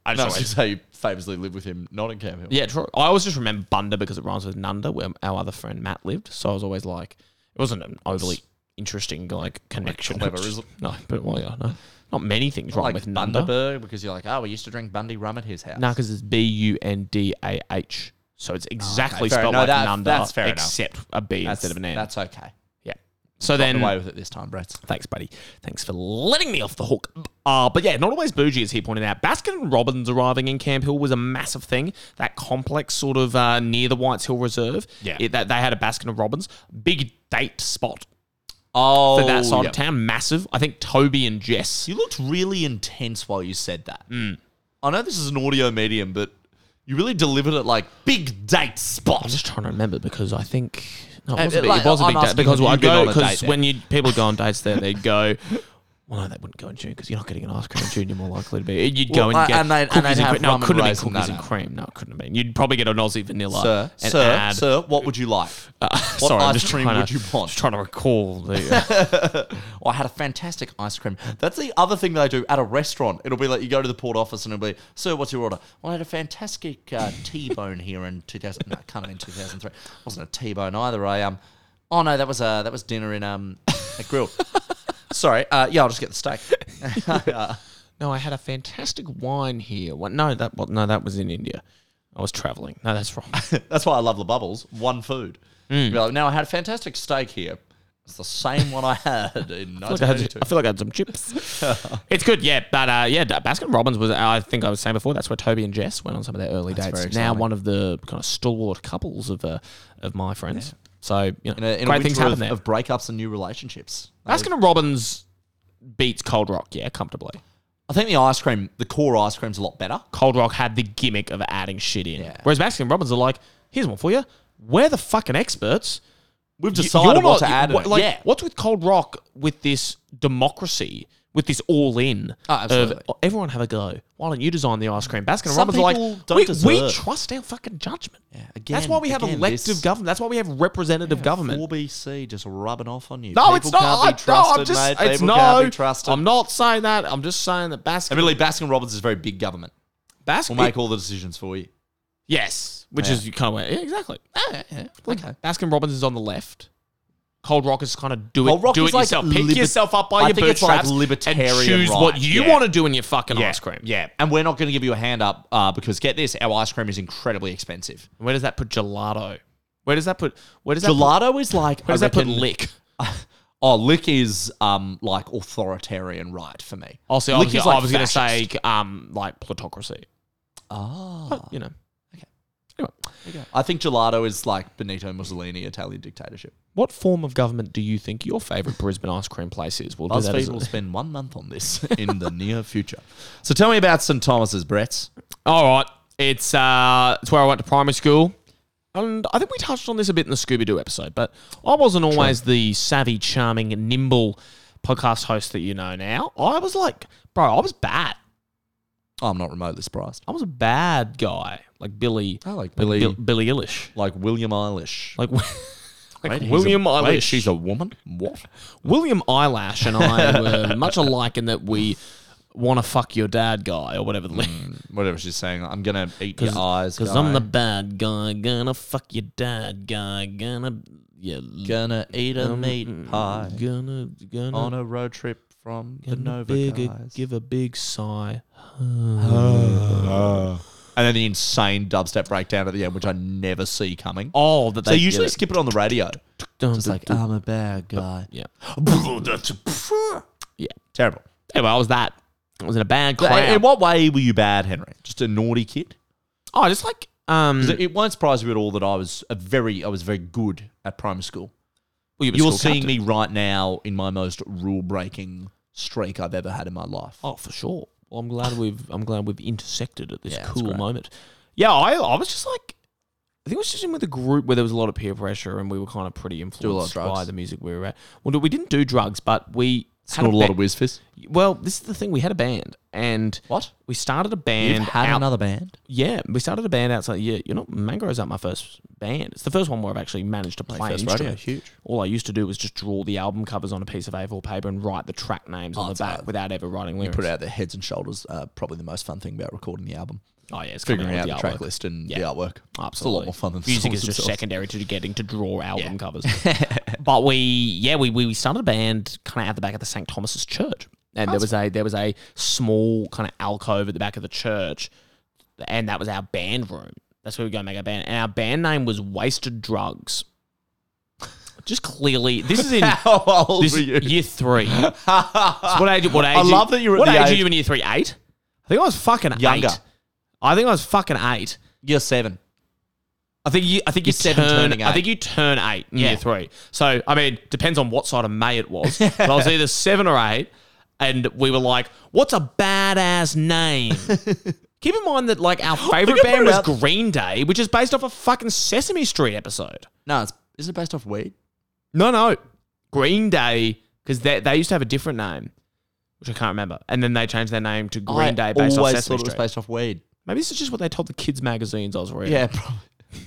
[SPEAKER 5] I just
[SPEAKER 7] I was
[SPEAKER 5] always-
[SPEAKER 7] just say you famously live with him, not in Camp Hill.
[SPEAKER 5] Yeah, true. I always just remember Bunda because it rhymes with Nunda, where our other friend Matt lived. So I was always like, it wasn't an overly interesting like connection.
[SPEAKER 7] clever, is it?
[SPEAKER 5] No, but well, yeah, no, not many things wrong
[SPEAKER 7] like
[SPEAKER 5] with Nunda.
[SPEAKER 7] Bundaberg because you're like, oh, we used to drink Bundy rum at his house.
[SPEAKER 5] No, because it's B U N D A H, so it's exactly
[SPEAKER 7] Oh, fair
[SPEAKER 5] spelled
[SPEAKER 7] enough.
[SPEAKER 5] like
[SPEAKER 7] No, that-
[SPEAKER 5] Nunda,
[SPEAKER 7] that's fair enough.
[SPEAKER 5] except a B
[SPEAKER 7] that's,
[SPEAKER 5] instead of an N.
[SPEAKER 7] that's okay.
[SPEAKER 5] yeah. So
[SPEAKER 7] Got
[SPEAKER 5] then,
[SPEAKER 7] away with it this time, Brett.
[SPEAKER 5] Thanks, buddy. Thanks for letting me off the hook. Uh, but yeah, not always bougie, as he pointed out. Baskin and Robbins arriving in Camp Hill was a massive thing. That complex sort of uh, near the Whites Hill Reserve.
[SPEAKER 7] Yeah.
[SPEAKER 5] It, that, they had a Baskin and Robbins. Big date spot
[SPEAKER 7] Oh,
[SPEAKER 5] for that side of town. Massive. I think Toby and Jess.
[SPEAKER 7] You looked really intense while you said that.
[SPEAKER 5] Mm.
[SPEAKER 7] I know this is an audio medium, but you really delivered it like big date
[SPEAKER 5] I'm
[SPEAKER 7] spot.
[SPEAKER 5] just trying to remember because I think. No,
[SPEAKER 7] Uh,
[SPEAKER 5] it was a big,
[SPEAKER 7] like,
[SPEAKER 5] it was a
[SPEAKER 7] I'm
[SPEAKER 5] big date
[SPEAKER 7] asking
[SPEAKER 5] because
[SPEAKER 7] if
[SPEAKER 5] I
[SPEAKER 7] you've been
[SPEAKER 5] go
[SPEAKER 7] on a date
[SPEAKER 5] because
[SPEAKER 7] there.
[SPEAKER 5] when you people go on dates there, they'd go. Well, no, they wouldn't go in June because you're not getting an ice cream in June. You're more likely to be. You'd
[SPEAKER 7] Well,
[SPEAKER 5] go and
[SPEAKER 7] I-
[SPEAKER 5] get
[SPEAKER 7] and they'd- and
[SPEAKER 5] cookies
[SPEAKER 7] they'd have
[SPEAKER 5] cream. No,
[SPEAKER 7] rum
[SPEAKER 5] it
[SPEAKER 7] and
[SPEAKER 5] couldn't have
[SPEAKER 7] raisin,
[SPEAKER 5] been
[SPEAKER 7] no,
[SPEAKER 5] cookies and
[SPEAKER 7] no.
[SPEAKER 5] cream. No, it couldn't have been. You'd probably get an Aussie vanilla.
[SPEAKER 7] Sir,
[SPEAKER 5] and
[SPEAKER 7] sir,
[SPEAKER 5] add,
[SPEAKER 7] sir, what would you like?
[SPEAKER 5] Uh,
[SPEAKER 7] what
[SPEAKER 5] sorry, I'm
[SPEAKER 7] ice
[SPEAKER 5] just
[SPEAKER 7] cream
[SPEAKER 5] trying
[SPEAKER 7] [LAUGHS] would
[SPEAKER 5] to,
[SPEAKER 7] you want?
[SPEAKER 5] Just trying to recall
[SPEAKER 7] uh,
[SPEAKER 5] the.
[SPEAKER 7] Oh, I had a fantastic ice cream. That's the other thing they do at a restaurant. It'll be like you go to the port office and it'll be, sir, what's your order? Well, I had a fantastic uh, T-bone here in 2000. No, it can't have been 2003. It wasn't a T-bone either. I um, oh no, that was uh, that was dinner in um, a grill. [LAUGHS] Sorry, uh, yeah, I'll just get the steak.
[SPEAKER 5] [LAUGHS]
[SPEAKER 7] [LAUGHS]
[SPEAKER 5] no, I had a fantastic wine here. What, no, that what, no, that was in India. I was traveling. No, that's wrong.
[SPEAKER 7] That's why [LAUGHS] I love the bubbles. One food.
[SPEAKER 5] Hmm.
[SPEAKER 7] You're like, now I had a fantastic steak here. It's the same one I had
[SPEAKER 5] [LAUGHS]
[SPEAKER 7] in
[SPEAKER 5] I feel like I had-
[SPEAKER 7] 1982.
[SPEAKER 5] I feel like I had
[SPEAKER 7] [LAUGHS]
[SPEAKER 5] some chips. it's good, yeah. But uh, yeah, Baskin Robbins was, I think I was saying before, that's where Toby and Jess went on some of their early dates.
[SPEAKER 7] very
[SPEAKER 5] Now
[SPEAKER 7] exciting.
[SPEAKER 5] one of the kind of stalwart couples of uh, of my friends. So you know,
[SPEAKER 7] in a, in a
[SPEAKER 5] great
[SPEAKER 7] winter
[SPEAKER 5] things happen
[SPEAKER 7] of,
[SPEAKER 5] there.
[SPEAKER 7] of breakups and new relationships.
[SPEAKER 5] Baskin and Robbins beats Cold Rock, yeah, comfortably.
[SPEAKER 7] I think the ice cream, the core ice cream's a lot better.
[SPEAKER 5] Cold Rock had the gimmick of adding shit in. Whereas Baskin and Robbins are like, here's one for you. We're the fucking experts.
[SPEAKER 7] We've
[SPEAKER 5] You-
[SPEAKER 7] decided
[SPEAKER 5] you're
[SPEAKER 7] what
[SPEAKER 5] not-
[SPEAKER 7] to add. in
[SPEAKER 5] what-
[SPEAKER 7] it.
[SPEAKER 5] like,
[SPEAKER 7] yeah,
[SPEAKER 5] What's with Cold Rock with this democracy, with this all in?
[SPEAKER 7] Oh, absolutely.
[SPEAKER 5] Of, "Oh, everyone have a go. Why don't you design the ice cream? Baskin and
[SPEAKER 7] Some
[SPEAKER 5] Robbins are like,
[SPEAKER 7] people don't
[SPEAKER 5] we, we
[SPEAKER 7] deserve."
[SPEAKER 5] trust our fucking judgment. Yeah,
[SPEAKER 7] again-
[SPEAKER 5] That's why we have
[SPEAKER 7] again,
[SPEAKER 5] elective
[SPEAKER 7] this-
[SPEAKER 5] government. That's why we have representative government.
[SPEAKER 7] 4BC just rubbing off on you.
[SPEAKER 5] No,
[SPEAKER 7] People
[SPEAKER 5] it's not.
[SPEAKER 7] Can't
[SPEAKER 5] I,
[SPEAKER 7] be trusted,
[SPEAKER 5] no, I'm just.
[SPEAKER 7] mate.
[SPEAKER 5] It's
[SPEAKER 7] People
[SPEAKER 5] no.
[SPEAKER 7] Can't be trusted.
[SPEAKER 5] I'm not saying that. I'm just saying that Baskin.
[SPEAKER 7] Admittedly, Baskin Robbins is very big government.
[SPEAKER 5] Baskin
[SPEAKER 7] Will make all the decisions for you.
[SPEAKER 5] Yes, which
[SPEAKER 7] Yeah.
[SPEAKER 5] is you kind of yeah, exactly. Okay. Baskin Robbins is on the left. Cold Rock is kind of do
[SPEAKER 7] Cold
[SPEAKER 5] it,
[SPEAKER 7] Rock
[SPEAKER 5] do
[SPEAKER 7] is
[SPEAKER 5] it
[SPEAKER 7] like
[SPEAKER 5] yourself.
[SPEAKER 7] liber-
[SPEAKER 5] Pick yourself up by
[SPEAKER 7] I
[SPEAKER 5] your
[SPEAKER 7] think it's
[SPEAKER 5] bootstraps
[SPEAKER 7] like libertarian
[SPEAKER 5] and choose what
[SPEAKER 7] right,
[SPEAKER 5] you
[SPEAKER 7] yeah.
[SPEAKER 5] want to do in your fucking ice cream.
[SPEAKER 7] Yeah. And we're not going to give you a hand up uh, because get this, our ice cream is incredibly expensive.
[SPEAKER 5] Where does that put gelato? Where does that put? Where does that Put,
[SPEAKER 7] Gelato is like I
[SPEAKER 5] where does that put
[SPEAKER 7] reckon-
[SPEAKER 5] lick?
[SPEAKER 7] Oh, lick is um like authoritarian right for me.
[SPEAKER 5] Oh, see, I
[SPEAKER 7] Lick
[SPEAKER 5] was,
[SPEAKER 7] is
[SPEAKER 5] gonna- I
[SPEAKER 7] like
[SPEAKER 5] was going to say
[SPEAKER 7] fascist.
[SPEAKER 5] um like plutocracy. But, you know,
[SPEAKER 7] I think gelato is like Benito Mussolini, Italian dictatorship.
[SPEAKER 5] what form of government do you think your favorite Brisbane ice cream place is? We'll do that as
[SPEAKER 7] BuzzFeed
[SPEAKER 5] a-
[SPEAKER 7] will spend one month on [LAUGHS] this in the near future. So tell me about St Thomas's, Brett.
[SPEAKER 5] All right. It's uh it's where I went to primary school. And I think we touched on this a bit in the Scooby Doo episode, but I wasn't always the savvy, charming, nimble podcast host that you know now. I was like, bro, I was bad.
[SPEAKER 7] Oh, I'm not remotely surprised.
[SPEAKER 5] I was a bad guy, like Billy,
[SPEAKER 7] I like Billy,
[SPEAKER 5] Bill, Billy Eilish,
[SPEAKER 7] like William Eilish.
[SPEAKER 5] like, [LAUGHS] like
[SPEAKER 7] Wait, he's
[SPEAKER 5] William
[SPEAKER 7] a, wait,
[SPEAKER 5] Eilish.
[SPEAKER 7] she's a woman. What?
[SPEAKER 5] William Eyelash
[SPEAKER 7] [LAUGHS]
[SPEAKER 5] and I were much alike in that we want to fuck your dad guy or whatever the [LAUGHS]
[SPEAKER 7] Whatever she's saying, I'm gonna eat Mm, your eyes.
[SPEAKER 5] because I'm the bad guy, gonna fuck your dad guy, gonna yeah,
[SPEAKER 7] gonna eat a
[SPEAKER 5] Um,
[SPEAKER 7] meat pie
[SPEAKER 5] Gonna gonna
[SPEAKER 7] on a road trip from the
[SPEAKER 5] gonna
[SPEAKER 7] Nova
[SPEAKER 5] big a-
[SPEAKER 7] guys.
[SPEAKER 5] give a big sigh.
[SPEAKER 7] and then the insane dubstep breakdown at the end, which I never see coming.
[SPEAKER 5] Oh, that
[SPEAKER 7] they usually skip it on the radio.
[SPEAKER 5] just like
[SPEAKER 7] I'm a bad guy.
[SPEAKER 5] yeah,
[SPEAKER 7] yeah, terrible.
[SPEAKER 5] Anyway, I was that. I was in a bad crowd.
[SPEAKER 7] In what way were you bad, Henry? Mm. Just a naughty kid.
[SPEAKER 5] oh, just like um,
[SPEAKER 7] 'Cause It it won't surprise you at all that I was a very, I was very good at primary school.
[SPEAKER 5] well, you were
[SPEAKER 7] You're
[SPEAKER 5] school
[SPEAKER 7] seeing
[SPEAKER 5] captain.
[SPEAKER 7] me right now in my most rule breaking streak I've ever had in my life.
[SPEAKER 5] Oh, for sure. Well, I'm glad we've I'm glad we've intersected at this
[SPEAKER 7] Yeah, that's
[SPEAKER 5] cool
[SPEAKER 7] great.
[SPEAKER 5] moment. Yeah, I I was just like. I think I was just in with a group where there was a lot of peer pressure, and we were kind of pretty
[SPEAKER 7] a lot of
[SPEAKER 5] influenced by
[SPEAKER 7] drugs.
[SPEAKER 5] the music we were at. Well, we didn't do drugs, but we had
[SPEAKER 7] Not a lot
[SPEAKER 5] ba-
[SPEAKER 7] of whiz fizz.
[SPEAKER 5] Well, this is the thing. We had a band, and
[SPEAKER 7] What?
[SPEAKER 5] we started a
[SPEAKER 7] You've
[SPEAKER 5] band.
[SPEAKER 7] had
[SPEAKER 5] out-
[SPEAKER 7] another band.
[SPEAKER 5] Yeah, we started a band outside. Yeah, you know, Mangrove's aren't my first band. It's the first one where I've actually managed to play an
[SPEAKER 7] first radio,
[SPEAKER 5] instrument.
[SPEAKER 7] huge.
[SPEAKER 5] All I used to do was just draw the album covers on a piece of A4 paper and write the track names on the
[SPEAKER 7] Oh, that's
[SPEAKER 5] back
[SPEAKER 7] right.
[SPEAKER 5] without ever writing lyrics.
[SPEAKER 7] Put out the heads and shoulders. Uh, probably the most fun thing about recording the album.
[SPEAKER 5] Oh yeah, it's coming
[SPEAKER 7] Figuring
[SPEAKER 5] with
[SPEAKER 7] out the,
[SPEAKER 5] the
[SPEAKER 7] track
[SPEAKER 5] artwork.
[SPEAKER 7] list and
[SPEAKER 5] Yeah.
[SPEAKER 7] the artwork. It's a
[SPEAKER 5] Absolutely.
[SPEAKER 7] lot more fun than the
[SPEAKER 5] music
[SPEAKER 7] songs
[SPEAKER 5] is just
[SPEAKER 7] themselves.
[SPEAKER 5] secondary to getting to draw album
[SPEAKER 7] [LAUGHS]
[SPEAKER 5] covers. but we, yeah, we we started a band kind of out the back of the St Thomas's Church, and there was a there was a small kind of alcove at the back of the church, and that was our band room. That's where we go and make our band, and our band name was Wasted Drugs. Just clearly,
[SPEAKER 7] [LAUGHS]
[SPEAKER 5] this is in
[SPEAKER 7] How old
[SPEAKER 5] this
[SPEAKER 7] were
[SPEAKER 5] is
[SPEAKER 7] you?
[SPEAKER 5] year [LAUGHS] three. So what age? What age?
[SPEAKER 7] I love that you were at
[SPEAKER 5] What
[SPEAKER 7] the
[SPEAKER 5] age are
[SPEAKER 7] age-
[SPEAKER 5] you in year three? Eight. I think I was fucking
[SPEAKER 7] Younger.
[SPEAKER 5] Eight. I think I was fucking eight.
[SPEAKER 7] You're seven.
[SPEAKER 5] I think you. I think you
[SPEAKER 7] You're seven
[SPEAKER 5] turn.
[SPEAKER 7] turning
[SPEAKER 5] I
[SPEAKER 7] eight.
[SPEAKER 5] think you turn eight in year three. So I mean, depends on what side of May it was. but I [LAUGHS] was either seven or eight, and we were like, "What's a badass [LAUGHS] name?" Keep in mind that like our favorite
[SPEAKER 7] can put
[SPEAKER 5] band
[SPEAKER 7] it
[SPEAKER 5] was
[SPEAKER 7] out-
[SPEAKER 5] Green Day, which is based off a fucking Sesame Street episode.
[SPEAKER 7] No, it's, is it based off weed?
[SPEAKER 5] No, no, Green Day because they they used to have a different name, which I can't remember, and then they changed their name to Green Day based off
[SPEAKER 7] always
[SPEAKER 5] Sesame
[SPEAKER 7] thought it was
[SPEAKER 5] Street.
[SPEAKER 7] based off weed.
[SPEAKER 5] Maybe this is just what they told the kids' magazines I was reading.
[SPEAKER 7] Yeah, probably.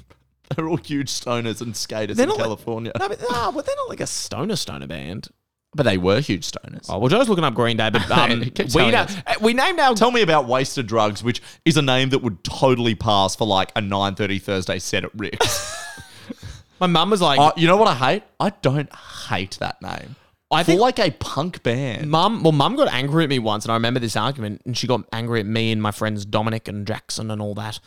[SPEAKER 7] [LAUGHS] They're all huge stoners and skaters
[SPEAKER 5] They're
[SPEAKER 7] in
[SPEAKER 5] not like-
[SPEAKER 7] California.
[SPEAKER 5] No, but, ah, but they're not like a stoner stoner band.
[SPEAKER 7] but they were huge stoners.
[SPEAKER 5] Oh, well, Joe's looking up Green
[SPEAKER 7] [LAUGHS]
[SPEAKER 5] Day, but um,
[SPEAKER 7] Keep
[SPEAKER 5] we,
[SPEAKER 7] telling
[SPEAKER 5] know,
[SPEAKER 7] us.
[SPEAKER 5] uh, we named our.
[SPEAKER 7] Tell me about Wasted Drugs, which is a name that would totally pass for like a 9.30 Thursday set at
[SPEAKER 5] [LAUGHS]
[SPEAKER 7] Rick's.
[SPEAKER 5] My mum was like,
[SPEAKER 7] Uh, you know what I hate? I don't hate that name.
[SPEAKER 5] I
[SPEAKER 7] For
[SPEAKER 5] think
[SPEAKER 7] like a punk band.
[SPEAKER 5] mum. Well, mum got angry at me once, and I remember this argument, and she got angry at me and my friends Dominic and Jackson and all that,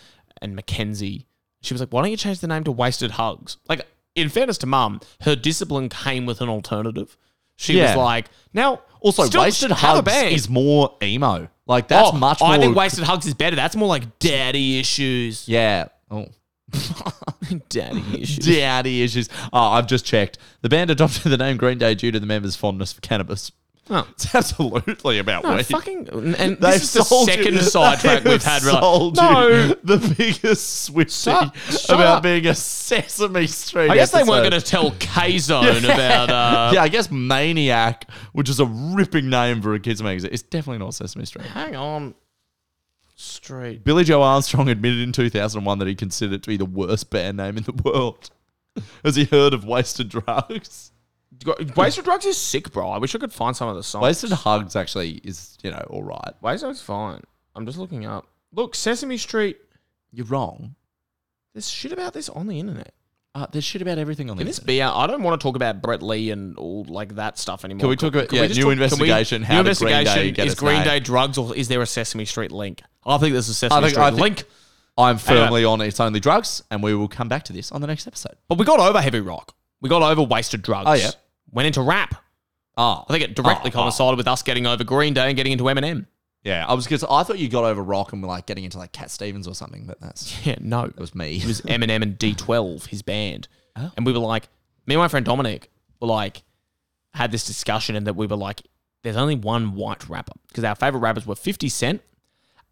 [SPEAKER 5] and Mackenzie. She was like, "Why don't you change the name to Wasted Hugs?" Like, in fairness to mum, her discipline came with an alternative. She
[SPEAKER 7] Yeah.
[SPEAKER 5] was like, "Now,
[SPEAKER 7] also,
[SPEAKER 5] still
[SPEAKER 7] Wasted
[SPEAKER 5] have a
[SPEAKER 7] Hugs
[SPEAKER 5] band."
[SPEAKER 7] is more emo. Like that's
[SPEAKER 5] Oh,
[SPEAKER 7] much more.
[SPEAKER 5] I think Wasted Hugs is better. That's more like daddy issues.
[SPEAKER 7] yeah. Oh.
[SPEAKER 5] [LAUGHS]
[SPEAKER 7] [LAUGHS]
[SPEAKER 5] Daddy issues.
[SPEAKER 7] Daddy issues. Oh, I've just checked. The band adopted the name Green Day due to the members' fondness for cannabis.
[SPEAKER 5] Oh.
[SPEAKER 7] [LAUGHS] It's absolutely about
[SPEAKER 5] No,
[SPEAKER 7] weed.
[SPEAKER 5] fucking. And and
[SPEAKER 7] They've
[SPEAKER 5] this is the
[SPEAKER 7] sold you-
[SPEAKER 5] second
[SPEAKER 7] [LAUGHS]
[SPEAKER 5] sidetrack
[SPEAKER 7] they've
[SPEAKER 5] we've had. We're like,
[SPEAKER 7] sold you
[SPEAKER 5] no.
[SPEAKER 7] the biggest switchy
[SPEAKER 5] Shut- shut
[SPEAKER 7] about
[SPEAKER 5] up.
[SPEAKER 7] being a Sesame Street.
[SPEAKER 5] I guess they weren't
[SPEAKER 7] episode.
[SPEAKER 5] going to tell
[SPEAKER 7] [LAUGHS]
[SPEAKER 5] K Zone about. Uh,
[SPEAKER 7] yeah, I guess Maniac, which is a ripping name for a kids' magazine, it's definitely not Sesame Street.
[SPEAKER 5] Hang on. Street.
[SPEAKER 7] Billy Joe Armstrong admitted in 2001 that he considered it to be the worst band name in the world. [LAUGHS] Has he heard of Wasted Drugs?
[SPEAKER 5] Wasted Drugs is sick, bro. I wish I could find some of the songs.
[SPEAKER 7] Wasted Hugs actually is, you know, all right.
[SPEAKER 5] Wasted Drugs is fine. I'm just looking up. Look, Sesame Street.
[SPEAKER 7] You're wrong.
[SPEAKER 5] There's shit about this on the internet.
[SPEAKER 7] Uh, there's shit about everything on
[SPEAKER 5] Can
[SPEAKER 7] the
[SPEAKER 5] this
[SPEAKER 7] internet.
[SPEAKER 5] be? Out? I don't want to talk about Brett Lee and all like that stuff anymore.
[SPEAKER 7] Can we talk about- yeah,
[SPEAKER 5] just
[SPEAKER 7] new
[SPEAKER 5] can we-
[SPEAKER 7] investigation, how did Green Day get
[SPEAKER 5] is
[SPEAKER 7] its
[SPEAKER 5] Green
[SPEAKER 7] name?
[SPEAKER 5] Day drugs or is there a Sesame Street link? I think there's a Sesame
[SPEAKER 7] I think-
[SPEAKER 5] Street
[SPEAKER 7] I think-
[SPEAKER 5] link.
[SPEAKER 7] I'm
[SPEAKER 5] on.
[SPEAKER 7] firmly on It's Only Drugs, and we will come back to this on the next episode.
[SPEAKER 5] But we got over Heavy Rock. We got over Wasted Drugs.
[SPEAKER 7] Oh, yeah.
[SPEAKER 5] Went into rap.
[SPEAKER 7] Ah,
[SPEAKER 5] I think it directly
[SPEAKER 7] Oh, oh.
[SPEAKER 5] coincided with us getting over Green Day and getting into Eminem.
[SPEAKER 7] Yeah, I was because I thought you got over rock and were like getting into like Cat Stevens or something, but that's
[SPEAKER 5] [LAUGHS] Yeah, no.
[SPEAKER 7] that was me.
[SPEAKER 5] It
[SPEAKER 7] [LAUGHS]
[SPEAKER 5] was Eminem and D12, his band.
[SPEAKER 7] Oh.
[SPEAKER 5] And we were like, me and my friend Dominic were like, had this discussion and that we were like, there's only one white rapper because our favorite rappers were 50 Cent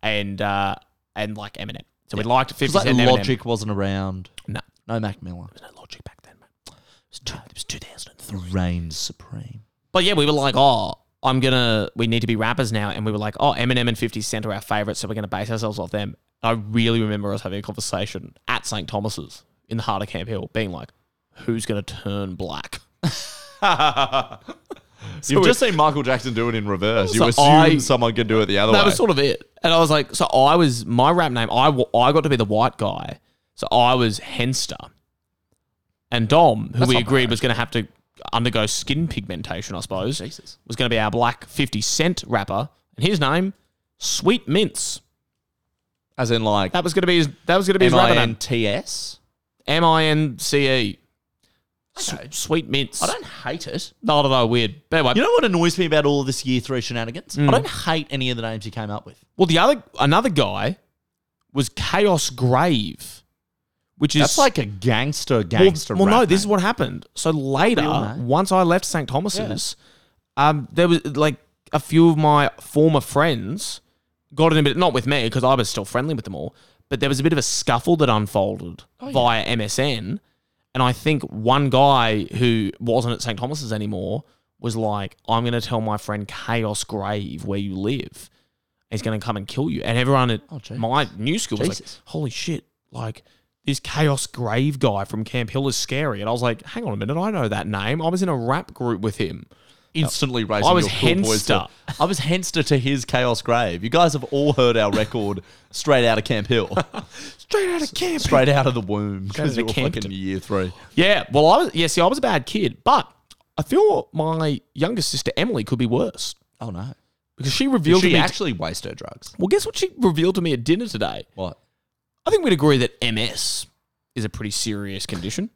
[SPEAKER 5] and uh, and like Eminem. So we liked 50
[SPEAKER 7] It's like
[SPEAKER 5] Cent. and
[SPEAKER 7] Logic wasn't around.
[SPEAKER 5] Eminem. No,
[SPEAKER 7] No Mac Miller.
[SPEAKER 5] there's no Logic back then, man. It was, two, it was 2003.
[SPEAKER 7] Reign supreme.
[SPEAKER 5] But yeah, we were like, oh, I'm gonna, we need to be rappers now. And we were like, oh, Eminem and 50 Cent are our favorites, so we're gonna base ourselves off them. I really remember us having a conversation at St. Thomas's in the heart of Camp Hill, being like, who's gonna turn black?
[SPEAKER 7] [LAUGHS] You've
[SPEAKER 5] we-
[SPEAKER 7] just seen Michael Jackson do it in reverse. You
[SPEAKER 5] So
[SPEAKER 7] assume
[SPEAKER 5] I-
[SPEAKER 7] someone can do it the other
[SPEAKER 5] That
[SPEAKER 7] way.
[SPEAKER 5] was sort of it. And I was like, so I was, my rap name, I, wa- I got to be the white guy. So I was Henster. And Dom, who we agreed was gonna have to undergo skin pigmentation, I suppose,
[SPEAKER 7] Jesus.
[SPEAKER 5] was gonna be our black 50 Cent rapper. And his name, Sweet Mints.
[SPEAKER 7] As in like
[SPEAKER 5] That was gonna be his. That was gonna be his rapper name.
[SPEAKER 7] M-I-N-T-S.
[SPEAKER 5] M I N C E. Sweet mints.
[SPEAKER 7] I don't hate it.
[SPEAKER 5] No, I don't know. Weird. But anyway,
[SPEAKER 7] You know what annoys me about all this year three shenanigans?
[SPEAKER 5] Mm.
[SPEAKER 7] I don't hate any of the names you came up with.
[SPEAKER 5] well, the other another guy was Chaos Grave, which is
[SPEAKER 7] That's like a gangster
[SPEAKER 5] well,
[SPEAKER 7] gangster.
[SPEAKER 5] well, no,
[SPEAKER 7] rap
[SPEAKER 5] this is
[SPEAKER 7] name.
[SPEAKER 5] what happened. So later,
[SPEAKER 7] name.
[SPEAKER 5] once I left St. Thomas's, um, there was like a few of my former friends got in a bit, not with me because I was still friendly with them all, but there was a bit of a scuffle that unfolded via MSN. And I think one guy who wasn't at St. Thomas's anymore was like, I'm going to tell my friend Chaos Grave where you live. He's going to come and kill you. And everyone at
[SPEAKER 7] Jesus.
[SPEAKER 5] my new school was
[SPEAKER 7] Jesus.
[SPEAKER 5] like, holy shit, like this Chaos Grave guy from Camp Hill is scary. And I was like, hang on a minute, I know that name. I was in a rap group with him.
[SPEAKER 7] instantly raising
[SPEAKER 5] I was
[SPEAKER 7] your cool boys to,
[SPEAKER 5] Henster.
[SPEAKER 7] I was Henster to his Chaos Grave. You guys have all heard our record straight out of Camp
[SPEAKER 5] [LAUGHS]
[SPEAKER 7] Hill.
[SPEAKER 5] Straight out of camp.
[SPEAKER 7] straight out of the womb
[SPEAKER 5] Straight out
[SPEAKER 7] because
[SPEAKER 5] of
[SPEAKER 7] you're
[SPEAKER 5] Campton.
[SPEAKER 7] fucking year three.
[SPEAKER 5] Yeah, well, I was. Yeah, see, I was a bad kid, but I feel my younger sister Emily could be worse
[SPEAKER 7] Oh no.
[SPEAKER 5] because she
[SPEAKER 7] Did
[SPEAKER 5] revealed to
[SPEAKER 7] she
[SPEAKER 5] me.
[SPEAKER 7] actually waste her drugs?
[SPEAKER 5] well, guess what she revealed to me at dinner today?
[SPEAKER 7] What?
[SPEAKER 5] I think we'd agree that MS is a pretty serious condition.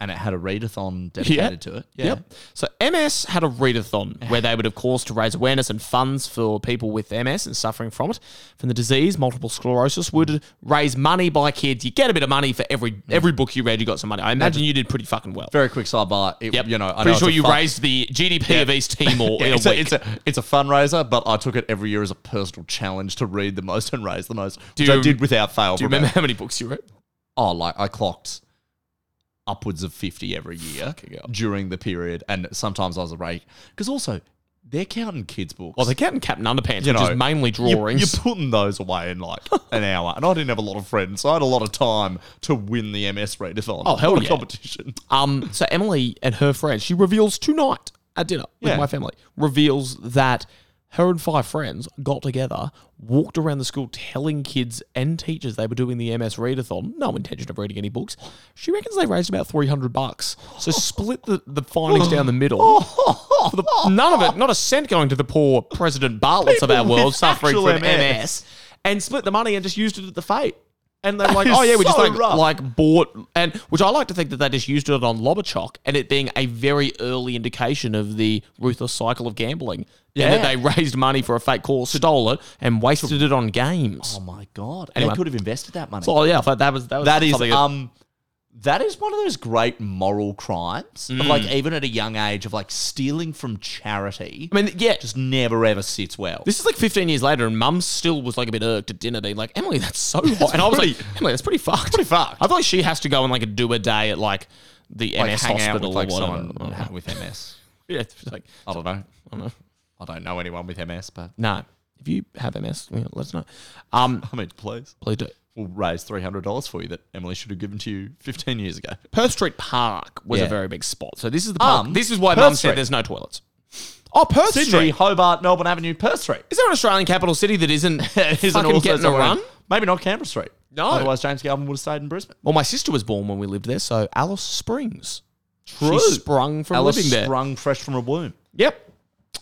[SPEAKER 7] And it had a readathon dedicated to it. Yeah.
[SPEAKER 5] Yep. So MS had a readathon where they would, of course, to raise awareness and funds for people with MS and suffering from it, from the disease, multiple sclerosis, would raise money by kids. You get a bit of money for every
[SPEAKER 7] Mm.
[SPEAKER 5] every book you read. You got some money. I imagine you did pretty fucking well.
[SPEAKER 7] Very quick sidebar. It,
[SPEAKER 5] Yep.
[SPEAKER 7] You know, I know
[SPEAKER 5] pretty
[SPEAKER 7] it's
[SPEAKER 5] sure
[SPEAKER 7] a
[SPEAKER 5] you
[SPEAKER 7] fun-
[SPEAKER 5] raised the GDP of East
[SPEAKER 7] [LAUGHS]
[SPEAKER 5] Timor
[SPEAKER 7] Yeah,
[SPEAKER 5] in a
[SPEAKER 7] it's,
[SPEAKER 5] week.
[SPEAKER 7] a, it's, a, it's a fundraiser, but I took it every year as a personal challenge to read the most [LAUGHS] and raise the most, which
[SPEAKER 5] you-
[SPEAKER 7] I did without fail.
[SPEAKER 5] Do you
[SPEAKER 7] for about-
[SPEAKER 5] remember [LAUGHS] how many books you read?
[SPEAKER 7] oh, like I clocked upwards of 50 every year during the period. And sometimes I was a rake. Because also, they're counting kids' books.
[SPEAKER 5] Well, the Captain Captain Underpants,
[SPEAKER 7] You
[SPEAKER 5] which
[SPEAKER 7] know,
[SPEAKER 5] is mainly
[SPEAKER 7] You-
[SPEAKER 5] drawings.
[SPEAKER 7] You're putting those away in
[SPEAKER 5] [LAUGHS]
[SPEAKER 7] like an hour. And I didn't have a lot of friends, so I had a lot of time to win the MS readathon.
[SPEAKER 5] Oh, hell
[SPEAKER 7] What a
[SPEAKER 5] yeah.
[SPEAKER 7] competition.
[SPEAKER 5] um, so Emily and her friends, she reveals tonight at dinner with
[SPEAKER 7] Yeah.
[SPEAKER 5] my family, reveals that her and five friends got together, walked around the school telling kids and teachers they were doing the MS readathon, no intention of reading any books. She reckons they raised about 300 bucks. So split the, the findings down the middle. The- none of it, not a cent going to the poor President Bartlett's of our
[SPEAKER 7] People
[SPEAKER 5] world
[SPEAKER 7] with
[SPEAKER 5] suffering
[SPEAKER 7] actual
[SPEAKER 5] from MS.
[SPEAKER 7] MS.
[SPEAKER 5] and split the money and just used it at the fate. And they're like,
[SPEAKER 7] is
[SPEAKER 5] oh yeah, we just
[SPEAKER 7] so
[SPEAKER 5] like,
[SPEAKER 7] rough.
[SPEAKER 5] like bought, and which I like to think that they just used it on Lobachok, and it being a very early indication of the ruthless cycle of gambling. Yeah, that
[SPEAKER 7] Yeah.
[SPEAKER 5] they raised money for a fake call, stole it, and wasted it on games.
[SPEAKER 7] Oh my god!
[SPEAKER 5] Anyway.
[SPEAKER 7] They could have invested that money.
[SPEAKER 5] so yeah, I thought that was that was
[SPEAKER 7] that is
[SPEAKER 5] something
[SPEAKER 7] um, that is one of those great moral crimes.
[SPEAKER 5] Mm.
[SPEAKER 7] Of like even at a young age, of like stealing from charity.
[SPEAKER 5] I mean, yeah,
[SPEAKER 7] just never ever sits well.
[SPEAKER 5] This is like 15 years later, and mum still was like a bit irked at dinner, being like, Emily, that's so hot. And I was like, Emily, that's pretty fucked. Pretty
[SPEAKER 7] fucked.
[SPEAKER 5] I feel like she has to go and like do a day at like the
[SPEAKER 7] like
[SPEAKER 5] MS
[SPEAKER 7] hang
[SPEAKER 5] hospital
[SPEAKER 7] out with, like,
[SPEAKER 5] or whatever.
[SPEAKER 7] someone ha- with [LAUGHS] MS.
[SPEAKER 5] yeah, it's like,
[SPEAKER 7] I don't know. I
[SPEAKER 5] don't know.
[SPEAKER 7] I don't know anyone with MS, but
[SPEAKER 5] no. If you have MS, you know, let us know. Um,
[SPEAKER 7] I mean, please.
[SPEAKER 5] please do.
[SPEAKER 7] We'll raise three hundred dollars for you that Emily should have given to you fifteen years ago.
[SPEAKER 5] Perth Street Park was a
[SPEAKER 7] Yeah.
[SPEAKER 5] very big spot. So this is the park.
[SPEAKER 7] Um,
[SPEAKER 5] this is why
[SPEAKER 7] Perth
[SPEAKER 5] mum
[SPEAKER 7] Street.
[SPEAKER 5] said there's no toilets. Oh, Perth
[SPEAKER 7] Sydney, Hobart, Melbourne Avenue, Perth Street.
[SPEAKER 5] Is there an Australian capital city
[SPEAKER 7] [LAUGHS]
[SPEAKER 5] that isn't,
[SPEAKER 7] Isn't
[SPEAKER 5] fucking
[SPEAKER 7] also
[SPEAKER 5] getting a
[SPEAKER 7] somewhere-
[SPEAKER 5] run?
[SPEAKER 7] Maybe not Canberra Street.
[SPEAKER 5] No.
[SPEAKER 7] Otherwise, James Galvin would have stayed in Brisbane.
[SPEAKER 5] Well, my sister was born when we lived there, so Alice Springs.
[SPEAKER 7] True.
[SPEAKER 5] She sprung from
[SPEAKER 7] Alice
[SPEAKER 5] living there.
[SPEAKER 7] sprung fresh from a womb.
[SPEAKER 5] Yep.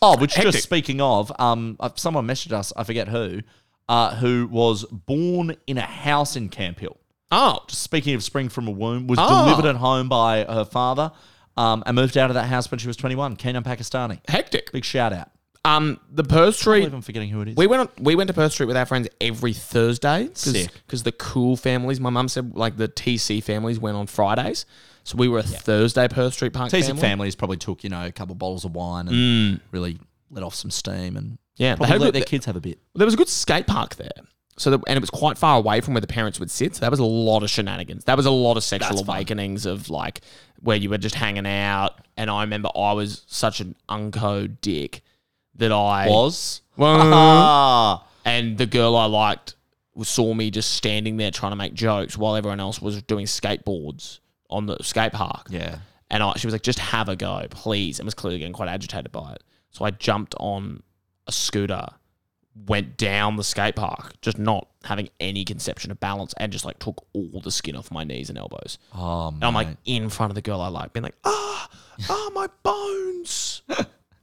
[SPEAKER 7] Oh, which
[SPEAKER 5] Hectic.
[SPEAKER 7] just speaking of, um, uh, someone messaged us, I forget who, uh, who was born in a house in Camp Hill.
[SPEAKER 5] Oh,
[SPEAKER 7] Just speaking of spring from a womb, was
[SPEAKER 5] Ah.
[SPEAKER 7] delivered at home by her father um, and moved out of that house when she was 21. Kenan Pakistani.
[SPEAKER 5] hectic.
[SPEAKER 7] Big shout out.
[SPEAKER 5] Um, the Perth
[SPEAKER 7] I
[SPEAKER 5] Street.
[SPEAKER 7] believe I'm forgetting who it is.
[SPEAKER 5] We went on, we went to Perth Street with our friends every Thursday
[SPEAKER 7] Sick.
[SPEAKER 5] because the cool families. My mum said like the TC families went on Fridays, so we were a Thursday Perth Street Park
[SPEAKER 7] TC
[SPEAKER 5] family. Mm.
[SPEAKER 7] families probably took, you know, a couple of bottles of wine and really let off some steam and
[SPEAKER 5] Yeah, they
[SPEAKER 7] probably
[SPEAKER 5] had
[SPEAKER 7] let
[SPEAKER 5] good-
[SPEAKER 7] their kids have a bit.
[SPEAKER 5] There was a good skate park there, so that, and it was quite far away from where the parents would sit. So that was a lot of shenanigans. That was a lot of sexual awakenings of like where you were just hanging out. And I remember I was such an unco dick that I
[SPEAKER 7] Was?
[SPEAKER 5] Well,
[SPEAKER 7] [LAUGHS] Ah.
[SPEAKER 5] and the girl I liked saw me just standing there trying to make jokes while everyone else was doing skateboards on the skate park.
[SPEAKER 7] Yeah.
[SPEAKER 5] And I, she was like, just have a go, please. And was clearly getting quite agitated by it. So I jumped on a scooter, went down the skate park, just not having any conception of balance, and just like took all the skin off my knees and elbows.
[SPEAKER 7] Oh,
[SPEAKER 5] And I'm like in front of the girl I like, being like, ah, ah, my bones.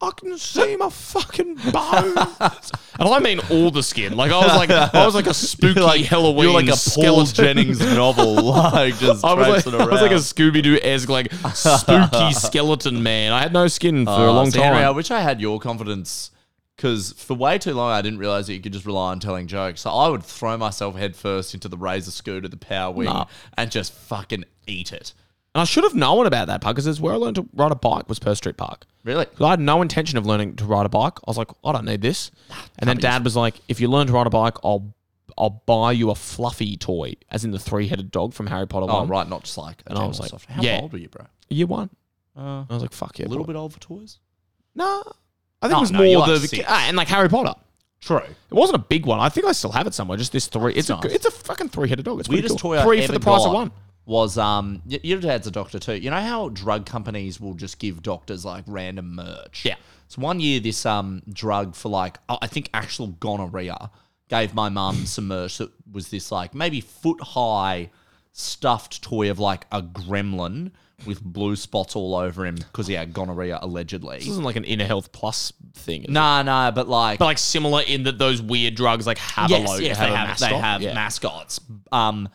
[SPEAKER 5] I can see my fucking bones. [LAUGHS] and I mean all the skin. Like I was like I [LAUGHS] was like a spooky Halloween.
[SPEAKER 7] You're like a Paul
[SPEAKER 5] skeleton.
[SPEAKER 7] Jennings
[SPEAKER 5] [LAUGHS]
[SPEAKER 7] novel, like just
[SPEAKER 5] I was,
[SPEAKER 7] traipsing
[SPEAKER 5] like, I was like a
[SPEAKER 7] around. Ah,
[SPEAKER 5] Scooby Doo esque, like [LAUGHS] spooky skeleton man. I had no skin for a long
[SPEAKER 7] See,
[SPEAKER 5] time.
[SPEAKER 7] Henry, I wish I had your confidence because for way too long I didn't realize that you could just rely on telling jokes. So I would throw myself headfirst into the razor scoot of the power wing and just fucking eat it.
[SPEAKER 5] and I should have known about that park because it's where I learned to ride a bike was Perth Street Park.
[SPEAKER 7] Really?
[SPEAKER 5] 'Cause I had no intention of learning to ride a bike. I was like, I don't need this. And then Dad was like, If you learn to ride a bike, I'll I'll buy you a fluffy toy, as in the three headed dog from Harry Potter.
[SPEAKER 7] Oh,
[SPEAKER 5] one.
[SPEAKER 7] right, not just like. A
[SPEAKER 5] And I was
[SPEAKER 7] general
[SPEAKER 5] like,
[SPEAKER 7] soft- how
[SPEAKER 5] yeah.
[SPEAKER 7] old were you, bro?
[SPEAKER 5] Year one.
[SPEAKER 7] Uh,
[SPEAKER 5] I was like, Fuck
[SPEAKER 7] a
[SPEAKER 5] yeah.
[SPEAKER 7] little bit old for toys.
[SPEAKER 5] No. I think
[SPEAKER 7] No,
[SPEAKER 5] it was
[SPEAKER 7] Oh, no, you're
[SPEAKER 5] more
[SPEAKER 7] like
[SPEAKER 5] the
[SPEAKER 7] six.
[SPEAKER 5] ah, and like Harry Potter.
[SPEAKER 7] True.
[SPEAKER 5] It wasn't a big one. I think I still have it somewhere. Just this three. It's a
[SPEAKER 7] nice.
[SPEAKER 5] it's a fucking three headed dog. It's pretty
[SPEAKER 7] Weirdest
[SPEAKER 5] cool.
[SPEAKER 7] toy
[SPEAKER 5] three
[SPEAKER 7] I
[SPEAKER 5] for
[SPEAKER 7] ever
[SPEAKER 5] the price
[SPEAKER 7] got
[SPEAKER 5] of one.
[SPEAKER 7] was um. y- Your dad's a doctor too. You know how drug companies will just give doctors like random merch.
[SPEAKER 5] Yeah.
[SPEAKER 7] So one year, this um drug for like oh, I think actual gonorrhea gave my
[SPEAKER 5] [LAUGHS]
[SPEAKER 7] mum some merch that was this like maybe foot high stuffed toy of like a gremlin with blue spots all over him because he had gonorrhea allegedly.
[SPEAKER 5] This isn't like an inner health plus thing. is it?
[SPEAKER 7] No, no, but like
[SPEAKER 5] But like similar in that those weird drugs like have a logo.
[SPEAKER 7] yes,
[SPEAKER 5] have
[SPEAKER 7] they
[SPEAKER 5] a
[SPEAKER 7] have
[SPEAKER 5] mascot.
[SPEAKER 7] they have
[SPEAKER 5] Yeah.
[SPEAKER 7] mascots. Um,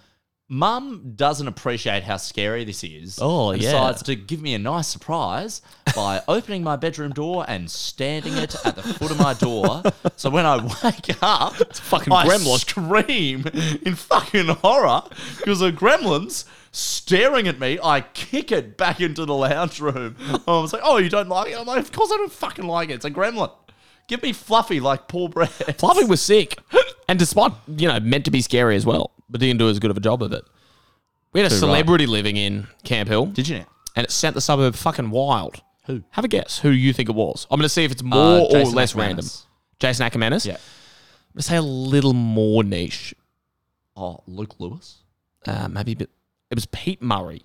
[SPEAKER 7] Mum doesn't appreciate how scary this is.
[SPEAKER 5] Oh,
[SPEAKER 7] and
[SPEAKER 5] yeah.
[SPEAKER 7] Decides to give me a nice surprise
[SPEAKER 5] [LAUGHS]
[SPEAKER 7] by opening my bedroom door and standing it at the foot of my door. So when I wake up, it's
[SPEAKER 5] fucking
[SPEAKER 7] I
[SPEAKER 5] gremlin.
[SPEAKER 7] scream in fucking horror because the gremlins staring at me. I kick it back into the lounge room. I was like, "Oh, you don't like it?" I'm like, "Of course I don't fucking like it. It's a gremlin." Give me fluffy like Paul Brett.
[SPEAKER 5] Fluffy was sick, and despite you know meant to be scary as well, but didn't do as good of a job of it. We had a celebrity living in Camp Hill.
[SPEAKER 7] Did you now?
[SPEAKER 5] And it sent the suburb fucking wild.
[SPEAKER 7] Who?
[SPEAKER 5] Have a guess who Uh, you think it was. I'm going to see if it's more or
[SPEAKER 7] Uh, Jason
[SPEAKER 5] less
[SPEAKER 7] Ackermanis.
[SPEAKER 5] random. Jason Ackermanis.
[SPEAKER 7] Yeah.
[SPEAKER 5] I'm going to say a little more niche.
[SPEAKER 7] Oh, Luke Lewis.
[SPEAKER 5] Uh, maybe a bit. It was Pete Murray.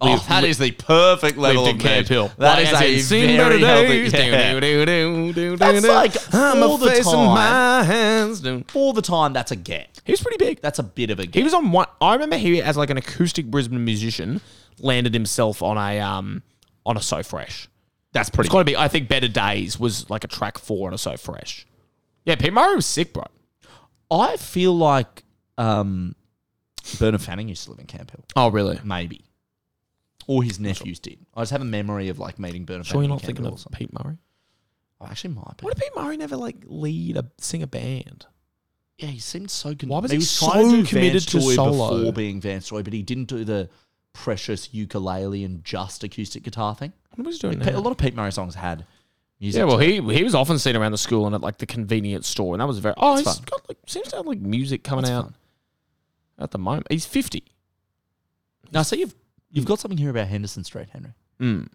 [SPEAKER 7] Oh, that is the perfect level
[SPEAKER 5] lived
[SPEAKER 7] of
[SPEAKER 5] in Camp
[SPEAKER 7] nerd.
[SPEAKER 5] Hill.
[SPEAKER 7] That
[SPEAKER 5] Like,
[SPEAKER 7] is
[SPEAKER 5] as
[SPEAKER 7] a
[SPEAKER 5] in, seen
[SPEAKER 7] very
[SPEAKER 5] better
[SPEAKER 7] healthy. [LAUGHS]
[SPEAKER 5] days.
[SPEAKER 7] Yeah.
[SPEAKER 5] Do-do-do-do-do-do-do.
[SPEAKER 7] That's like
[SPEAKER 5] I'm
[SPEAKER 7] all the
[SPEAKER 5] facing
[SPEAKER 7] time.
[SPEAKER 5] my hands. Do-
[SPEAKER 7] All the time, that's a get.
[SPEAKER 5] He was pretty big.
[SPEAKER 7] That's a bit of a
[SPEAKER 5] He
[SPEAKER 7] get.
[SPEAKER 5] was on one. I remember he, as like an acoustic Brisbane musician, landed himself on a um on a So Fresh.
[SPEAKER 7] That's pretty.
[SPEAKER 5] It's got to be. I think Better Days was like a track four on a So Fresh. Yeah, Pete Murray was sick, bro.
[SPEAKER 7] I feel like um, Bernard Fanning used to live in Camp Hill.
[SPEAKER 5] Oh, really?
[SPEAKER 7] Maybe. Or his nephews did. I just have a memory of like meeting Bernard
[SPEAKER 5] Sure,
[SPEAKER 7] Fanning. in
[SPEAKER 5] you're not
[SPEAKER 7] Camp
[SPEAKER 5] thinking
[SPEAKER 7] Hill
[SPEAKER 5] of
[SPEAKER 7] or something.
[SPEAKER 5] Pete Murray.
[SPEAKER 7] Oh, actually might be.
[SPEAKER 5] Why did Pete Murray never like lead a sing a band?
[SPEAKER 7] Yeah, he seemed so con-
[SPEAKER 5] Why was he
[SPEAKER 7] was trying
[SPEAKER 5] so
[SPEAKER 7] to do
[SPEAKER 5] committed
[SPEAKER 7] Vance
[SPEAKER 5] to
[SPEAKER 7] Joy
[SPEAKER 5] solo?
[SPEAKER 7] before being Vance Joy, but he didn't do the precious ukulele and just acoustic guitar thing.
[SPEAKER 5] What was he doing?
[SPEAKER 7] Pe-
[SPEAKER 5] now?
[SPEAKER 7] A lot of Pete Murray songs had music.
[SPEAKER 5] Yeah, well,
[SPEAKER 7] to it.
[SPEAKER 5] he he was often seen around the school and at like the convenience store, and that was very. Oh, he's
[SPEAKER 7] That's fun.
[SPEAKER 5] got like seems to have like music coming
[SPEAKER 7] That's
[SPEAKER 5] out
[SPEAKER 7] fun.
[SPEAKER 5] at the moment. He's fifty.
[SPEAKER 7] now see you've you've got something here about Henderson Street, Henry.
[SPEAKER 5] Mm.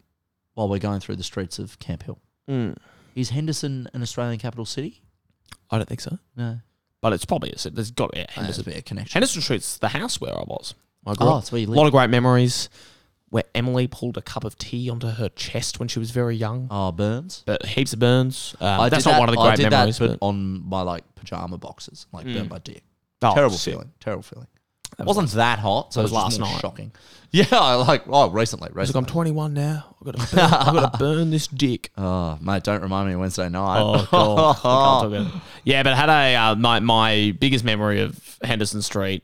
[SPEAKER 7] While we're going through the streets of Camp Hill,
[SPEAKER 5] Mm.
[SPEAKER 7] is Henderson an Australian capital city?
[SPEAKER 5] I don't think so,
[SPEAKER 7] No,
[SPEAKER 5] but it's probably it's, there's got to be a
[SPEAKER 7] Henderson. has
[SPEAKER 5] Henderson.
[SPEAKER 7] to be a connection.
[SPEAKER 5] Henderson Street's the house where I was. I grew
[SPEAKER 7] oh,
[SPEAKER 5] up.
[SPEAKER 7] that's where you
[SPEAKER 5] A
[SPEAKER 7] live.
[SPEAKER 5] lot of great memories. Where Emily pulled a cup of tea onto her chest when she was very young.
[SPEAKER 7] oh, Burns.
[SPEAKER 5] But heaps of burns. Um,
[SPEAKER 7] I
[SPEAKER 5] that's
[SPEAKER 7] did
[SPEAKER 5] not
[SPEAKER 7] that-
[SPEAKER 5] one of the
[SPEAKER 7] I
[SPEAKER 5] great
[SPEAKER 7] did
[SPEAKER 5] memories,
[SPEAKER 7] that,
[SPEAKER 5] but, Hmm.
[SPEAKER 7] but on my like pajama boxes, like burned by dick.
[SPEAKER 5] Oh,
[SPEAKER 7] terrible
[SPEAKER 5] sick.
[SPEAKER 7] feeling. Terrible feeling.
[SPEAKER 5] That
[SPEAKER 7] It
[SPEAKER 5] was
[SPEAKER 7] wasn't that hot, so
[SPEAKER 5] That
[SPEAKER 7] it
[SPEAKER 5] was
[SPEAKER 7] was,
[SPEAKER 5] last
[SPEAKER 7] just more
[SPEAKER 5] night.
[SPEAKER 7] shocking. [LAUGHS] Yeah, I like oh, recently,
[SPEAKER 5] I was like, I'm
[SPEAKER 7] recently.
[SPEAKER 5] 21 now. I've got to burn, I've got
[SPEAKER 7] [LAUGHS]
[SPEAKER 5] to burn this dick.
[SPEAKER 7] oh, mate, don't remind me of Wednesday night. [LAUGHS]
[SPEAKER 5] Oh god, I can't talk about it. Yeah, but I had a uh, my my biggest memory of Henderson Street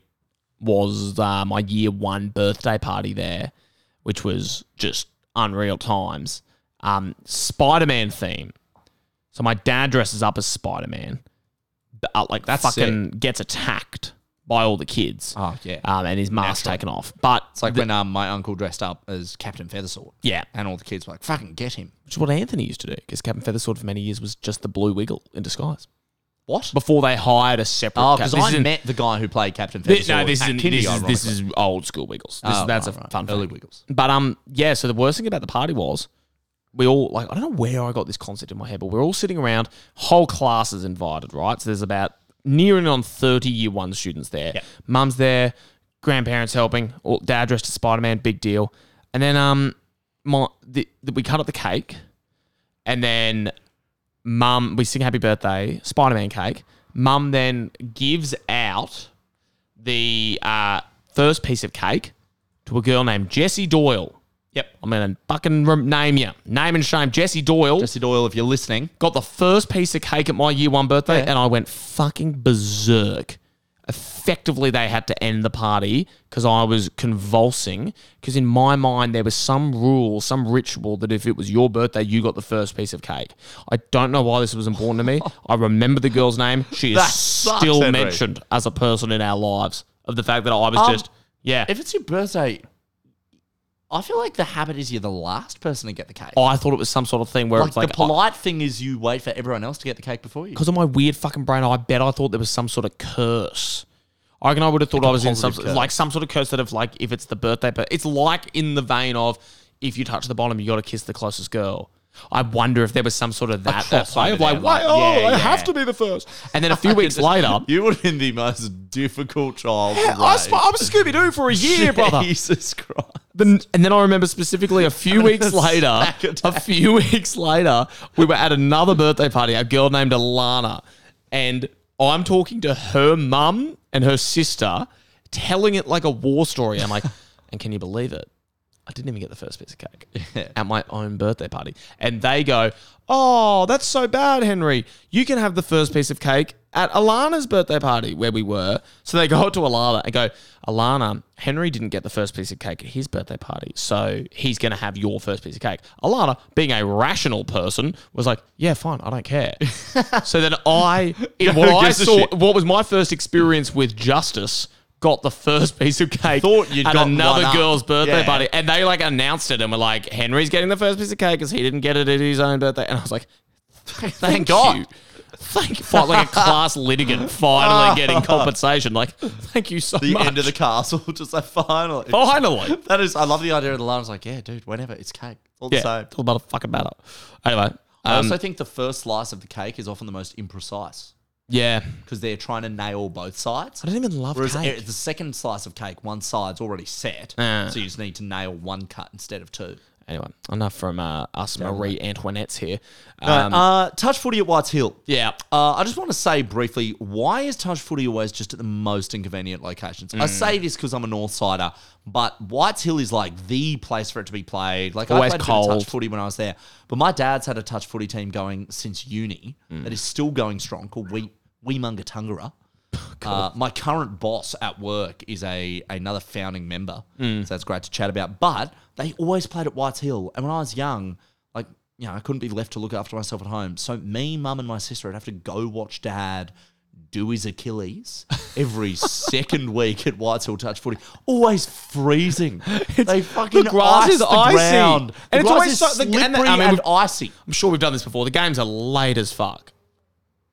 [SPEAKER 5] was uh, my year one birthday party there, which was just unreal times. Um, Spider Man theme. So my dad dresses up as Spider Man, uh, like that
[SPEAKER 7] That's
[SPEAKER 5] fucking gets attacked by all the kids.
[SPEAKER 7] Oh, yeah.
[SPEAKER 5] um, and his mask taken off. But
[SPEAKER 7] It's like when um, my uncle dressed up as Captain Feathersword.
[SPEAKER 5] yeah,
[SPEAKER 7] And all the kids were like, fucking get him.
[SPEAKER 5] which is what Anthony used to do because Captain Feathersword for many years was just the Blue Wiggle in disguise.
[SPEAKER 7] What?
[SPEAKER 5] Before they hired a separate.
[SPEAKER 7] Oh,
[SPEAKER 5] Cap-
[SPEAKER 7] because
[SPEAKER 5] this
[SPEAKER 7] I
[SPEAKER 5] isn't-
[SPEAKER 7] met the guy who played Captain
[SPEAKER 5] Thi-
[SPEAKER 7] Feathersword.
[SPEAKER 5] no, this
[SPEAKER 7] at
[SPEAKER 5] is
[SPEAKER 7] Kindy,
[SPEAKER 5] this is this
[SPEAKER 7] ironically.
[SPEAKER 5] is old school Wiggles. This,
[SPEAKER 7] Oh,
[SPEAKER 5] that's
[SPEAKER 7] right,
[SPEAKER 5] a
[SPEAKER 7] right.
[SPEAKER 5] fun
[SPEAKER 7] Early
[SPEAKER 5] fact.
[SPEAKER 7] Wiggles.
[SPEAKER 5] But um, yeah. So the worst thing about the party was we all like I don't know where I got this concept in my head, but we're all sitting around. Whole class is invited, right? So there's about nearing on thirty year one students there. Mum's there, grandparents helping, all, dad dressed as Spider Man, big deal. And then um, my the, the, we cut up the cake, and then mum we sing happy birthday spider man cake mum then gives out the uh, first piece of cake to a girl named jessie doyle yep i'm gonna fucking rem- name you name and shame jessie doyle
[SPEAKER 7] Jesse Doyle, if you're listening.
[SPEAKER 5] got the first piece of cake at my year one birthday
[SPEAKER 7] Yeah.
[SPEAKER 5] and i went fucking berserk effectively they had to end the party because i was convulsing because in my mind there was some rule some ritual that if it was your birthday you got the first piece of cake i don't know why this was important to me i remember the girl's name she is
[SPEAKER 7] That sucks,
[SPEAKER 5] still
[SPEAKER 7] Henry.
[SPEAKER 5] mentioned as a person in our lives of the fact that i was
[SPEAKER 7] Um,
[SPEAKER 5] just yeah
[SPEAKER 7] If it's your birthday, I feel like the habit is you're the last person to get the cake.
[SPEAKER 5] i thought it was some sort of thing where
[SPEAKER 7] Oh, like,
[SPEAKER 5] it's like
[SPEAKER 7] the polite thing is you wait for everyone else to get the cake before you.
[SPEAKER 5] because of my weird fucking brain, I bet I thought there was some sort of curse. I reckon I would have thought I was in some
[SPEAKER 7] positive curse.
[SPEAKER 5] like some sort of curse that of like if it's the birthday, but it's like in the vein of if you touch the bottom, you got to kiss the closest girl. I wonder if there was some sort of that at play
[SPEAKER 7] crossover
[SPEAKER 5] of like,
[SPEAKER 7] there,
[SPEAKER 5] why?
[SPEAKER 7] like,
[SPEAKER 5] oh,
[SPEAKER 7] yeah,
[SPEAKER 5] I
[SPEAKER 7] yeah.
[SPEAKER 5] have to be the first. And then a [LAUGHS] few weeks later,
[SPEAKER 7] [LAUGHS] You would have been the most difficult child.
[SPEAKER 5] yeah, I was, I was Scooby Doo for a [LAUGHS] year, brother.
[SPEAKER 7] Jesus [LAUGHS] Christ.
[SPEAKER 5] The, [LAUGHS] and then I remember specifically a few weeks later,
[SPEAKER 7] Snack attack.
[SPEAKER 5] a few [LAUGHS] weeks later, we were at another birthday party, a girl named Alana. And I'm talking to her mum and her sister, telling it like a war story. I'm like, [LAUGHS] and can you believe it? I didn't even get the first piece of
[SPEAKER 7] [LAUGHS]
[SPEAKER 5] cake at my own birthday party. And they go, Oh, that's so bad, Henry. You can have the first piece of cake at Alana's birthday party where we were. So they go [LAUGHS] up to Alana and go, Alana, Henry didn't get the first piece of cake at his birthday party. So he's going to have your first piece of cake. Alana, being a rational person, was like, Yeah, fine. I
[SPEAKER 7] [LAUGHS]
[SPEAKER 5] don't care. so then I, in what I
[SPEAKER 7] gives a
[SPEAKER 5] saw,
[SPEAKER 7] shit?
[SPEAKER 5] what was my first experience with justice got the first piece of cake
[SPEAKER 7] Thought you'd
[SPEAKER 5] at
[SPEAKER 7] gotten
[SPEAKER 5] another
[SPEAKER 7] one up.
[SPEAKER 5] girl's birthday
[SPEAKER 7] Yeah.
[SPEAKER 5] party and they like announced it and were like henry's getting the first piece of cake because he didn't get it at his own birthday and i was like thank,
[SPEAKER 7] God.
[SPEAKER 5] you thank you Felt like a
[SPEAKER 7] [LAUGHS]
[SPEAKER 5] class litigant finally getting compensation like thank you so
[SPEAKER 7] The
[SPEAKER 5] much
[SPEAKER 7] end of the castle, just like [LAUGHS] finally.
[SPEAKER 5] finally
[SPEAKER 7] That is, I love the idea of the lines like, yeah, dude, whenever it's cake, all the
[SPEAKER 5] yeah
[SPEAKER 7] same.
[SPEAKER 5] it's all about a fucking matter anyway
[SPEAKER 7] I
[SPEAKER 5] um,
[SPEAKER 7] also think the first slice of the cake is often the most imprecise
[SPEAKER 5] yeah
[SPEAKER 7] because they're trying to nail both sides.
[SPEAKER 5] i don't even love
[SPEAKER 7] Whereas
[SPEAKER 5] cake
[SPEAKER 7] e- the second slice of cake, one side's already set,
[SPEAKER 5] Ah.
[SPEAKER 7] so you just need to nail one cut instead of two.
[SPEAKER 5] anyway enough from uh, us marie antoinette's here
[SPEAKER 7] Uh,
[SPEAKER 5] um,
[SPEAKER 7] uh, touch footy at White's Hill.
[SPEAKER 5] yeah
[SPEAKER 7] Uh, I just want to say briefly, why is touch footy always just at the most inconvenient locations?
[SPEAKER 5] Mm.
[SPEAKER 7] I say this because I'm a North Sider, but White's Hill is like the place for it to be played. Like
[SPEAKER 5] Always
[SPEAKER 7] I played a bit of
[SPEAKER 5] cold.
[SPEAKER 7] touch footy when I was there, but my dad's had a
[SPEAKER 5] Mm.
[SPEAKER 7] touch footy team going since uni that is still going strong called We Weemunga Tungara. Uh, my current boss at work is a another founding member,
[SPEAKER 5] Mm.
[SPEAKER 7] so that's great to chat about. But they always played at White's Hill, and when I was young, like you know, I couldn't be left to look after myself at home. So me, mum, and my sister would have to go watch dad do his Achilles every
[SPEAKER 5] [LAUGHS]
[SPEAKER 7] second week at White's Hill Touch Footy. Always
[SPEAKER 5] [LAUGHS]
[SPEAKER 7] freezing. they fucking
[SPEAKER 5] the grass
[SPEAKER 7] ice
[SPEAKER 5] is
[SPEAKER 7] the
[SPEAKER 5] icy.
[SPEAKER 7] ground.
[SPEAKER 5] And
[SPEAKER 7] The
[SPEAKER 5] it's
[SPEAKER 7] grass
[SPEAKER 5] always
[SPEAKER 7] is
[SPEAKER 5] so- the- and
[SPEAKER 7] slippery
[SPEAKER 5] the-
[SPEAKER 7] and,
[SPEAKER 5] I mean, we've-
[SPEAKER 7] icy.
[SPEAKER 5] I'm sure we've done this before. The games are late as fuck.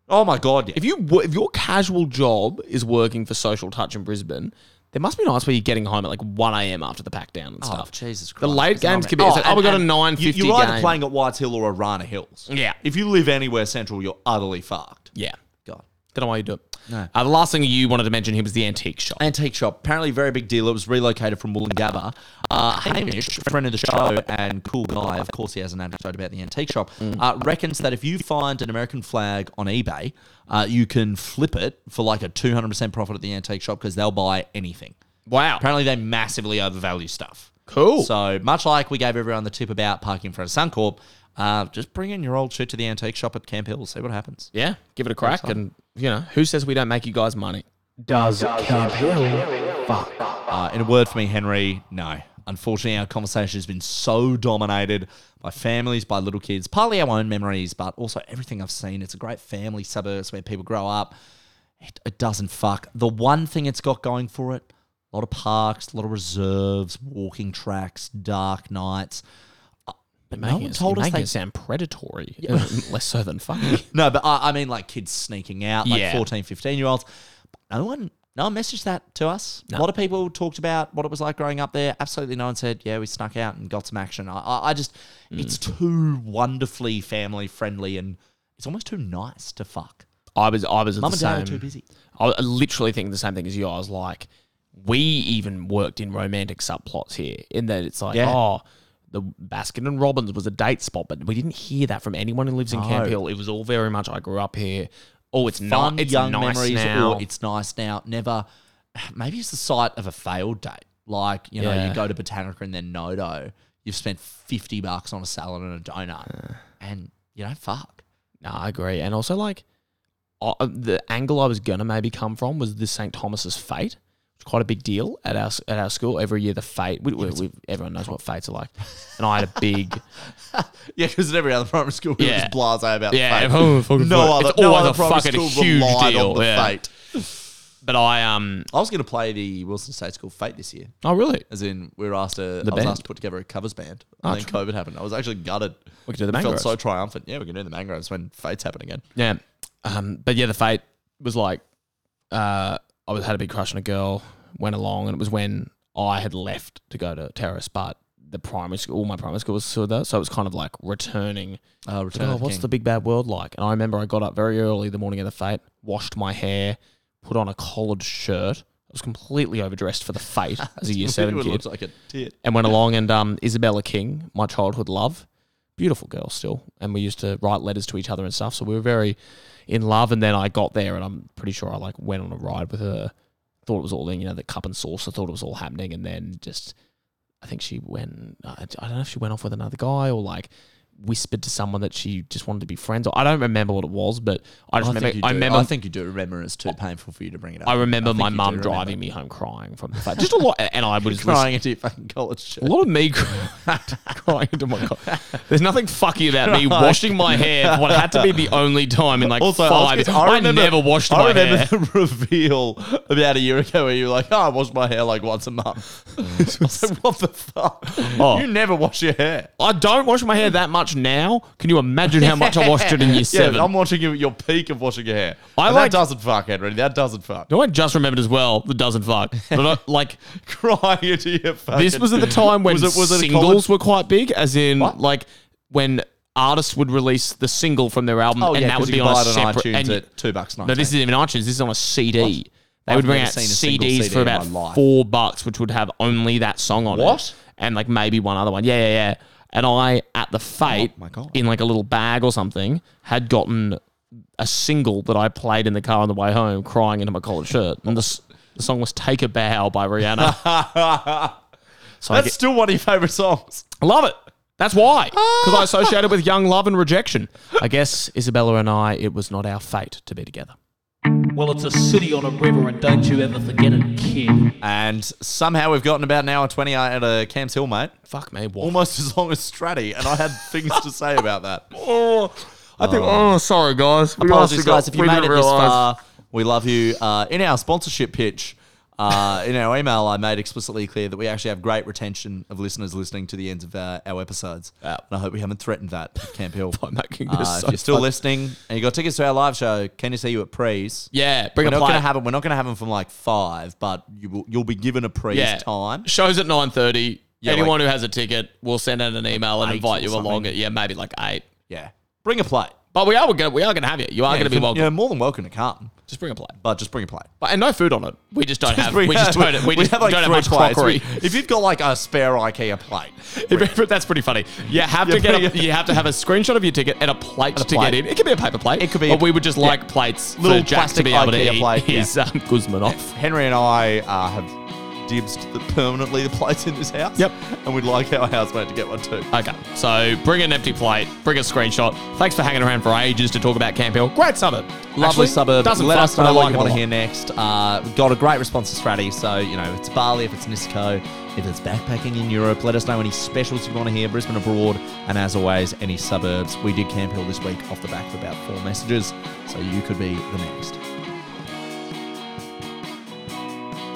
[SPEAKER 7] Oh my god! yeah.
[SPEAKER 5] If you wo- if your casual job is working for Social Touch in Brisbane, there must be nights where you're getting home at like 1 a.m. after the pack down
[SPEAKER 7] Oh,
[SPEAKER 5] and stuff.
[SPEAKER 7] Ah, Jesus Christ.
[SPEAKER 5] The late
[SPEAKER 7] It's an
[SPEAKER 5] games
[SPEAKER 7] nightmare.
[SPEAKER 5] can be. it's like, oh,
[SPEAKER 7] and-
[SPEAKER 5] we got a
[SPEAKER 7] and
[SPEAKER 5] 950
[SPEAKER 7] you, You're either
[SPEAKER 5] game.
[SPEAKER 7] playing at Whites Hill or Arana Hills.
[SPEAKER 5] Yeah.
[SPEAKER 7] If you live anywhere central, you're utterly fucked.
[SPEAKER 5] yeah.
[SPEAKER 7] God.
[SPEAKER 5] Don't know why you do it. Uh, the last thing you wanted to mention here was the antique shop.
[SPEAKER 7] Antique shop, apparently a very big deal. It was relocated from Wollongabba. Uh, Hamish, friend of the show and cool guy, of course he has an anecdote about the antique shop, uh, reckons that if you find an American flag on eBay, uh, you can flip it for like a 200% profit at the antique shop because they'll buy anything.
[SPEAKER 5] Wow.
[SPEAKER 7] Apparently, they massively overvalue stuff.
[SPEAKER 5] Cool.
[SPEAKER 7] So much like we gave everyone the tip about parking in front of Suncorp, uh, just bring in your old shit to the antique shop at Camp Hill. See what happens.
[SPEAKER 5] yeah, give it a crack. And, you know, who says we don't make you guys money?
[SPEAKER 9] Does Camp Hill fuck?
[SPEAKER 7] Uh, in a word for me, Henry, no. Unfortunately, our conversation has been so dominated by families, by little kids, partly our own memories, but also everything I've seen. It's a great family suburbs where people grow up. It, it doesn't fuck. The one thing it's got going for it a lot of parks, a lot of reserves, walking tracks, dark nights. Uh, But no one
[SPEAKER 5] Making us-
[SPEAKER 7] told us
[SPEAKER 5] making
[SPEAKER 7] they
[SPEAKER 5] it sound predatory. Uh, Less so than [LAUGHS] fucking.
[SPEAKER 7] No, but I, I mean like kids sneaking out, like
[SPEAKER 5] Yeah.
[SPEAKER 7] fourteen, fifteen 14, 15 year olds. No one, no one messaged that to us. A lot of people talked about what it was like growing up there. Absolutely no one said, yeah, we snuck out and got some action. I, I, I just,
[SPEAKER 5] Hmm.
[SPEAKER 7] it's too wonderfully family friendly and it's almost too nice to fuck.
[SPEAKER 5] I was I was at
[SPEAKER 7] Mum
[SPEAKER 5] the
[SPEAKER 7] and dad
[SPEAKER 5] same.
[SPEAKER 7] were too busy.
[SPEAKER 5] I was literally thinking the same thing as you. I was like, we even worked in romantic subplots here, in that it's like,
[SPEAKER 7] Yeah.
[SPEAKER 5] oh, the Baskin and Robbins was a date spot, but we didn't hear that from anyone who lives in Camp
[SPEAKER 7] No.
[SPEAKER 5] Hill. It was all very much I grew up here. Oh, it's
[SPEAKER 7] Fun
[SPEAKER 5] not. It's
[SPEAKER 7] young
[SPEAKER 5] nice
[SPEAKER 7] memories oh.
[SPEAKER 5] now.
[SPEAKER 7] or it's nice now. Never, [SIGHS] maybe it's the site of a failed date. Like, you know,
[SPEAKER 5] Yeah.
[SPEAKER 7] you go to Botanica and then Nodo, you've spent 50 bucks on a salad and a donut and you don't fuck.
[SPEAKER 5] No, I agree. And also, like, I, uh, the angle I was going to maybe come from was the St. Thomas's fate. It's quite a big deal at our at our school. Every year, the fate, we, we, we, everyone knows what fates are like. And I had a big.
[SPEAKER 7] Yeah, because at every other primary school, we
[SPEAKER 5] Yeah.
[SPEAKER 7] were just blasé about
[SPEAKER 5] Yeah,
[SPEAKER 7] the fate.
[SPEAKER 5] everyone was fucking
[SPEAKER 7] no
[SPEAKER 5] fucked.
[SPEAKER 7] other,
[SPEAKER 5] It's
[SPEAKER 7] no
[SPEAKER 5] always
[SPEAKER 7] other
[SPEAKER 5] a
[SPEAKER 7] primary
[SPEAKER 5] fucking
[SPEAKER 7] school
[SPEAKER 5] huge
[SPEAKER 7] relied
[SPEAKER 5] deal,
[SPEAKER 7] on the
[SPEAKER 5] yeah.
[SPEAKER 7] fate.
[SPEAKER 5] But I, um.
[SPEAKER 7] I was going to play the Wilson State School fate this year,
[SPEAKER 5] Oh, really?
[SPEAKER 7] as in we were asked to.
[SPEAKER 5] The
[SPEAKER 7] I was
[SPEAKER 5] band. Ah,
[SPEAKER 7] asked to put together a covers band, and then
[SPEAKER 5] true.
[SPEAKER 7] COVID happened. I was actually gutted.
[SPEAKER 5] We could do the
[SPEAKER 7] I felt
[SPEAKER 5] mangroves.
[SPEAKER 7] so triumphant. Yeah, we can do the mangroves when fates happen again.
[SPEAKER 5] Yeah. Um, but yeah, the fate was like uh, I was had a big crush on a girl, went along, and it was when I had left to go to Terrace, but the primary school, all my primary school was sort of that, so it was kind of like
[SPEAKER 7] Uh,
[SPEAKER 5] returning. It's like,
[SPEAKER 7] Return
[SPEAKER 5] oh,
[SPEAKER 7] of the
[SPEAKER 5] what's
[SPEAKER 7] King.
[SPEAKER 5] the big bad world like? And I remember I got up very early the morning of the fate, washed my hair, put on a collared shirt. I was completely overdressed for the fate as
[SPEAKER 7] [LAUGHS]
[SPEAKER 5] [LAUGHS] a year seven
[SPEAKER 7] It
[SPEAKER 5] kid
[SPEAKER 7] looks like a tit.
[SPEAKER 5] and went along and um, Isabella King, my childhood love, beautiful girl still, and we used to write letters to each other and stuff. So we were very in love. And then I got there, and I'm pretty sure I like went on a ride with her. Thought it was all in, you know, the cup and saucer. Thought it was all happening, and then just I think she went. I I don't know if she went off with another guy or like whispered to someone that she just wanted to be friends. Or I don't remember what it was, but I just
[SPEAKER 7] think
[SPEAKER 5] remember.
[SPEAKER 7] you do.
[SPEAKER 5] I remember.
[SPEAKER 7] I think you do remember. It's too painful for you to bring it up.
[SPEAKER 5] I remember
[SPEAKER 7] think
[SPEAKER 5] my
[SPEAKER 7] you do
[SPEAKER 5] mum
[SPEAKER 7] remember.
[SPEAKER 5] driving me home crying from the fact. Just a lot,
[SPEAKER 7] [LAUGHS]
[SPEAKER 5] and I was listening- [LAUGHS]
[SPEAKER 7] crying into your fucking college shirt.
[SPEAKER 5] a lot of me cry- [LAUGHS] crying into my car. There's nothing fucky about me washing my hair for what had to be the only time in like
[SPEAKER 7] Also,
[SPEAKER 5] five years.
[SPEAKER 7] I, was
[SPEAKER 5] I,
[SPEAKER 7] gonna- remember,
[SPEAKER 5] never washed
[SPEAKER 7] I
[SPEAKER 5] my
[SPEAKER 7] remember [LAUGHS]
[SPEAKER 5] hair.
[SPEAKER 7] the reveal about a year ago where you were like, "Oh, I wash my hair like once a [LAUGHS] month." I was like, "What the fuck?
[SPEAKER 5] Oh.
[SPEAKER 7] You never wash your hair."
[SPEAKER 5] I don't wash my hair that much now. Can you imagine how much I washed it in year seven?
[SPEAKER 7] [LAUGHS] Yeah, I'm watching you at your peak of washing your hair.
[SPEAKER 5] I
[SPEAKER 7] And
[SPEAKER 5] like-
[SPEAKER 7] that doesn't fuck, Henry. That doesn't fuck. [LAUGHS]
[SPEAKER 5] no, I just remembered as well that doesn't fuck. But I, like
[SPEAKER 7] Crying into your fucking.
[SPEAKER 5] this was
[SPEAKER 7] [LAUGHS]
[SPEAKER 5] at the time when
[SPEAKER 7] Was it- was it a
[SPEAKER 5] singles
[SPEAKER 7] college-
[SPEAKER 5] were quite big, as in like when artists would release the single from their album,
[SPEAKER 7] Oh,
[SPEAKER 5] and
[SPEAKER 7] yeah,
[SPEAKER 5] that
[SPEAKER 7] 'cause
[SPEAKER 5] would
[SPEAKER 7] you
[SPEAKER 5] be
[SPEAKER 7] can
[SPEAKER 5] on
[SPEAKER 7] buy
[SPEAKER 5] a
[SPEAKER 7] it on
[SPEAKER 5] separate.
[SPEAKER 7] iTunes
[SPEAKER 5] and you-
[SPEAKER 7] at two bucks
[SPEAKER 5] No, this
[SPEAKER 7] nineteen.
[SPEAKER 5] isn't even iTunes. This is on a CD. They
[SPEAKER 7] I've
[SPEAKER 5] would bring
[SPEAKER 7] never
[SPEAKER 5] out
[SPEAKER 7] seen a single
[SPEAKER 5] CDs
[SPEAKER 7] CD
[SPEAKER 5] for
[SPEAKER 7] in my
[SPEAKER 5] about
[SPEAKER 7] life.
[SPEAKER 5] four bucks, which would have only that song on it.
[SPEAKER 7] What?
[SPEAKER 5] And like maybe one other one. Yeah, yeah, yeah. And I, at the fate,
[SPEAKER 7] Oh my God.
[SPEAKER 5] in like a little bag or something, had gotten a single that I played in the car on the way home, crying into my collared shirt. And the, s- the song was "Take a Bow" by Rihanna. so I
[SPEAKER 7] That's
[SPEAKER 5] get-
[SPEAKER 7] still one of your favorite songs.
[SPEAKER 5] I love it. That's why. Because I associate it with young love and rejection. I guess Isabella and I, it was not our fate to be together.
[SPEAKER 9] Well, it's a city on a river, and don't you ever forget it, kid.
[SPEAKER 7] And somehow we've gotten about an hour 20 out of Cam's Hill, mate.
[SPEAKER 5] Fuck me, what?
[SPEAKER 7] Almost as long as Stratty. And I had things to say about [LAUGHS] that.
[SPEAKER 5] Oh, I think. Oh, sorry, guys. We
[SPEAKER 7] Apologies,
[SPEAKER 5] honestly got-
[SPEAKER 7] guys. If you
[SPEAKER 5] we
[SPEAKER 7] made it
[SPEAKER 5] didn't
[SPEAKER 7] this
[SPEAKER 5] realise.
[SPEAKER 7] far, we love you. Uh, in our sponsorship pitch, uh, in our email, I made explicitly clear that we actually have great retention of listeners listening to the ends of uh, our episodes.
[SPEAKER 5] Yeah.
[SPEAKER 7] And I hope we haven't threatened that at Camp
[SPEAKER 5] [LAUGHS]
[SPEAKER 7] Hill.
[SPEAKER 5] By making this
[SPEAKER 7] Uh,
[SPEAKER 5] so
[SPEAKER 7] if you're still
[SPEAKER 5] fun.
[SPEAKER 7] listening and you got tickets to our live show, can you see you at Prees?
[SPEAKER 5] yeah, bring
[SPEAKER 7] We're
[SPEAKER 5] a
[SPEAKER 7] not
[SPEAKER 5] plate.
[SPEAKER 7] gonna have it. We're not gonna have them from like five, but you will, you'll be given a Prees
[SPEAKER 5] yeah,
[SPEAKER 7] time.
[SPEAKER 5] Shows at nine thirty.
[SPEAKER 7] Yeah,
[SPEAKER 5] Anyone who has a ticket, we'll send out an email and
[SPEAKER 7] Eight
[SPEAKER 5] invite
[SPEAKER 7] or
[SPEAKER 5] you
[SPEAKER 7] something.
[SPEAKER 5] along. At, yeah, maybe like
[SPEAKER 7] [LAUGHS]
[SPEAKER 5] eight.
[SPEAKER 7] Yeah, bring a plate.
[SPEAKER 5] But we are gonna we are gonna have you. You are
[SPEAKER 7] Yeah,
[SPEAKER 5] gonna be
[SPEAKER 7] you can-
[SPEAKER 5] welcome.
[SPEAKER 7] You're more than welcome to come,
[SPEAKER 5] Just bring a plate.
[SPEAKER 7] but just bring a plate.
[SPEAKER 5] But and no food on it. We just don't have. We, just don't. We, just don't have
[SPEAKER 7] three
[SPEAKER 5] much
[SPEAKER 7] plates.
[SPEAKER 5] crockery.
[SPEAKER 7] We- If you've got like a spare IKEA plate,
[SPEAKER 5] If- That's pretty funny. You have to
[SPEAKER 7] Yeah,
[SPEAKER 5] get
[SPEAKER 7] but-
[SPEAKER 5] a, you have to have a screenshot of your ticket and a plate to
[SPEAKER 7] plate.
[SPEAKER 5] get in. It could be a paper plate.
[SPEAKER 7] It could be
[SPEAKER 5] Or
[SPEAKER 7] a-
[SPEAKER 5] we would just
[SPEAKER 7] yeah.
[SPEAKER 5] like plates
[SPEAKER 7] Little
[SPEAKER 5] for Jack to
[SPEAKER 7] plastic
[SPEAKER 5] be able to
[SPEAKER 7] IKEA
[SPEAKER 5] eat
[SPEAKER 7] plate, yeah.
[SPEAKER 5] his um, Guzman off.
[SPEAKER 7] Henry and I uh, have dibsed the, permanently the plates in this house.
[SPEAKER 5] Yep.
[SPEAKER 7] and we'd like our housemate to get one too.
[SPEAKER 5] Okay, so bring an empty plate, bring a screenshot. Thanks for hanging around for ages to talk about Camp Hill. Great suburb.
[SPEAKER 7] Lovely
[SPEAKER 5] Actually,
[SPEAKER 7] suburb.
[SPEAKER 5] Doesn't
[SPEAKER 7] Let
[SPEAKER 5] fuck,
[SPEAKER 7] us
[SPEAKER 5] but
[SPEAKER 7] know
[SPEAKER 5] I
[SPEAKER 7] what
[SPEAKER 5] like
[SPEAKER 7] you
[SPEAKER 5] it a
[SPEAKER 7] want to
[SPEAKER 5] lot.
[SPEAKER 7] hear next. Uh, we've got a great response to Stratty. So, you know, if it's Bali, if it's Nisco, if it's backpacking in Europe, let us know any specials you want to hear, Brisbane abroad, and as always, any suburbs. We did Camp Hill this week off the back of about four messages, so you could be the next.